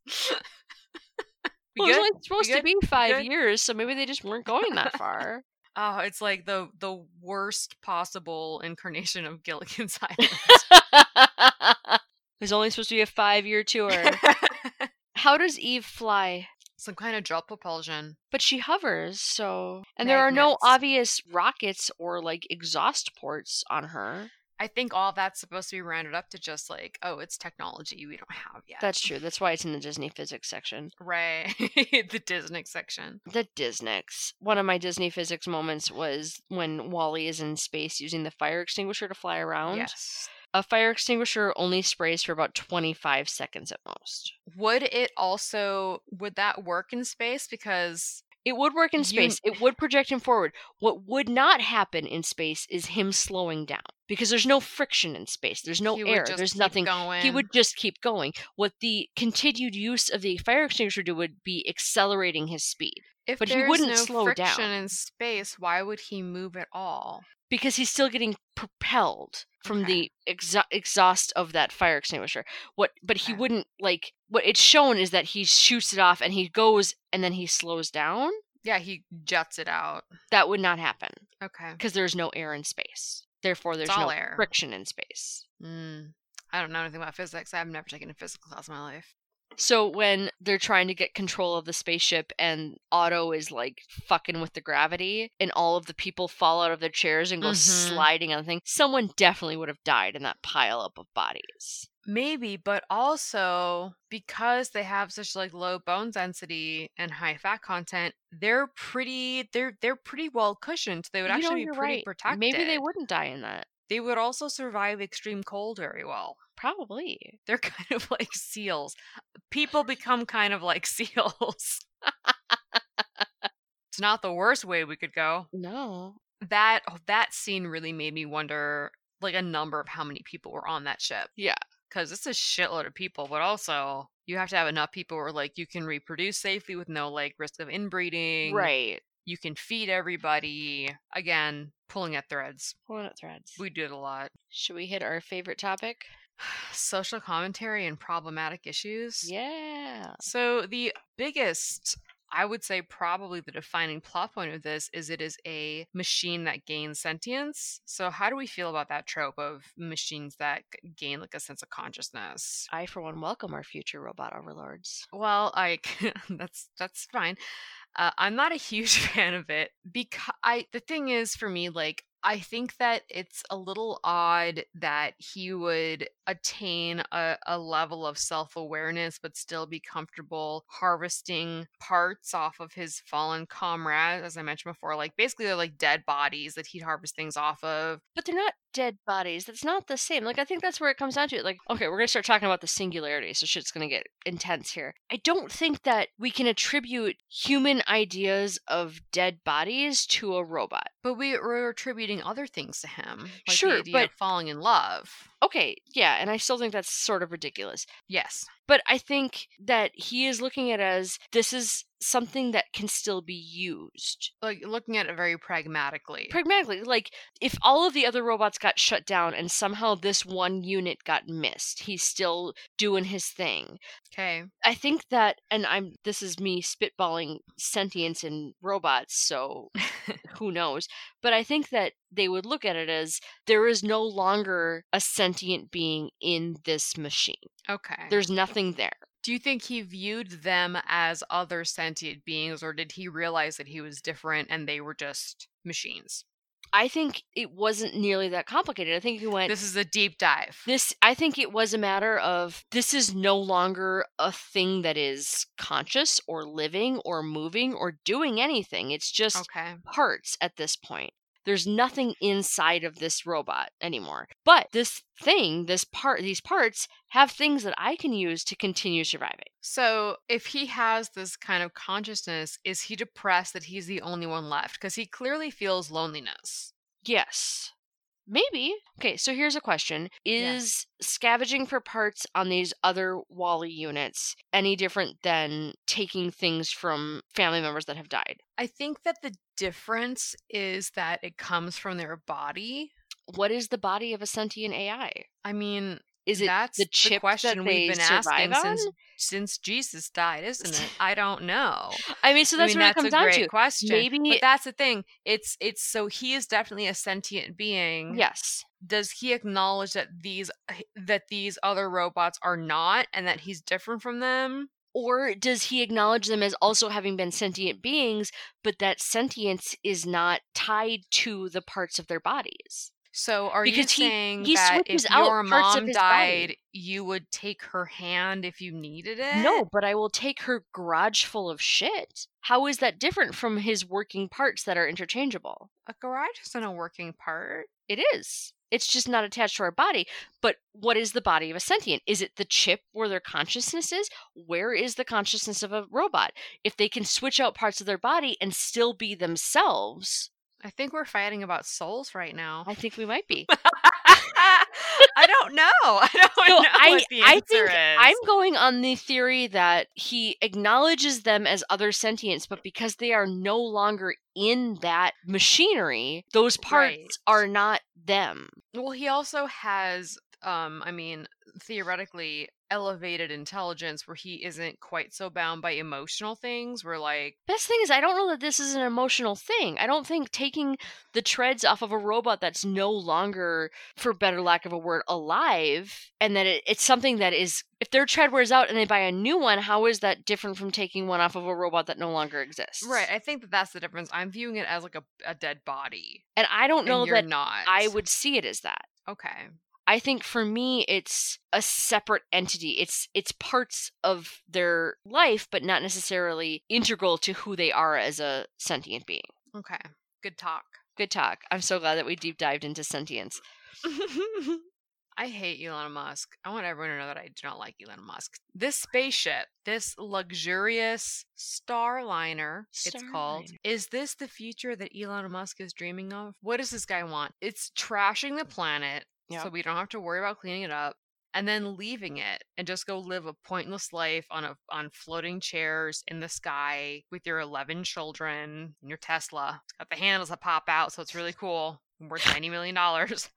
Speaker 2: We
Speaker 1: well, it was
Speaker 2: good?
Speaker 1: only supposed to
Speaker 2: good?
Speaker 1: be five
Speaker 2: good?
Speaker 1: years, so maybe they just weren't going
Speaker 2: [LAUGHS]
Speaker 1: that far.
Speaker 2: Oh, it's like the the worst possible incarnation
Speaker 1: [LAUGHS]
Speaker 2: of Gilligan's [LAUGHS] Island.
Speaker 1: it was only supposed to be a five-year
Speaker 2: [LAUGHS]
Speaker 1: tour. How does Eve fly?
Speaker 2: Some kind of jet propulsion.
Speaker 1: But she hovers, so and there are no
Speaker 2: Magnets.
Speaker 1: obvious rockets or like exhaust ports on her.
Speaker 2: I think all that's supposed to be rounded up to just like, oh, it's technology we don't have yet.
Speaker 1: That's true. That's why it's in the Disney physics section.
Speaker 2: right. [LAUGHS] the Disney section.
Speaker 1: The Disneys. One of my Disney physics moments was when Wally is in space using the fire extinguisher to fly around.
Speaker 2: Yes.
Speaker 1: A fire extinguisher only sprays for about 25 seconds at most.
Speaker 2: Would it also would that work in space? Because
Speaker 1: It would work in
Speaker 2: You-
Speaker 1: space. It would project him forward. What would not happen in space is him slowing down because there's no friction in space. There's no
Speaker 2: he would
Speaker 1: air.
Speaker 2: just
Speaker 1: There's
Speaker 2: keep
Speaker 1: nothing.
Speaker 2: Going.
Speaker 1: He would just keep going. What the continued use of the fire extinguisher would do would be accelerating his speed
Speaker 2: if
Speaker 1: but he
Speaker 2: there's
Speaker 1: wouldn't
Speaker 2: no
Speaker 1: slow down.
Speaker 2: friction in space, why would he move at all?
Speaker 1: because he's still getting propelled from
Speaker 2: Okay.
Speaker 1: the exha- exhaust of that fire extinguisher. What? But he
Speaker 2: Okay.
Speaker 1: wouldn't like. What it's shown is that he shoots it off and he goes and then he slows down.
Speaker 2: Yeah, he juts it out.
Speaker 1: That would not happen
Speaker 2: Okay.
Speaker 1: because there's no air in space. Therefore, there's
Speaker 2: all
Speaker 1: no
Speaker 2: air.
Speaker 1: friction in space.
Speaker 2: Mm. I don't know anything about physics. I've never taken a physics class in my life.
Speaker 1: So when they're trying to get control of the spaceship and Otto is like fucking with the gravity and all of the people fall out of their chairs and go
Speaker 2: Mhm.
Speaker 1: sliding on the thing, someone definitely would have died in that pile up of bodies.
Speaker 2: Maybe, but also because they have such like low bone density and high fat content, they're pretty they're they're pretty well cushioned. so They would
Speaker 1: You know,
Speaker 2: actually be
Speaker 1: you're
Speaker 2: pretty
Speaker 1: right.
Speaker 2: protected.
Speaker 1: Maybe they wouldn't die in that.
Speaker 2: They would also survive extreme cold very well.
Speaker 1: Probably.
Speaker 2: They're [LAUGHS] kind of like seals. People become kind of like [LAUGHS] seals. it's not the worst way we could go.
Speaker 1: No.
Speaker 2: That oh, that scene really made me wonder like a number of how many people were on that ship.
Speaker 1: Yeah.
Speaker 2: Cuz it's a shitload of people, but also you have to have enough people where like you can reproduce safely with no like risk of inbreeding.
Speaker 1: Right.
Speaker 2: You can feed everybody. Again, pulling at threads.
Speaker 1: Pulling at threads.
Speaker 2: We did a lot. [SIGHS]
Speaker 1: Should we hit our favorite topic?
Speaker 2: Social commentary and problematic issues.
Speaker 1: Yeah.
Speaker 2: So the biggest, I would say, probably the defining plot point of this is it is a machine that gains sentience. So how do we feel about that trope of machines that g- gain like a sense of consciousness?
Speaker 1: I, for one, welcome our future robot overlords.
Speaker 2: Well, like [LAUGHS] that's that's fine. Uh, I'm not a huge [LAUGHS] fan of it because I the thing is for me like I think that it's a little odd that he would attain a, a level of self awareness but still be comfortable harvesting parts off of his fallen comrades, as I mentioned before. Like basically they're like dead bodies that he'd harvest things off of.
Speaker 1: But they're not dead bodies. That's not the same. Like, I think that's where it comes down to. Like, okay, we're going to start talking about the singularity, so shit's going to get intense here. I don't think that we can attribute human ideas of dead bodies to a robot.
Speaker 2: But we were attributing other things to him. Like the
Speaker 1: Sure,
Speaker 2: idea
Speaker 1: but-
Speaker 2: of falling in love.
Speaker 1: Okay, yeah, and I still think that's sort of ridiculous.
Speaker 2: Yes.
Speaker 1: but I think that he is looking at it as this is something that can still be used
Speaker 2: Like looking at it very pragmatically.
Speaker 1: pragmatically. Like if all of the other robots got shut down and somehow this one unit got missed, he's still doing his thing.
Speaker 2: Okay.
Speaker 1: I think that, and I'm this is me spitballing sentience in robots, so who knows? But I think that they would look at it as there is no longer a sentient being in this machine.
Speaker 2: Okay.
Speaker 1: There's nothing there.
Speaker 2: Do you think he viewed them as other sentient beings, or did he realize that he was different and they were just machines?
Speaker 1: I think it wasn't nearly that complicated. I think he went
Speaker 2: This is a deep dive.
Speaker 1: this I think it was a matter of this is no longer a thing that is conscious or living or moving or doing anything. It's just
Speaker 2: okay.
Speaker 1: parts at this point. There's nothing inside of this robot anymore. But this thing, this part, these parts have things that I can use to continue surviving.
Speaker 2: So, if he has this kind of consciousness, is he depressed that he's the only one left? Because he clearly feels loneliness.
Speaker 1: Yes. Maybe. Okay, so here's a question.
Speaker 2: Yeah.
Speaker 1: Is scavenging for parts on these other Wally units any different than taking things from family members that have died?
Speaker 2: I think that the difference is that it comes from their body.
Speaker 1: What is the body of a sentient AI?
Speaker 2: I mean,
Speaker 1: Is it
Speaker 2: that's
Speaker 1: the chip
Speaker 2: question
Speaker 1: that they
Speaker 2: we've been
Speaker 1: survive
Speaker 2: asking
Speaker 1: on?
Speaker 2: since since Jesus died,
Speaker 1: [LAUGHS]
Speaker 2: isn't it? I don't know.
Speaker 1: I mean, so that's
Speaker 2: I mean,
Speaker 1: what
Speaker 2: that's
Speaker 1: it comes
Speaker 2: a
Speaker 1: down
Speaker 2: great
Speaker 1: to.
Speaker 2: question.
Speaker 1: Maybe-
Speaker 2: but that's the thing. It's it's so he is definitely a sentient being.
Speaker 1: Yes.
Speaker 2: Does he acknowledge that these that these other robots are not, and that he's different from them?
Speaker 1: Or does he acknowledge them as also having been sentient beings, but that sentience is not tied to the parts of their bodies?
Speaker 2: So are
Speaker 1: Because he-
Speaker 2: you saying
Speaker 1: he
Speaker 2: that if
Speaker 1: switches out
Speaker 2: your
Speaker 1: parts of
Speaker 2: mom
Speaker 1: his
Speaker 2: died,
Speaker 1: body.
Speaker 2: you would take her hand if you needed it?
Speaker 1: No, but I will take her garage full of shit. How is that different from his working parts that are interchangeable?
Speaker 2: A garage isn't a working part.
Speaker 1: It is. It's just not attached to our body. But what is the body of a sentient? Is it the chip where their consciousness is? Where is the consciousness of a robot? If they can switch out parts of their body and still be themselves,
Speaker 2: I think we're fighting about souls right now.
Speaker 1: I think we might be.
Speaker 2: [LAUGHS] I don't know. [LAUGHS] I don't
Speaker 1: So
Speaker 2: know
Speaker 1: I,
Speaker 2: what the
Speaker 1: I
Speaker 2: answer
Speaker 1: think
Speaker 2: is.
Speaker 1: I'm going on the theory that he acknowledges them as other sentients, but because they are no longer in that machinery, those parts
Speaker 2: Right.
Speaker 1: are not them.
Speaker 2: Well, he also has, um, I mean, theoretically elevated intelligence where he isn't quite so bound by emotional things. Where like,
Speaker 1: Best thing is, I don't know that this is an emotional thing. I don't think taking the treads off of a robot that's no longer, for better lack of a word, alive, and that it, it's something that is, if their tread wears out and they buy a new one, how is that different from taking one off of a robot that no longer exists?
Speaker 2: right? I think that that's the difference. I'm viewing it as like a, a dead body.
Speaker 1: And I don't
Speaker 2: and
Speaker 1: know
Speaker 2: you're
Speaker 1: that
Speaker 2: not.
Speaker 1: I would see it as that.
Speaker 2: Okay.
Speaker 1: I think for me it's a separate entity. It's it's parts of their life but not necessarily integral to who they are as a sentient being.
Speaker 2: Okay. Good talk.
Speaker 1: Good talk. I'm so glad that we deep dived into sentience. [LAUGHS]
Speaker 2: I hate Elon Musk. I want everyone to know that I do not like Elon Musk. This spaceship, this luxurious Starliner, it's called.
Speaker 1: Starliner.
Speaker 2: Is this the future that Elon Musk is dreaming of? What does this guy want? It's trashing the planet
Speaker 1: Yep.
Speaker 2: so we don't have to worry about cleaning it up and then leaving it and just go live a pointless life on a on floating chairs in the sky with your 11 children and your Tesla. It's got the handles that pop out, so it's really cool. Worth 90 million dollars.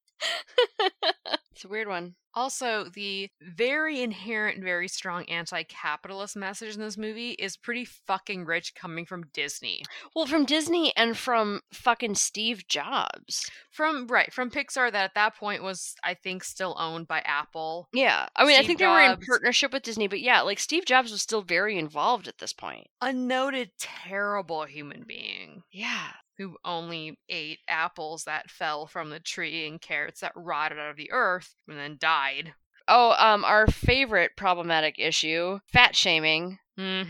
Speaker 1: It's a weird one.
Speaker 2: Also, the very inherent, very strong anti capitalist message in this movie is pretty fucking rich coming from Disney.
Speaker 1: Well, from Disney and from fucking Steve Jobs.
Speaker 2: From, right, from Pixar, that at that point was, I think, still owned by Apple.
Speaker 1: Yeah. I mean, I
Speaker 2: Steve
Speaker 1: think they were in
Speaker 2: Jobs.
Speaker 1: partnership with Disney, but yeah, like Steve Jobs was still very involved at this point.
Speaker 2: A noted terrible human being
Speaker 1: Yeah.
Speaker 2: who only ate apples that fell from the tree and carrots that rotted out of the earth and then died.
Speaker 1: Oh, um our favorite problematic issue, fat shaming.
Speaker 2: Mm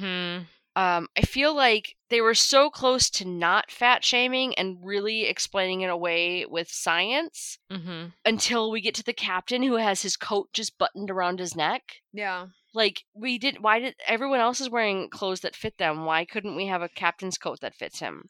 Speaker 2: hmm.
Speaker 1: um, I feel like they were so close to not fat shaming and really explaining it away with science
Speaker 2: Mm hmm.
Speaker 1: until we get to the captain who has his coat just buttoned around his neck.
Speaker 2: Yeah.
Speaker 1: Like we did why did everyone else is wearing clothes that fit them? Why couldn't we have a captain's coat that fits him?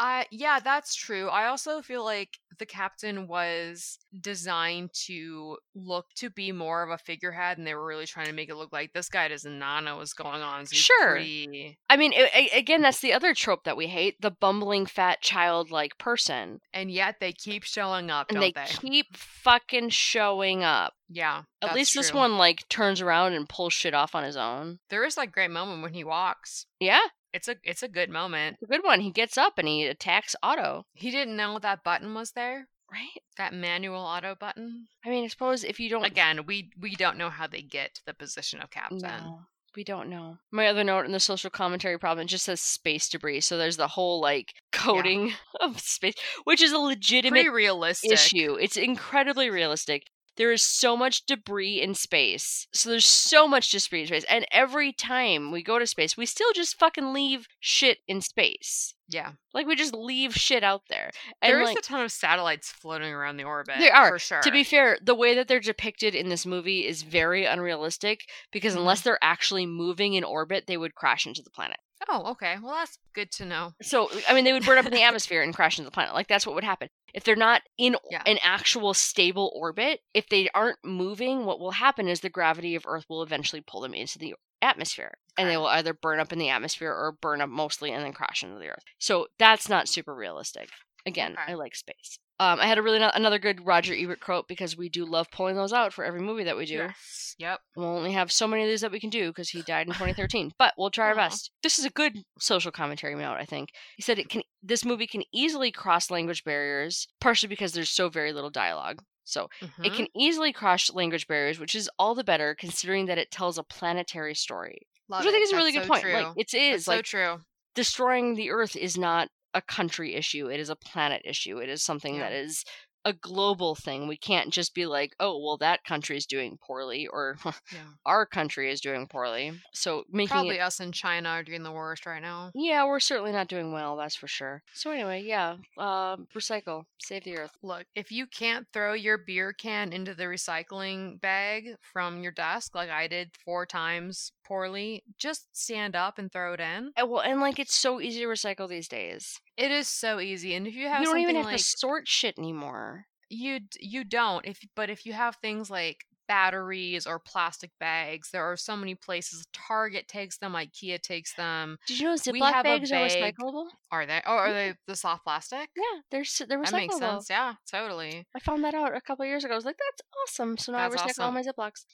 Speaker 2: I yeah, that's true. I also feel like the captain was designed to look to be more of a figurehead, and they were really trying to make it look like this guy doesn't not know what's going on. So he's
Speaker 1: Sure.
Speaker 2: pretty-
Speaker 1: I mean, a- a- again, that's the other trope that we hate, the bumbling fat childlike person.
Speaker 2: and yet they keep showing up,
Speaker 1: And they,
Speaker 2: don't they?
Speaker 1: keep fucking showing up.
Speaker 2: Yeah,
Speaker 1: At
Speaker 2: that's
Speaker 1: least this
Speaker 2: true.
Speaker 1: one like turns around and pulls shit off on his own.
Speaker 2: There is that great moment when he walks.
Speaker 1: Yeah.
Speaker 2: It's a it's a good moment.
Speaker 1: It's a good one. He gets up and he attacks Otto,
Speaker 2: He didn't know that button was there.
Speaker 1: right?
Speaker 2: That manual auto button.
Speaker 1: I mean, I suppose if you don't
Speaker 2: Again, we we don't know how they get to the position of captain.
Speaker 1: no, we don't know. My other note in the social commentary problem it just says space debris, so there's the whole like coating [LAUGHS] of space, which is a legitimate
Speaker 2: Pretty realistic.
Speaker 1: issue. It's incredibly realistic. There is so much debris in space. So there's so much debris in space. And every time we go to space, we still just fucking leave shit in space.
Speaker 2: Yeah.
Speaker 1: Like we just leave shit out there. And
Speaker 2: There is
Speaker 1: like,
Speaker 2: a ton of satellites floating around the orbit.
Speaker 1: There are.
Speaker 2: for sure.
Speaker 1: To be fair, the way that they're depicted in this movie is very unrealistic because
Speaker 2: Mhm.
Speaker 1: unless they're actually moving in orbit, they would crash into the planet.
Speaker 2: oh, okay. Well, that's good to know.
Speaker 1: So, uh, I mean, they would burn up in the atmosphere and crash into the planet. Like, that's what would happen. If they're not in
Speaker 2: Yeah.
Speaker 1: an actual stable orbit, if they aren't moving, what will happen is the gravity of Earth will eventually pull them into the atmosphere. And they
Speaker 2: Okay.
Speaker 1: will either burn up in the atmosphere or burn up mostly and then crash into the Earth. So, that's not super realistic. Again,
Speaker 2: Okay.
Speaker 1: I like space. Um, I had a really no- another good Roger Ebert quote because we do love pulling those out for every movie that we do.
Speaker 2: Yes. Yep.
Speaker 1: We'll only have so many of these that we can do because he
Speaker 2: [LAUGHS]
Speaker 1: died in 2013. But we'll try our
Speaker 2: Aw.
Speaker 1: best. This is a good social commentary note, I think. He said it can. This movie can easily cross language barriers, partially because there's so very little dialogue. So it
Speaker 2: Mhm.
Speaker 1: can easily cross language barriers, which is all the better considering that it tells a planetary story,
Speaker 2: Love
Speaker 1: which I
Speaker 2: it.
Speaker 1: think is a
Speaker 2: Oh, That's
Speaker 1: really good
Speaker 2: so
Speaker 1: point.
Speaker 2: True.
Speaker 1: Like it
Speaker 2: That's
Speaker 1: is
Speaker 2: so
Speaker 1: like
Speaker 2: true.
Speaker 1: destroying the Earth is not a country issue; it is a planet issue. It is something
Speaker 2: Yeah.
Speaker 1: that is a global thing. We can't just be like, oh, well, that country is doing poorly or
Speaker 2: Yeah.
Speaker 1: our country is doing poorly. So making
Speaker 2: Probably uh
Speaker 1: it.
Speaker 2: us and China are doing the worst right now.
Speaker 1: Yeah, we're certainly not doing well, that's for sure. So anyway, yeah, um, recycle, save the earth.
Speaker 2: Look, if you can't throw your beer can into the recycling bag from your desk like I did four times poorly, just stand up and throw it in.
Speaker 1: And, well, and like it's so easy to recycle these days.
Speaker 2: It is so easy. And if you have
Speaker 1: You don't
Speaker 2: something
Speaker 1: even have
Speaker 2: like
Speaker 1: to sort shit anymore.
Speaker 2: you d- you don't if but if you have things like batteries or plastic bags, there are so many places Target takes them, IKEA takes them.
Speaker 1: Did you know
Speaker 2: We
Speaker 1: Ziploc
Speaker 2: have a
Speaker 1: bags are
Speaker 2: bag-
Speaker 1: recyclable?
Speaker 2: Are they? Oh, are they the soft plastic?
Speaker 1: Yeah, they're s- they're recyclable.
Speaker 2: That makes sense. Yeah, totally.
Speaker 1: I found that out a couple years ago. I was like, that's awesome. So now I
Speaker 2: That's
Speaker 1: recycle all
Speaker 2: awesome.
Speaker 1: my Ziplocs.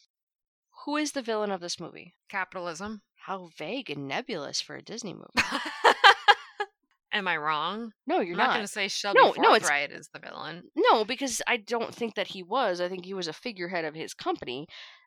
Speaker 1: Who is the villain of this movie?
Speaker 2: Capitalism. [LAUGHS]
Speaker 1: How vague and nebulous for a Disney movie.
Speaker 2: Am I wrong?
Speaker 1: No, you're
Speaker 2: I'm
Speaker 1: not.
Speaker 2: not, going to say Shelby
Speaker 1: No, no, it's-
Speaker 2: Forthright is the villain.
Speaker 1: No, because I don't think that he was. I think he was a figurehead of his company.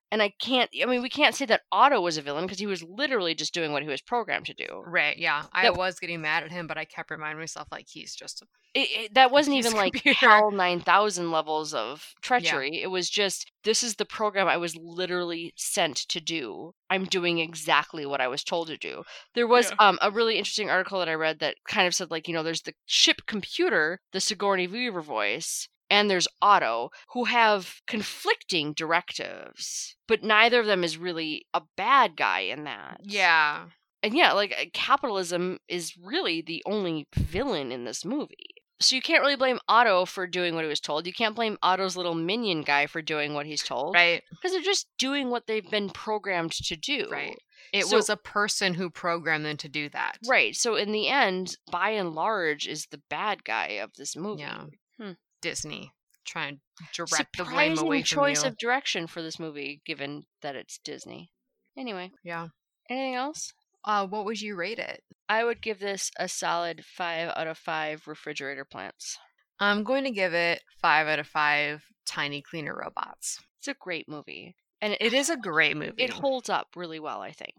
Speaker 1: And I can't, I mean, we can't say that Otto was a villain because he was literally just doing what he was programmed to do.
Speaker 2: Right? Yeah, I
Speaker 1: That-
Speaker 2: was getting mad at him, but I kept reminding myself like he's just. A...
Speaker 1: It, it- that wasn't
Speaker 2: His
Speaker 1: even like
Speaker 2: computer.
Speaker 1: HAL 9000 levels of treachery. It was just, this is the program I was literally sent to do. I'm doing exactly what I was told to do. There was um, a really interesting article that I read that kind of said, like, you know, there's the ship computer, the Sigourney Weaver voice, and there's Otto, who have conflicting directives, but neither of them is really a bad guy in that.
Speaker 2: Yeah,
Speaker 1: And yeah, like uh, capitalism is really the only villain in this movie. So you can't really blame Otto for doing what he was told. You can't blame Otto's little minion guy for doing what he's told
Speaker 2: right,
Speaker 1: because they're just doing what they've been programmed to do.
Speaker 2: right. It
Speaker 1: So-
Speaker 2: was a person who programmed them to do that.
Speaker 1: Right. So in the end, by and large, is the bad guy of this movie.
Speaker 2: Yeah.
Speaker 1: Hmm.
Speaker 2: Disney trying to direct the
Speaker 1: Surprising
Speaker 2: blame away from
Speaker 1: choice
Speaker 2: you.
Speaker 1: of direction for this movie, given that it's Disney. Anyway,
Speaker 2: yeah.
Speaker 1: anything else?
Speaker 2: Uh, what would you rate it?
Speaker 1: I would give this a solid five out of five refrigerator plants.
Speaker 2: I'm going to give it five out of five. Tiny cleaner robots.
Speaker 1: It's a great movie, and it,
Speaker 2: It is a great movie.
Speaker 1: it holds up really well. I think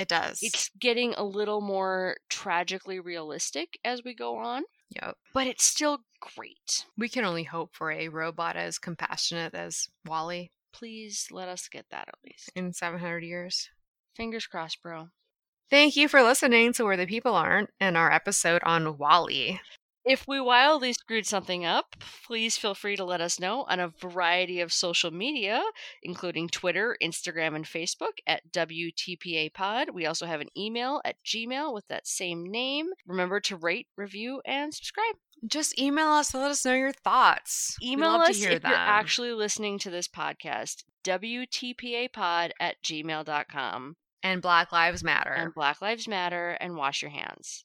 Speaker 2: it does.
Speaker 1: it's getting a little more tragically realistic as we go on,
Speaker 2: yep.
Speaker 1: but it's still great.
Speaker 2: We can only hope for a robot as compassionate as Wally
Speaker 1: Please let us get that at least.
Speaker 2: in 700 years.
Speaker 1: Fingers crossed, bro.
Speaker 2: Thank you for listening to Where the People Aren't and our episode on Wally.
Speaker 1: If we wildly screwed something up, please feel free to let us know on a variety of social media, including Twitter, Instagram, and Facebook at WTPA Pod. We also have an email at Gmail with that same name. Remember to rate, review, and subscribe.
Speaker 2: Just email us to let us know your thoughts. We'd
Speaker 1: Email
Speaker 2: love
Speaker 1: us
Speaker 2: to hear
Speaker 1: if
Speaker 2: them.
Speaker 1: you're actually listening to this podcast, WTPApod at gmail.com.
Speaker 2: and Black Lives Matter.
Speaker 1: And Black Lives Matter and wash your hands.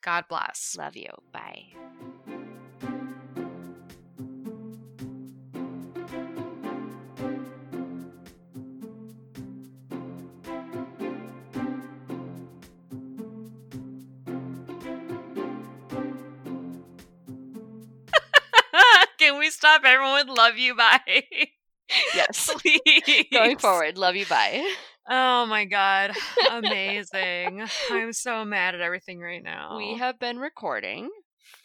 Speaker 2: God bless.
Speaker 1: Love you. Bye.
Speaker 2: [LAUGHS] Can we stop? Everyone would love you. Bye. [LAUGHS]
Speaker 1: [LAUGHS] Yes.
Speaker 2: Please.
Speaker 1: Going forward. Love you. Bye.
Speaker 2: Oh
Speaker 1: [LAUGHS]
Speaker 2: my God. Amazing. I'm so mad at everything right now.
Speaker 1: We have been recording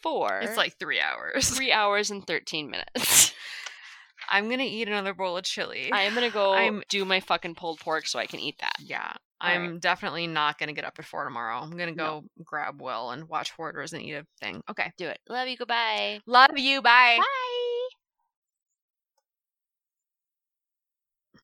Speaker 1: for
Speaker 2: It's like three hours.
Speaker 1: three hours and 13 minutes. [LAUGHS]
Speaker 2: I'm going to eat another bowl of chili.
Speaker 1: I am going to go
Speaker 2: I'm-
Speaker 1: do my fucking pulled pork so I can eat that.
Speaker 2: yeah.
Speaker 1: All right.
Speaker 2: I'm definitely not going to get up at four tomorrow. I'm going to
Speaker 1: No.
Speaker 2: go grab Will and watch Hoarders and eat a thing. Okay.
Speaker 1: Do it. Love you. Goodbye.
Speaker 2: Love you. Bye.
Speaker 1: Bye.